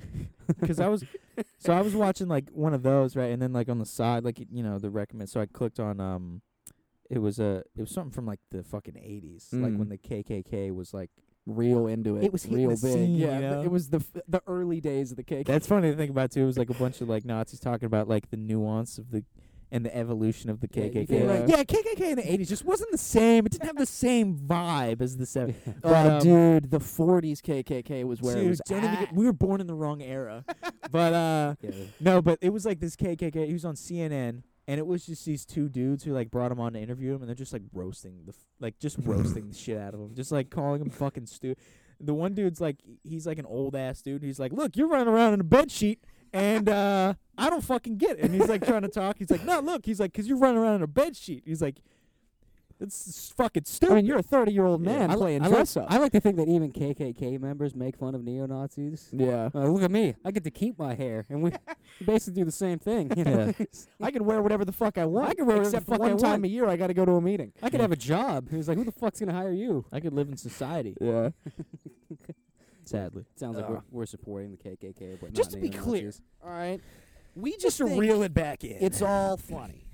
Speaker 2: because I was so I was watching like one of those right, and then like on the side, like y- you know the recommend. So I clicked on um, it was a it was something from like the fucking eighties, like
Speaker 1: Mm.
Speaker 2: when the KKK was like.
Speaker 1: Real into it.
Speaker 2: It was hitting
Speaker 1: real
Speaker 2: the
Speaker 1: big.
Speaker 2: scene,
Speaker 1: yeah,
Speaker 2: you
Speaker 1: th-
Speaker 2: know?
Speaker 1: it was the f- the early days of the cake.
Speaker 2: That's funny to think about too. It was like a bunch of like Nazis talking about like the nuance of the and the evolution of the
Speaker 1: Yeah, you
Speaker 2: KKK.
Speaker 1: can,
Speaker 2: Like,
Speaker 1: uh,
Speaker 2: yeah, KKK in the eighties just wasn't the same. It didn't have the same vibe as the seventies.
Speaker 1: oh,
Speaker 2: but, um,
Speaker 1: dude, the '40s KKK was where it was at.
Speaker 2: we were born in the wrong era. but uh,
Speaker 3: Yeah.
Speaker 2: No, but it was like this KKK. He was on CNN, and it was just these two dudes who like brought him on to interview him, and they're just like roasting the, f- like just roasting the shit out of him, just like calling him fucking stupid. The one dude's like, he's like an old ass dude. He's like, look, you're running around in a bed sheet, and uh, I don't fucking get it. And he's like trying to talk. He's like, no, look, he's like, cause you're running around in a bed sheet. He's like, it's s- fucking stupid.
Speaker 1: I mean, you're a 30 year old man
Speaker 3: I, li-
Speaker 1: playing
Speaker 3: I like-
Speaker 1: dress up.
Speaker 3: I like to think that even KKK members make fun of neo Nazis.
Speaker 1: yeah,
Speaker 3: Uh, look at me. I get to keep my hair, and we basically do the same thing. You know?
Speaker 1: I can wear whatever the fuck I want.
Speaker 3: can wear whatever the
Speaker 1: except
Speaker 3: fuck I
Speaker 1: one time
Speaker 3: want.
Speaker 1: a year I got to go to a meeting.
Speaker 3: I could have a job. He was like, "Who the fuck's gonna hire you?"
Speaker 2: I could live in society,
Speaker 1: Yeah,
Speaker 2: sadly.
Speaker 3: Sounds like
Speaker 1: Ugh.
Speaker 3: we're, we're supporting the KKK, but
Speaker 1: Just
Speaker 3: not
Speaker 1: to be clear,
Speaker 3: neo-Nazis.
Speaker 1: all right. We
Speaker 2: Just to reel it back in.
Speaker 1: It's all funny.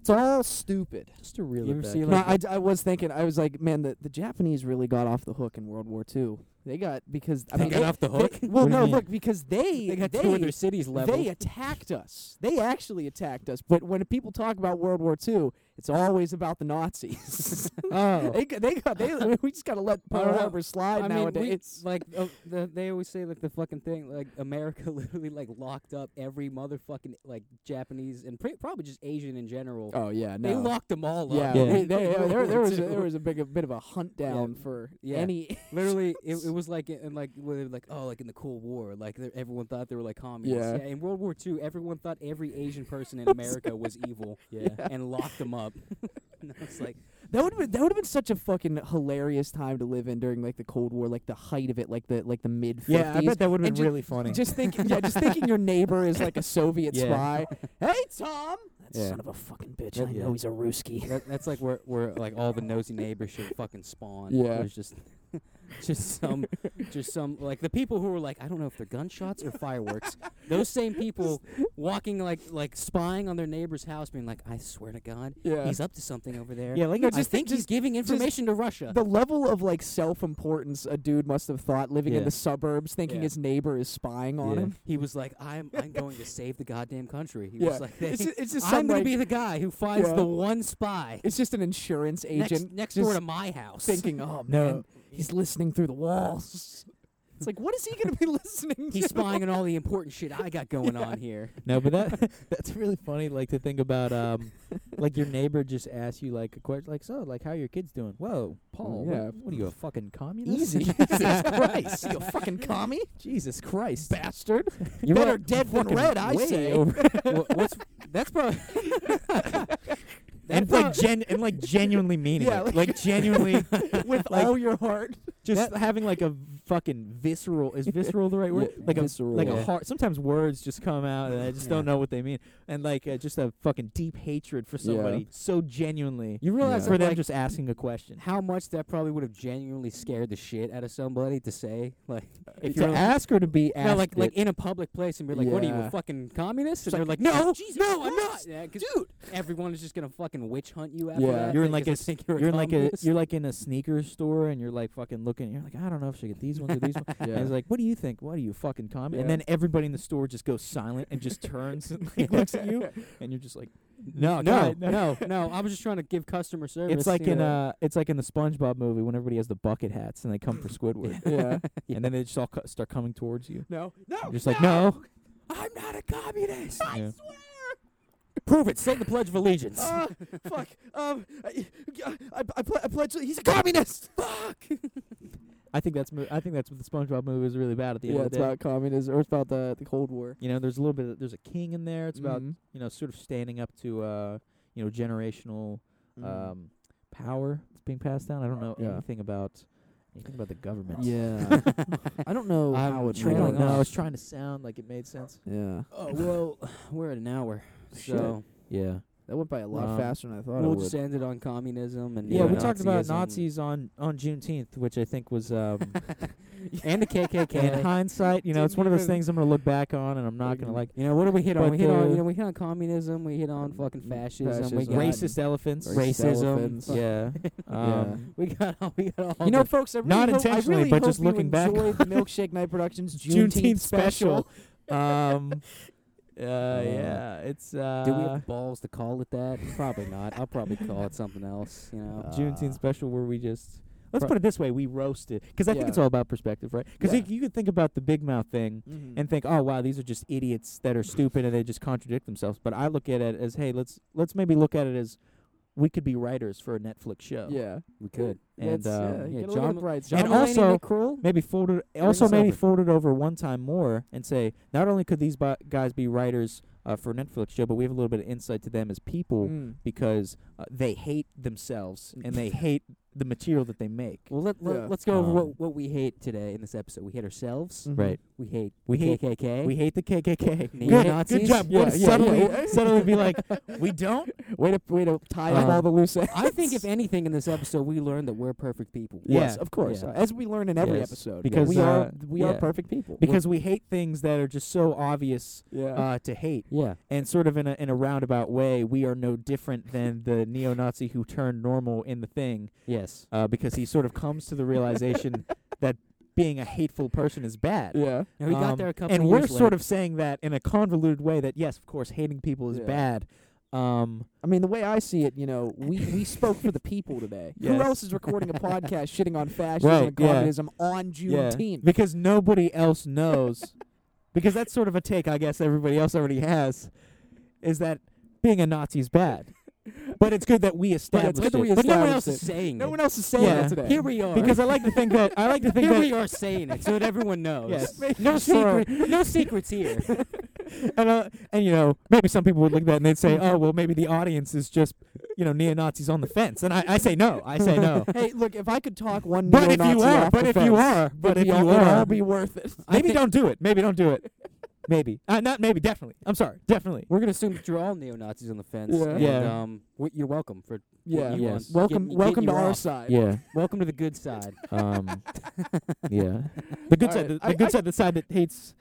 Speaker 1: It's all stupid.
Speaker 2: just to reel
Speaker 3: You
Speaker 2: it
Speaker 3: ever
Speaker 2: back
Speaker 3: see,
Speaker 2: in.
Speaker 1: No,
Speaker 3: like,
Speaker 1: I, d- I was thinking. I was like, man, the, the Japanese really got off the hook in World War II. They got because I
Speaker 3: They
Speaker 1: mean,
Speaker 3: got off the
Speaker 1: they-
Speaker 3: hook?
Speaker 1: well,
Speaker 2: What do you
Speaker 1: no,
Speaker 2: mean?
Speaker 1: look, because they
Speaker 3: They got
Speaker 1: they,
Speaker 3: two other cities leveled.
Speaker 1: they attacked us. They actually attacked us. But when people talk about World War II, it's always about the Nazis.
Speaker 2: Oh.
Speaker 1: they, got- they got they. I mean, we just gotta let Pearl
Speaker 3: Well,
Speaker 1: Harbor slide
Speaker 3: I mean, we-
Speaker 1: nowadays.
Speaker 3: like uh, the, they always say, like the fucking thing, like America literally like locked up every motherfucking like Japanese and pre- probably just Asian in general.
Speaker 1: oh yeah, no.
Speaker 3: They locked them all
Speaker 1: yeah,
Speaker 3: up.
Speaker 2: Yeah.
Speaker 1: they- they-
Speaker 3: World
Speaker 1: there, there
Speaker 3: War
Speaker 1: was a,
Speaker 3: II.
Speaker 1: there was a big a bit of a hunt down for
Speaker 3: Yeah.
Speaker 1: any
Speaker 3: Literally, it, it was like in like where they were like oh like in the Cold War like they- everyone thought they were like communists.
Speaker 1: Yeah.
Speaker 3: In World War II, everyone thought every Asian person in America was evil.
Speaker 2: Yeah.
Speaker 3: And locked them up. and I was like,
Speaker 1: That would have been that would have been such a fucking hilarious time to live in during like the Cold War, like the height of it, like the like the mid fifties.
Speaker 2: Yeah, I bet that would have
Speaker 1: And
Speaker 2: been
Speaker 1: ju-
Speaker 2: really funny.
Speaker 1: Just thinking, yeah, just thinking your neighbor is like a Soviet
Speaker 2: Yeah.
Speaker 1: spy. Hey, Tom, that
Speaker 2: Yeah.
Speaker 1: son of a fucking bitch.
Speaker 3: That-
Speaker 1: I
Speaker 2: yeah.
Speaker 1: know he's a Ruski.
Speaker 3: that, that's like where where like all the nosy neighbors should fucking spawn.
Speaker 1: Yeah.
Speaker 3: There's just just some just some like the people who were like I don't know if they're gunshots or fireworks. Those same people walking like like spying on their neighbor's house, being like, I swear to God,
Speaker 1: Yeah.
Speaker 3: he's up to something over there.
Speaker 2: yeah, like no,
Speaker 3: I
Speaker 1: just
Speaker 3: think
Speaker 1: think-
Speaker 3: he's giving information to Russia.
Speaker 1: the level of like self importance a dude must have thought living in
Speaker 2: Yeah.
Speaker 1: the suburbs, thinking
Speaker 2: Yeah.
Speaker 1: his neighbor is spying on
Speaker 2: Yeah.
Speaker 1: him.
Speaker 3: He was like, I'm I'm going to save the goddamn country. He
Speaker 1: Yeah.
Speaker 3: was like,
Speaker 1: It's just, it's just
Speaker 3: I'm
Speaker 1: some,
Speaker 3: going
Speaker 1: like-
Speaker 3: to be the guy who finds
Speaker 1: Yeah.
Speaker 3: the one spy
Speaker 1: It's just an insurance agent
Speaker 3: next, next
Speaker 1: just
Speaker 3: door to my house.
Speaker 1: thinking, oh
Speaker 2: No.
Speaker 1: man, he's listening through the walls. It's like, what is he going to be listening
Speaker 3: He's
Speaker 1: to?
Speaker 3: spying on all the important shit I got going on here.
Speaker 2: no, but that that's really funny. Like to think about, um, like your neighbor just asks you like a question, like so, like how are your kids doing? Whoa, Paul, what-
Speaker 1: yeah.
Speaker 2: what, are you a fucking communist?
Speaker 1: Easy. Jesus Christ. You fucking commie?
Speaker 2: Jesus Christ,
Speaker 1: Bastard.
Speaker 2: you're
Speaker 1: Better
Speaker 2: all
Speaker 1: dead than
Speaker 2: fucking
Speaker 1: red, I
Speaker 2: way
Speaker 1: say.
Speaker 2: over-
Speaker 3: Wha- what's that's probably
Speaker 2: and like gen and like genuinely meaning
Speaker 1: Yeah, like-
Speaker 2: it, like genuinely
Speaker 1: With
Speaker 2: Like-
Speaker 1: all your heart.
Speaker 2: just having like a fucking visceral. Is visceral the right word?
Speaker 1: Yeah,
Speaker 2: like a
Speaker 1: visceral.
Speaker 2: like
Speaker 1: Yeah.
Speaker 2: a heart. Sometimes words just come out, and I just don't know what they mean. And like uh, just a fucking deep hatred for somebody so genuinely
Speaker 3: You realize
Speaker 1: Yeah.
Speaker 2: for
Speaker 3: that,
Speaker 2: them
Speaker 3: like,
Speaker 2: just asking a question.
Speaker 3: how much that probably would have genuinely scared the shit out of somebody to say, like, if
Speaker 2: to
Speaker 3: you're
Speaker 2: ask or to be asked,
Speaker 3: no, Uh, like, like
Speaker 2: it.
Speaker 3: in a public place, and be like, "What are you,
Speaker 1: Yeah.
Speaker 3: a fucking communist?" And
Speaker 2: Just
Speaker 3: they're
Speaker 2: like,
Speaker 3: like, "No,
Speaker 2: Jesus
Speaker 3: no, I'm not,
Speaker 2: Christ,
Speaker 3: yeah, dude." Everyone is just gonna fucking witch hunt you after
Speaker 1: Yeah.
Speaker 3: that.
Speaker 2: You're in,
Speaker 3: because
Speaker 2: like,
Speaker 3: they
Speaker 2: a-
Speaker 3: think you're,
Speaker 2: you're in like a
Speaker 3: communist.
Speaker 2: you're like in a sneaker store and you're like fucking looking. You're like, I don't know if I should get these ones or these ones. And it's like, what do you think? What are you fucking comment? And
Speaker 1: Yeah.
Speaker 2: then everybody in the store just goes silent and just turns and like, looks at you, and you're just like,
Speaker 3: no,
Speaker 2: no,
Speaker 3: no, no, no. I was just trying to give customer service.
Speaker 2: It's like
Speaker 3: you
Speaker 2: in
Speaker 3: know.
Speaker 2: uh, it's like in the SpongeBob movie when everybody has the bucket hats and they come for Squidward,
Speaker 1: yeah.
Speaker 2: and then they just all co- start coming towards you.
Speaker 3: no,
Speaker 2: You're
Speaker 3: no,
Speaker 2: just like, Oh, no,
Speaker 3: I'm not a communist.
Speaker 2: Yeah.
Speaker 1: uh,
Speaker 3: Prove it. Say the Pledge of Allegiance.
Speaker 4: fuck. Um, I, I, I, pl- I pledge. He's a communist. Fuck.
Speaker 2: I think that's mo- I think that's what the SpongeBob movie is really about at the
Speaker 1: Yeah,
Speaker 2: end of
Speaker 1: it's
Speaker 2: the day.
Speaker 1: about communism or it's about the, the Cold War.
Speaker 2: you know, there's a little bit. Of, there's a king in there. It's about
Speaker 1: Mhm.
Speaker 2: you know, sort of standing up to uh, you know, generational
Speaker 1: Mm.
Speaker 2: um power that's being passed down. I don't know
Speaker 1: Mm-hmm. Yeah.
Speaker 2: anything about anything about the government.
Speaker 1: yeah. I don't
Speaker 2: Oh,
Speaker 1: know
Speaker 3: I'm
Speaker 1: how it
Speaker 2: I
Speaker 3: trailing
Speaker 2: don't
Speaker 1: really-
Speaker 2: know.
Speaker 3: off.
Speaker 2: I was trying to sound like it made sense.
Speaker 1: Yeah.
Speaker 3: Oh well, we're at an hour,
Speaker 1: Shit.
Speaker 3: so
Speaker 2: Yeah.
Speaker 1: That went by a lot
Speaker 2: Um,
Speaker 1: faster than I thought
Speaker 3: we'll
Speaker 1: it would.
Speaker 3: just end it on communism and
Speaker 2: Yeah, we talked about
Speaker 3: Nazism.
Speaker 2: Nazis on on Juneteenth, which I think was um
Speaker 3: and the
Speaker 2: in
Speaker 3: KKK.
Speaker 2: hindsight, you know, it's
Speaker 3: Didn't
Speaker 2: one of those
Speaker 3: even-
Speaker 2: things I'm gonna look back on and I'm not gonna like
Speaker 3: You know, what did we hit on?
Speaker 2: But,
Speaker 3: We hit on,
Speaker 2: uh,
Speaker 3: you know, we hit on communism. We hit on fucking
Speaker 1: Mm,
Speaker 3: fascism. We
Speaker 1: fascism.
Speaker 3: got
Speaker 2: racist elephants.
Speaker 1: Racist
Speaker 3: racism.
Speaker 1: elephants.
Speaker 2: Yeah.
Speaker 1: Yeah.
Speaker 2: Um
Speaker 3: We got all. We got all.
Speaker 1: You know,
Speaker 3: the-
Speaker 1: folks, I really
Speaker 2: Not
Speaker 1: hope,
Speaker 2: intentionally,
Speaker 1: I really
Speaker 2: but
Speaker 1: hope
Speaker 2: just
Speaker 1: you
Speaker 2: looking back
Speaker 1: enjoyed the Milkshake Night Productions Juneteenth,
Speaker 2: Juneteenth
Speaker 1: special.
Speaker 2: special. um uh, yeah, it's uh
Speaker 3: do we have the balls to call it that? probably not. I'll probably call it something else. You know.
Speaker 1: Uh,
Speaker 2: Juneteenth special where we just let's
Speaker 1: Pro-
Speaker 2: put it this way: we roasted because I think
Speaker 1: Yeah.
Speaker 2: it's all about perspective, right? Because
Speaker 1: Yeah.
Speaker 2: you, you could think about the big mouth thing
Speaker 1: Mhm.
Speaker 2: and think, oh wow, these are just idiots that are stupid and they just contradict themselves. But I look at it as, hey, let's let's maybe look at it as we could be writers for a Netflix show.
Speaker 1: yeah,
Speaker 3: we could.
Speaker 2: and,
Speaker 1: That's- uh, yeah,
Speaker 2: um,
Speaker 1: you gotta
Speaker 3: yeah,
Speaker 1: look at
Speaker 3: John-
Speaker 1: the bright side.
Speaker 2: And
Speaker 3: John Mulaney,
Speaker 2: also-
Speaker 3: Nick Kroll?
Speaker 2: Maybe fold it. Also,
Speaker 3: us
Speaker 2: maybe
Speaker 3: over.
Speaker 2: fold it over one time more and say, not only could these bu- guys be writers uh, for a Netflix show, but we have a little bit of insight to them as people
Speaker 1: Mm.
Speaker 2: because uh, they hate themselves and they hate the material that they make.
Speaker 3: Well, let, let,
Speaker 1: Yeah.
Speaker 3: let's go over
Speaker 2: Um,
Speaker 3: what, what we hate today in this episode. We hate ourselves.
Speaker 1: Mhm.
Speaker 2: Right.
Speaker 3: We hate
Speaker 2: We
Speaker 3: the
Speaker 2: hate-
Speaker 3: KKK.
Speaker 2: We hate the KKK.
Speaker 3: Neo
Speaker 2: Good,
Speaker 3: Nazis?
Speaker 2: good job.
Speaker 1: Yeah,
Speaker 2: What,
Speaker 1: yeah,
Speaker 2: suddenly,
Speaker 1: yeah.
Speaker 2: suddenly be like, we don't.
Speaker 1: Way to way to tie up
Speaker 2: Um,
Speaker 1: all the loose ends.
Speaker 3: I think if anything in this episode, we learned that we're perfect people.
Speaker 1: yes,
Speaker 2: Yeah.
Speaker 1: of course,
Speaker 3: Yeah.
Speaker 1: Uh, as we learn in every
Speaker 2: Yes.
Speaker 1: episode,
Speaker 2: Because,
Speaker 1: we are
Speaker 2: uh,
Speaker 1: we are
Speaker 2: yeah.
Speaker 1: perfect people.
Speaker 2: Because we hate things that are just so obvious
Speaker 1: yeah,
Speaker 2: uh, to hate,
Speaker 3: Yeah.
Speaker 2: and sort of in a in a roundabout way, we are no different than the neo-Nazi who turned normal in the thing,
Speaker 3: Yes.
Speaker 2: uh, because he sort of comes to the realization that being a hateful person is bad.
Speaker 1: yeah,
Speaker 3: Now, we got
Speaker 2: Um,
Speaker 3: there a couple
Speaker 2: and
Speaker 3: of
Speaker 2: we're
Speaker 3: years
Speaker 2: sort of saying that in a convoluted way that yes, of course, hating people is
Speaker 1: Yeah.
Speaker 2: bad. Um,
Speaker 1: I mean, the way I see it, you know, we, we spoke for the people today. Who
Speaker 2: Yes.
Speaker 1: else is recording a podcast shitting on fascism
Speaker 2: Right,
Speaker 1: and
Speaker 2: yeah.
Speaker 1: communism on
Speaker 2: Yeah,
Speaker 1: Juneteenth?
Speaker 2: Because nobody else knows. because that's sort of a take I guess everybody else already has is that being a Nazi is bad. But it's good that we
Speaker 1: But
Speaker 2: established
Speaker 1: it's good that we
Speaker 2: it.
Speaker 3: But no one else
Speaker 1: established
Speaker 3: is
Speaker 1: it.
Speaker 3: saying
Speaker 1: No
Speaker 3: it.
Speaker 1: one else is saying
Speaker 2: Yeah.
Speaker 1: that today.
Speaker 3: Here we are.
Speaker 2: because I like to think that I like to think
Speaker 3: here
Speaker 2: that
Speaker 3: we are saying it so that everyone knows.
Speaker 2: Yes.
Speaker 3: No
Speaker 2: Sorry.
Speaker 3: secret. No secrets here.
Speaker 2: and, uh, and you know maybe some people would look at that and they'd say, "Oh, well maybe the audience is just, you know, neo-Nazis on the fence." And I, I say no. I say no.
Speaker 1: hey, look, if I could talk one
Speaker 2: But if
Speaker 1: neo-Nazi
Speaker 2: you are,
Speaker 1: off
Speaker 2: but
Speaker 1: the
Speaker 2: if you
Speaker 1: fence,
Speaker 2: are, but
Speaker 1: it'd
Speaker 2: if
Speaker 1: be all-
Speaker 2: you
Speaker 1: it'd all
Speaker 2: are,
Speaker 1: be worth it.
Speaker 2: maybe don't do it. Maybe don't do it. Maybe. Uh, not maybe, definitely. I'm sorry. Definitely.
Speaker 3: We're gonna assume that you're all neo Nazis on the fence.
Speaker 1: Yeah.
Speaker 3: And,
Speaker 2: Yeah.
Speaker 3: Um, w- you're welcome for
Speaker 1: Yeah.
Speaker 3: you
Speaker 2: Yes.
Speaker 3: want.
Speaker 1: Welcome,
Speaker 3: Get- get
Speaker 1: welcome
Speaker 3: you
Speaker 1: to our
Speaker 3: off.
Speaker 1: side.
Speaker 2: Yeah.
Speaker 3: Welcome to the good side.
Speaker 2: Um, yeah, the good
Speaker 1: All
Speaker 2: side,
Speaker 1: right,
Speaker 2: the,
Speaker 1: I-
Speaker 2: the good
Speaker 1: I-
Speaker 2: side, the side that hates.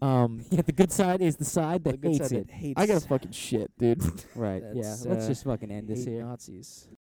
Speaker 2: Um,
Speaker 3: yeah. The good side is the side that
Speaker 1: The good
Speaker 3: hates
Speaker 1: side
Speaker 3: it.
Speaker 2: hates.
Speaker 1: I gotta fucking shit, dude.
Speaker 3: Right. Yeah.
Speaker 2: That's,
Speaker 3: Let's
Speaker 2: uh,
Speaker 3: just fucking end this
Speaker 1: hate
Speaker 3: here.
Speaker 1: Nazis.